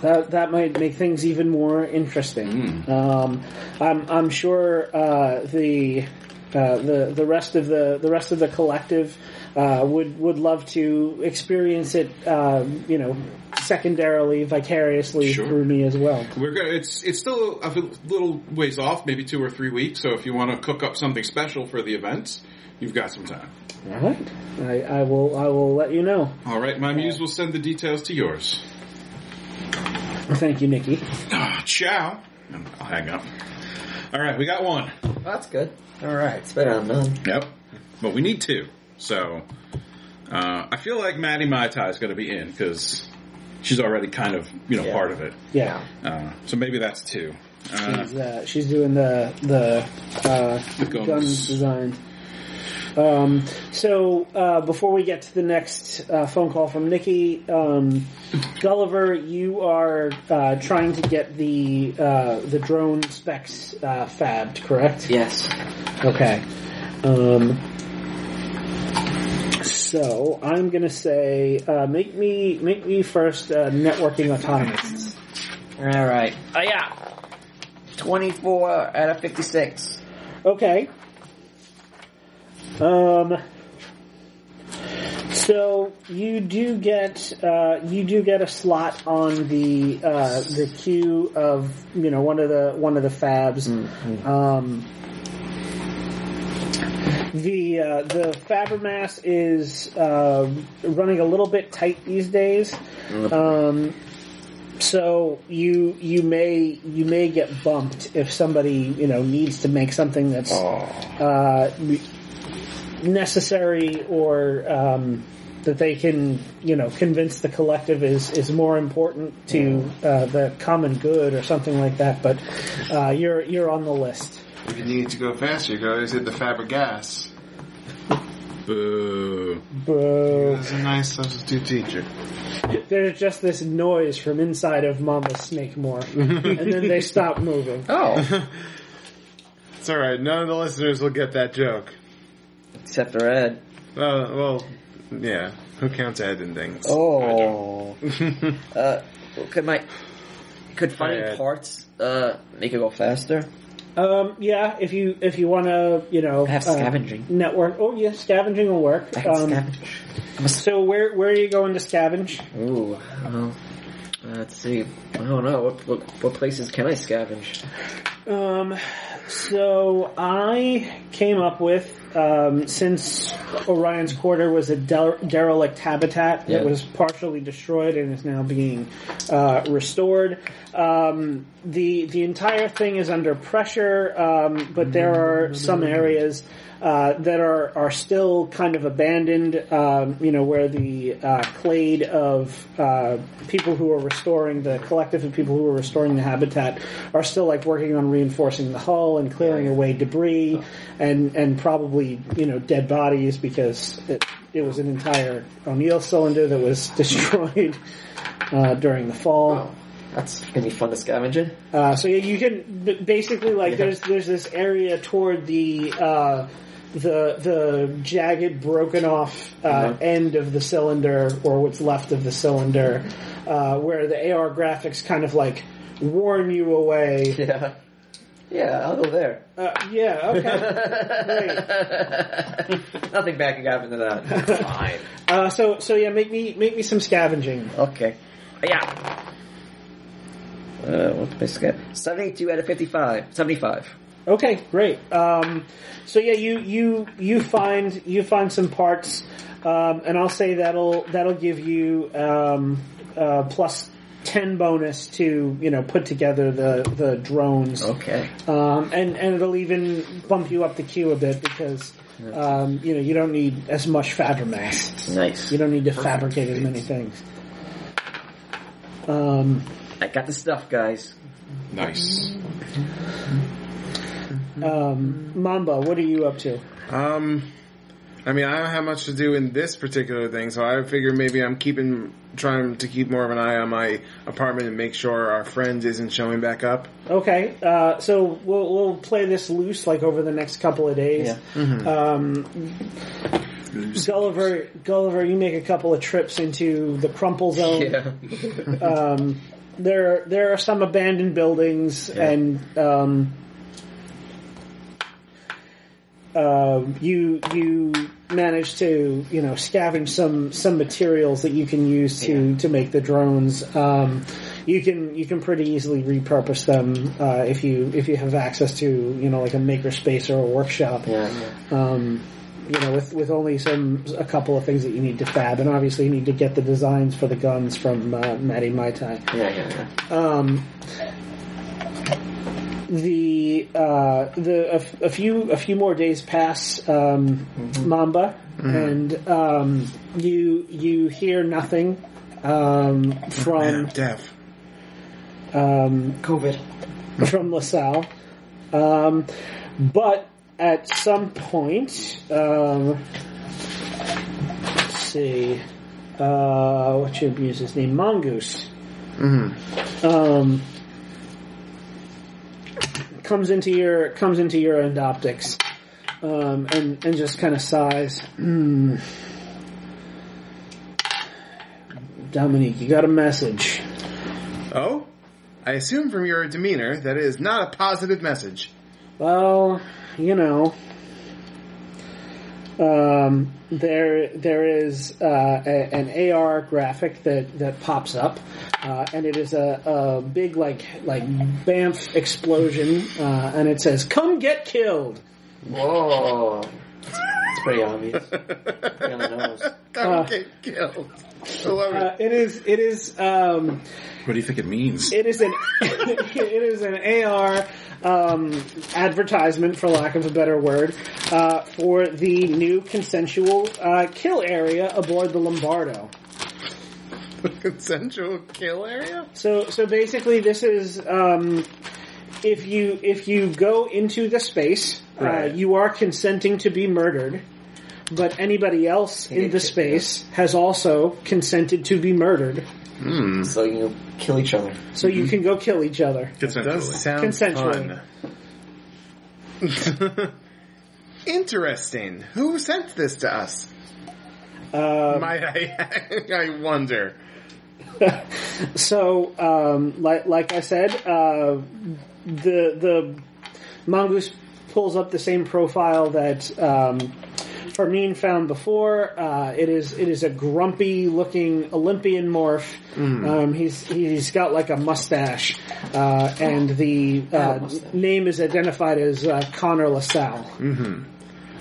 S4: That that might make things even more interesting. Um, I'm I'm sure uh, the. Uh, the the rest of the the rest of the collective uh, would would love to experience it um, you know secondarily vicariously
S6: Sure.
S4: through me as well.
S6: We're gonna, it's it's still a little ways off, maybe two or three weeks. So if you want to cook up something special for the event, you've got some time.
S4: All right, I, I will I will let you know.
S6: All right, my muse will send the details to yours.
S4: Thank you, Nikki.
S6: Ah, ciao. I'll hang up. All right, we got one.
S7: That's good. All right, it's better than none.
S6: Yep. But we need two. So uh, I feel like Maddie Mai Tai is going to be in because she's already kind of you know
S7: Yeah.
S6: part of it.
S4: Yeah,
S6: Uh, so maybe that's two. Uh,
S4: she's, uh, she's doing the the, uh,
S6: The guns.
S4: guns. design. Um, so uh, before we get to the next uh, phone call from Nikki, um, Gulliver, you are uh, trying to get the uh, the drone specs uh, fabbed, correct?
S7: Yes.
S4: Okay. Um, so I'm gonna say, uh, make me make me first uh, networking autonomists.
S7: All right. Oh yeah. Twenty-four out of fifty-six.
S4: Okay. Um. So you do get uh, you do get a slot on the uh, the queue of you know one of the one of the fabs. Um, the uh, the Fabermass is uh, running a little bit tight these days. Um, so you you may you may get bumped if somebody you know needs to make something that's uh, necessary or um, that they can you know convince the collective is is more important to uh, the common good or something like that. But uh, you're you're on the list.
S2: If you need to go faster, you guys hit the Fabregas.
S6: boo.
S4: Boo.
S2: That's a nice substitute teacher.
S4: There's just this noise from inside of Mama's snake more, and then they stop moving.
S7: Oh,
S2: It's alright, none of the listeners will get that joke.
S7: except for Ed.
S2: Uh, well, yeah. Who counts Ed and things?
S7: Oh. uh, could my could funny
S2: Ed.
S7: parts uh make it go faster?
S4: Um, yeah, if you if you want to, you know,
S7: I have
S4: uh,
S7: scavenging.
S4: network. Oh, yeah, scavenging will work.
S7: I can
S4: Um,
S7: scavenge.
S4: so where where are you going to scavenge?
S7: Ooh, I don't know. Uh, Let's see. I don't know. What, what, what places can I scavenge?
S4: Um, so I came up with um, since Orion's Quarter was a del- derelict habitat
S7: Yeah.
S4: that was partially destroyed and is now being uh, restored. Um, the the entire thing is under pressure, um, but there are some areas. Uh, that are, are still kind of abandoned, um, you know, where the uh, clade of uh, people who are restoring the collective of people who are restoring the habitat are still like working on reinforcing the hull and clearing away debris and and probably you know dead bodies because it it was an entire O'Neill cylinder that was destroyed uh, during the fall.
S7: Oh, that's gonna be fun to scavenge in.
S4: Uh, so yeah, you can b- basically like there's there's this area toward the uh, the the jagged, broken off uh, end of the cylinder or what's left of the cylinder, uh, where the AR graphics kind of like warn you away
S7: Yeah. Yeah, I'll go there.
S4: Uh, yeah, okay. Great.
S7: Nothing bad can happen to that. Fine.
S4: Uh, so, so yeah, make me make me some scavenging.
S7: Okay. Yeah. Uh, what's my score? 72 out of 55. 75.
S4: Okay, great. Um, so yeah, you you you find you find some parts, um, and I'll say that'll that'll give you um, uh, plus ten bonus to you know put together the the drones.
S7: Okay.
S4: um, and and it'll even bump you up the queue a bit because um, you know you don't need as much fabrimax.
S7: Nice.
S4: You don't need to fabricate as many things. Um,
S7: I got the stuff, guys.
S6: Nice.
S4: um, Mamba, what are you up to?
S2: Um, I mean, I don't have much to do in this particular thing, so I figure maybe I'm keeping, trying to keep more of an eye on my apartment and make sure our friend isn't showing back up.
S4: Okay, uh, so we'll we'll play this loose like over the next couple of days. Um, Gulliver, Gulliver, you make a couple of trips into the crumple zone. um, there there are some abandoned buildings and um, uh, you you manage to you know scavenge some some materials that you can use to to make the drones. Um, you can you can pretty easily repurpose them uh, if you if you have access to you know like a makerspace or a workshop. Um, you know, with, with only some a couple of things that you need to fab, and obviously you need to get the designs for the guns from uh, Matty Mai Tai.
S7: Yeah, yeah, yeah.
S4: Um, the uh, the a, f- a few a few more days pass um, Mamba, and um, you you hear nothing um,
S2: Man,
S4: from
S2: I'm deaf.
S4: um, COVID from LaSalle. Um, but at some point, um, let's see, uh, what's your abuser's name? Mongoose. Um, comes into your comes into your end optics, um, and and just kind of sighs. "Hmm. Dominique, you got a message.
S2: Oh? I assume from your demeanor that it is not a positive message.
S4: Well, you know, um, there there is uh, a, an AR graphic that, that pops up, uh, and it is a, a big like like Banff explosion, uh, and it says "Come get killed."
S7: Whoa. It's pretty obvious. Pretty on the nose.
S2: Don't get killed. I love
S4: Uh,
S2: it.
S4: it is it is um,
S6: What do you think it means?
S4: it is an it is an AR um, advertisement, for lack of a better word, uh, for the new consensual uh, kill area aboard the Lombardo.
S2: Consensual kill area?
S4: So so basically, this is um, if you if you go into the space,
S2: Right.
S4: uh, you are consenting to be murdered. But anybody else in the
S7: yeah.
S4: space has also consented to be murdered,
S7: So you can kill each other.
S4: so you can go kill each other.
S2: Does sound
S4: Consensually.
S2: fun. Interesting. Who sent this to us?
S4: Um,
S2: Might I, I wonder.
S4: so, um, like, like I said, uh, the the mongoose pulls up the same profile that um, Fermin found before. Uh, it is it is a grumpy looking Olympian morph. Um, he's he's got like a mustache, uh, and the uh, name is identified as uh, Connor LaSalle.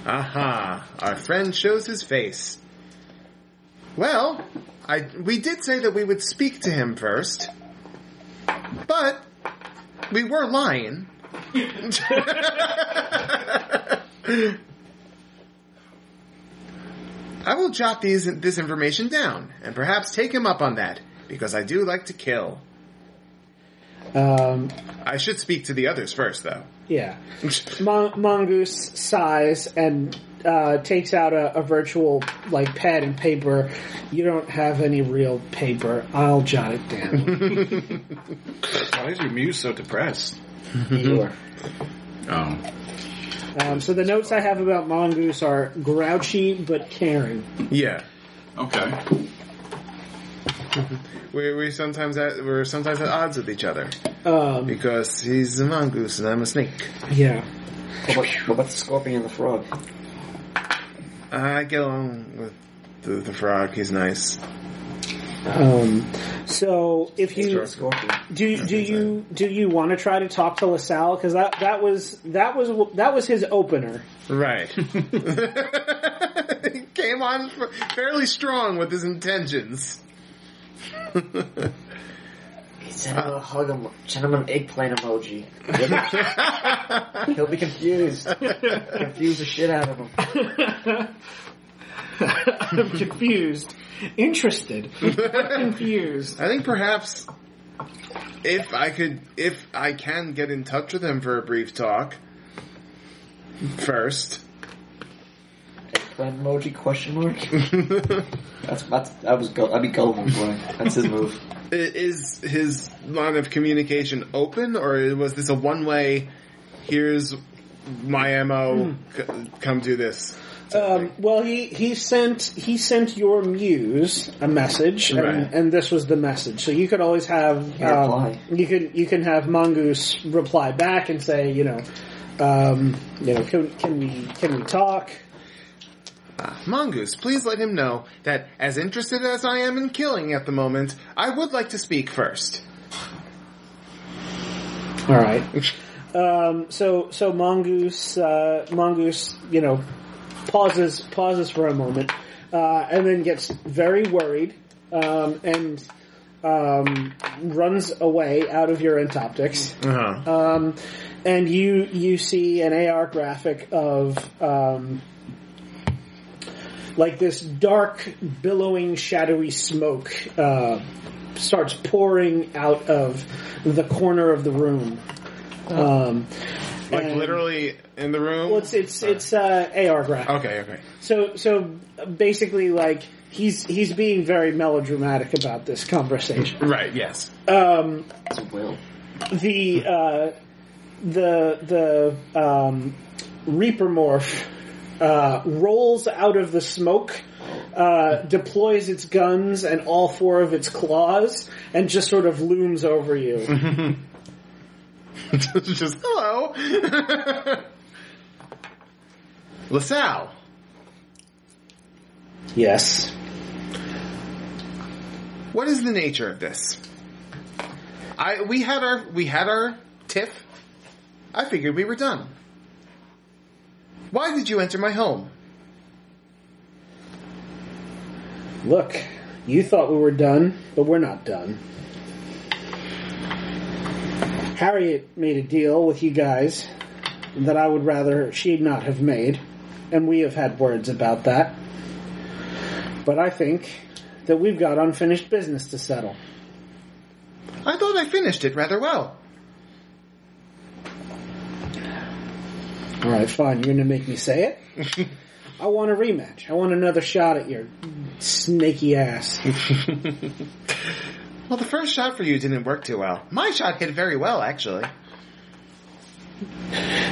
S2: Aha, our friend shows his face. Well, I, we did say that we would speak to him first, but we were lying. I will jot these, this information down and perhaps take him up on that because I do like to kill.
S4: Um,
S2: I should speak to the others first, though.
S4: Yeah. Mon- Mongoose sighs and uh, takes out a, a virtual like pad and paper. You don't have any real paper. I'll jot it down.
S6: Why is your muse so depressed?
S7: Sure.
S6: Oh.
S4: um, so the notes I have about Mongoose are grouchy but caring.
S2: Yeah.
S6: Okay.
S2: we we sometimes at, we're sometimes at odds with each other
S4: Um,
S2: because he's a mongoose and I'm a snake.
S4: yeah.
S7: What about, what about the scorpion and the frog?
S2: I get along with the, the frog. He's nice.
S4: Um, so if you
S7: Sure, scorpion.
S4: do do you do you want to try to talk to LaSalle because that that was that was that was his opener.
S2: Right. he came on f- fairly strong with his intentions.
S7: He sent him a hug, emo- sent him an eggplant emoji. He'll be confused. Confuse the shit out of him.
S4: I'm confused, interested, confused.
S2: I think perhaps if I could, if I can get in touch with him for a brief talk first.
S7: Eggplant emoji question mark. That's that's I was go I'd be golden boy. That's his move.
S2: I- is his line of communication open, or was this a one way? Here's my mo. C- come do this.
S4: Um, well, he, he sent he sent your muse a message, and,
S2: Right.
S4: and this was the message. So you could always have um,
S7: Yeah, reply.
S4: you can you can have mongoose reply back and say you know um, you know can, can we can we talk?
S2: Mongoose, please let him know that, as interested as I am in killing at the moment, I would like to speak first.
S4: All right. Um, so so mongoose uh, mongoose you know pauses pauses for a moment uh, and then gets very worried um, and um, runs away out of your entoptics.
S2: Uh-huh.
S4: Um, and you you see an AR graphic of um, like this dark, billowing, shadowy smoke uh, starts pouring out of the corner of the room. Um,
S2: Like
S4: and-
S2: literally in the room.
S4: well, it's it's it's uh, AR graphic.
S2: okay, okay.
S4: So so basically, like he's he's being very melodramatic about this conversation.
S2: Right. Yes.
S4: Um,
S7: It's a will.
S4: the uh, the the um, Reaper morph uh, rolls out of the smoke, uh, deploys its guns and all four of its claws, and just sort of looms over you.
S2: Just hello, LaSalle.
S4: yes.
S2: What is the nature of this? I we had our we had our tiff. I figured we were done. Why did you enter my home?
S4: Look, you thought we were done, but we're not done. Harriet made a deal with you guys that I would rather she not have made, and we have had words about that. But I think that we've got unfinished business to settle.
S2: I thought I finished it rather well.
S4: Alright, fine, you're gonna make me say it? I want a rematch. I want another shot at your snaky ass.
S2: Well, the first shot for you didn't work too well. My shot hit very well, actually.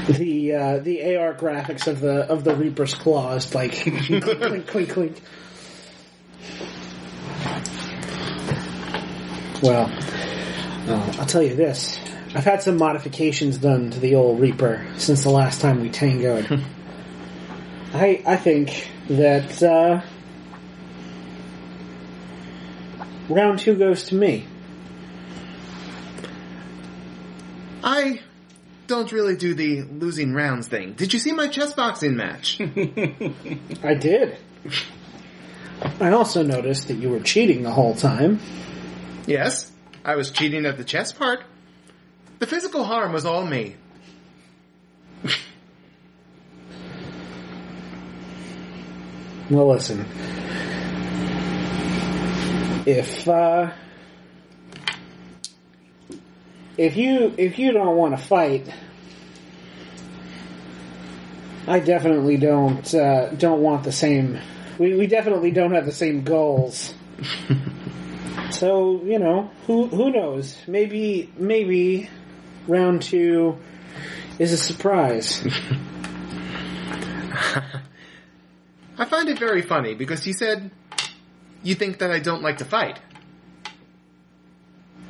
S4: the uh, the AR graphics of the of the Reaper's claws, like clink, clink, clink, clink. Well, uh, I'll tell you this: I've had some modifications done to the old Reaper since the last time we tangoed. I I think that uh, round two goes to me.
S2: I don't really do the losing rounds thing. Did you see my chess boxing match?
S4: I did. I also noticed that you were cheating the whole time.
S2: yes, I was cheating at the chess part. The physical harm was all me.
S4: Well, listen. If uh, if you if you don't want to fight, I definitely don't uh, don't want the same. We we definitely don't have the same goals. so you know who who knows? Maybe maybe round two is a surprise.
S2: I find it very funny because you said you think that I don't like to fight.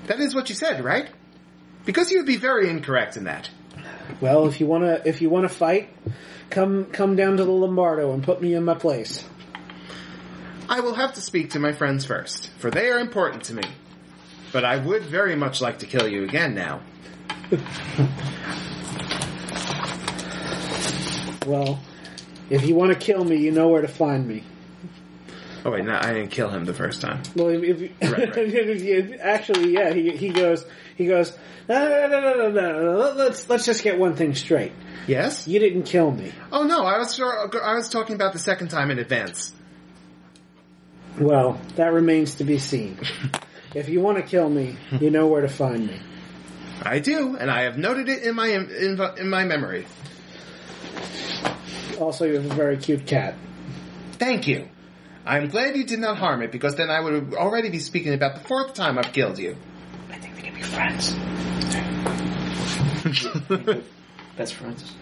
S2: That is what you said, right? Because you would be very incorrect in that.
S4: Well, if you wanna if you wanna fight, come come down to the Lombardo and put me in my place.
S2: I will have to speak to my friends first, for they are important to me. But I would very much like to kill you again now.
S4: Well, if you want to kill me, you know where to find me.
S2: Oh wait, no, I didn't kill him the first time.
S4: Well, if, if,
S2: Right, right.
S4: if you- actually, yeah, he, he goes, he goes, no, no, no, no, no, no, no, let- let's let's just get one thing straight.
S2: Yes?
S4: You didn't kill me.
S2: Oh no, I was I was talking about the second time in advance.
S4: Well, that remains to be seen. If you want to kill me, you know where to find me.
S2: I do, and I have noted it in my in, in my memory.
S4: Also, you have a very cute cat.
S2: Thank you. I'm glad you did not harm it, because then I would already be speaking about the fourth time I've killed you.
S7: I think we can be friends. Best friends.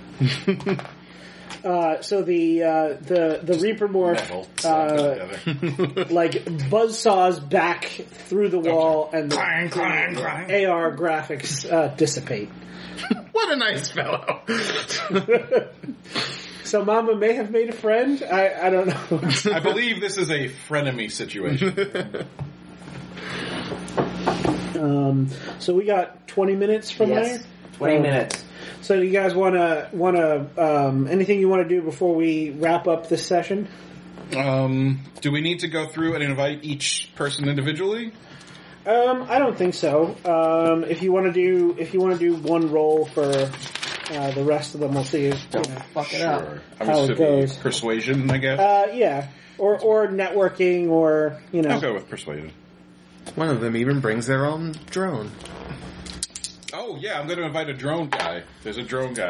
S4: Uh, so the uh, the the Reaper
S1: Metal.
S4: morph
S1: slap it
S4: uh,
S1: together.
S4: like buzzsaws back through the wall, and the
S6: Clang, clang, clang.
S4: AR graphics uh, dissipate.
S2: what a nice fellow.
S4: So Mama may have made a friend. I, I don't know.
S6: I believe this is a frenemy situation.
S4: Um, so we got twenty minutes from
S7: Yes.
S4: there.
S7: Twenty
S4: Um,
S7: minutes.
S4: So you guys want to want to um, anything you want to do before we wrap up this session?
S6: um, do we need to go through and invite each person individually?
S4: Um, I don't think so. Um, if you want to do if you want to do one roll for uh, the rest of them, we'll see. if- you know.
S7: Fuck it up.
S6: I
S4: How it
S6: would
S4: goes.
S6: say persuasion, I guess.
S4: Uh, yeah, or or networking, or you know.
S6: I'll go with persuasion.
S2: One of them even brings their own drone.
S6: Oh yeah, I'm going to invite a drone guy. There's a drone guy.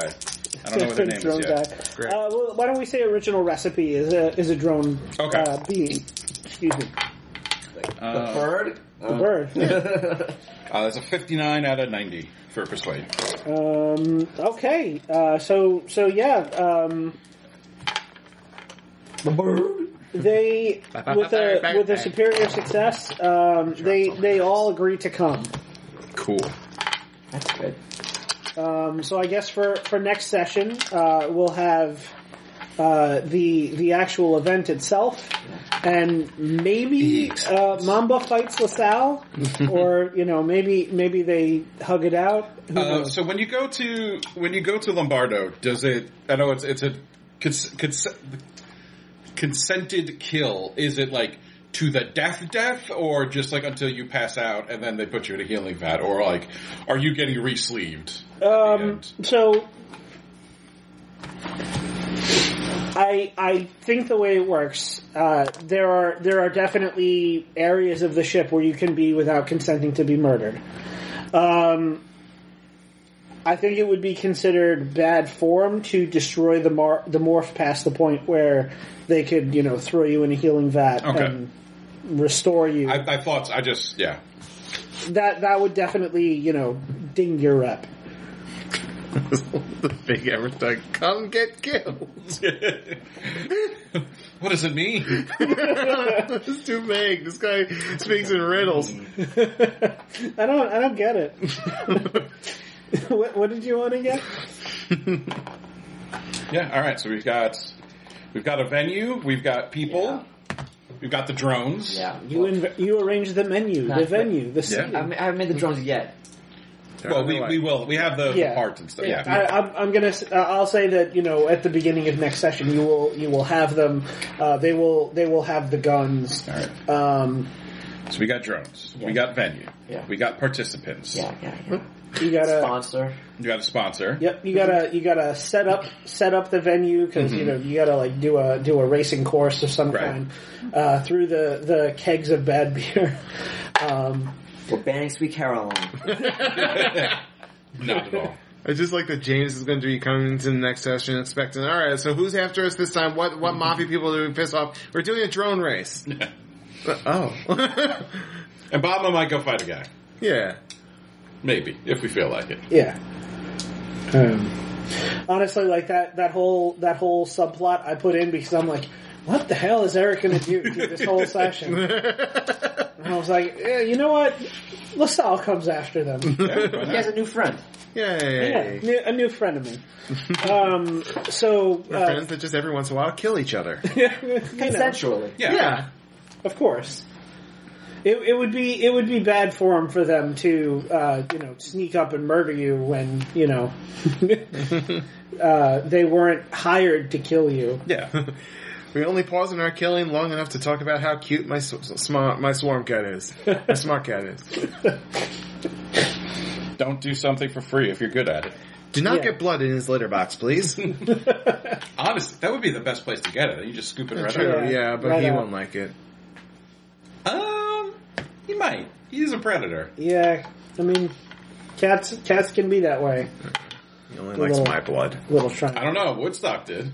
S6: I don't know what their name
S4: drone
S6: is yet.
S4: guy.
S2: Great.
S4: Uh, well, why don't we say original recipe is a is a drone
S6: Okay.
S4: uh, being? Excuse me,
S6: Uh,
S7: Bird.
S4: the bird.
S6: uh, that's a 59 out of 90 for persuasion.
S4: Um, okay, uh, so so yeah, um, they with a with a superior success, um, they they all agree to come.
S6: Cool.
S7: That's good.
S4: Um, so I guess for for next session, uh, we'll have uh, the the actual event itself, and maybe uh, Mamba fights LaSalle, or you know maybe maybe they hug it out. Who
S6: Uh,
S4: knows?
S6: so when you go to when you go to Lombardo, does it? I know it's it's a cons, cons, consented kill. Is it like to the death, death, or just like until you pass out and then they put you in a healing vat, or like are you getting re-sleeved? at the
S4: Um,
S6: end?
S4: so I I think the way it works, uh, there are there are definitely areas of the ship where you can be without consenting to be murdered. Um, I think it would be considered bad form to destroy the mar- the morph past the point where they could you know throw you in a healing vat
S6: Okay.
S4: and restore you.
S6: I, I thought I just yeah.
S4: that that would definitely you know ding your rep.
S2: the big Everett dog, come get killed.
S6: what does it mean?
S2: this is too vague. This guy speaks in riddles.
S4: I don't. I don't get it. what, what did you want to get?
S6: Yeah. All right. So we've got we've got a venue. We've got people. We've got the drones.
S7: Yeah.
S4: You inv- you arrange the menu,
S7: Not
S4: the
S7: the-
S4: venue, the seating.
S7: I haven't- I haven't made the drones yet.
S6: Well, we, we will. We have the,
S4: Yeah.
S6: the parts and stuff. Yeah.
S4: I, I'm, I'm gonna. s- Uh, I'll say that you know at the beginning of next session you will you will have them. Uh, they will they will have the guns.
S6: All right.
S4: Um,
S6: So we got drones. We got venue.
S7: Yeah.
S6: We got participants.
S7: Yeah, yeah, yeah.
S4: you gotta.
S7: Sponsor.
S6: You got a sponsor.
S4: Yep, you gotta you gotta set up set up the venue because you know you gotta like do a do a racing course of some
S6: Right.
S4: kind uh, through the the kegs of bad beer. Um,
S7: We're banning Sweet Caroline.
S6: Not at all.
S2: I just like that James is going to be coming into the next session expecting, all right, so who's after us this time? What what mafia people do we piss off? We're doing a drone race. Uh, oh.
S6: And Bob might go fight a guy.
S2: yeah.
S6: Maybe, if we feel like it.
S4: Yeah. Um, honestly, like that that whole that whole subplot I put in because I'm like, what the hell is Eric going to do through this whole session? and I was like, eh, you know what? LaSalle comes after them.
S7: He has a new friend.
S2: Yay.
S4: Yeah, new, a new friend of mine. Um, so,
S2: We're
S4: uh,
S2: friends that just every once in a while kill each other.
S4: you know,
S7: Consensually.
S6: Yeah.
S2: yeah.
S4: of course. It, it would be it would be bad form for them to uh, you know sneak up and murder you when you know uh, they weren't hired to kill you.
S6: Yeah.
S2: We only pause in our killing long enough to talk about how cute my sw- sw- my swarm cat is. My smart cat is.
S6: Don't do something for free if you're good at it.
S2: Do not
S4: Yeah.
S2: get blood in his litter box, please. True,
S6: Honestly, that would be the best place to get it. You just scoop it right out.
S2: yeah, but
S4: right
S2: he
S4: out.
S2: won't like it.
S6: Um, he might. He's a predator.
S4: Yeah, I mean, cats cats can be that way.
S2: He only likes
S4: little-
S2: my blood.
S4: Little
S6: I
S4: shrine.
S6: don't know. Woodstock did.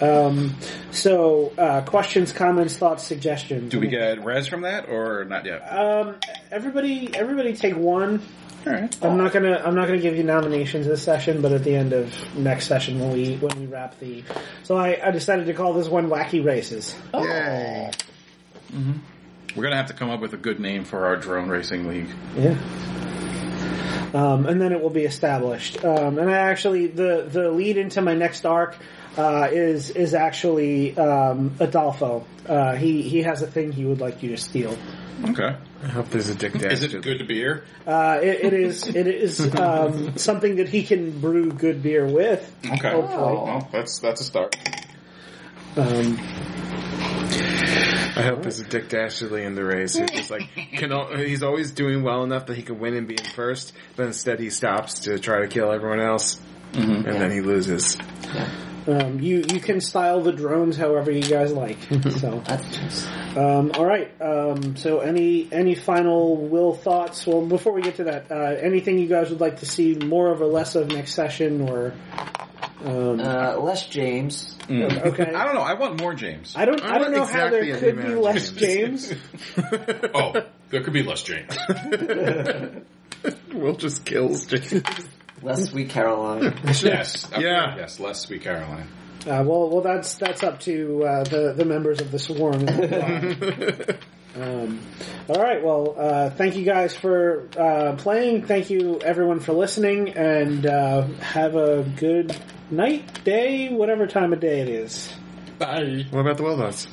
S4: Um, so uh, questions, comments, thoughts, suggestions.
S6: Do we get res from that or not yet?
S4: Um, everybody, everybody, take one.
S6: All right.
S4: I'm not gonna, I'm not gonna give you nominations this session, but at the end of next session when we when we wrap the, so I, I decided to call this one "Wacky Races."
S2: Yay.
S6: We're gonna have to come up with a good name for our drone racing league.
S4: Yeah. Um, and then it will be established. Um, and I actually, the the lead into my next arc uh, is is actually um, Adolfo. Uh, he he has a thing he would like you to steal.
S6: Okay.
S2: I hope there's a dick
S6: Is
S2: dance.
S6: it good beer?
S4: Uh, it, it is it is um, something that he can brew good beer with.
S6: Okay.
S4: Hopefully.
S6: Well, that's that's a start.
S4: Um,
S2: I hope there's a Dick Dastardly in the race. He's just like can al- he's always doing well enough that he can win and be in first, but instead he stops to try to kill everyone else, and then he loses.
S4: Um, you you can style the drones however you guys like. So,
S7: That's nice.
S4: um, all right. Um, so, any any final will thoughts? Well, before we get to that, uh, anything you guys would like to see more of or less of next session, or um,
S7: Uh, Les James.
S4: okay.
S6: I don't know. I want more James.
S4: I don't.
S2: I
S4: I don't
S2: want
S4: know
S2: exactly
S4: how there
S2: a
S4: could
S2: new
S4: be
S2: amount of
S4: less James.
S6: Oh, there could be less James.
S2: Will just kills. James.
S7: Les Sweet Caroline.
S6: yes. Okay,
S2: Yeah.
S6: Yes. Less sweet Caroline.
S4: Uh, well, well, that's that's up to uh, the the members of the swarm. um, all right. Well, uh, thank you guys for uh, playing. Thank you everyone for listening, and uh, have a good night, day, whatever time of day it is.
S6: Bye.
S2: what about the Will Dots?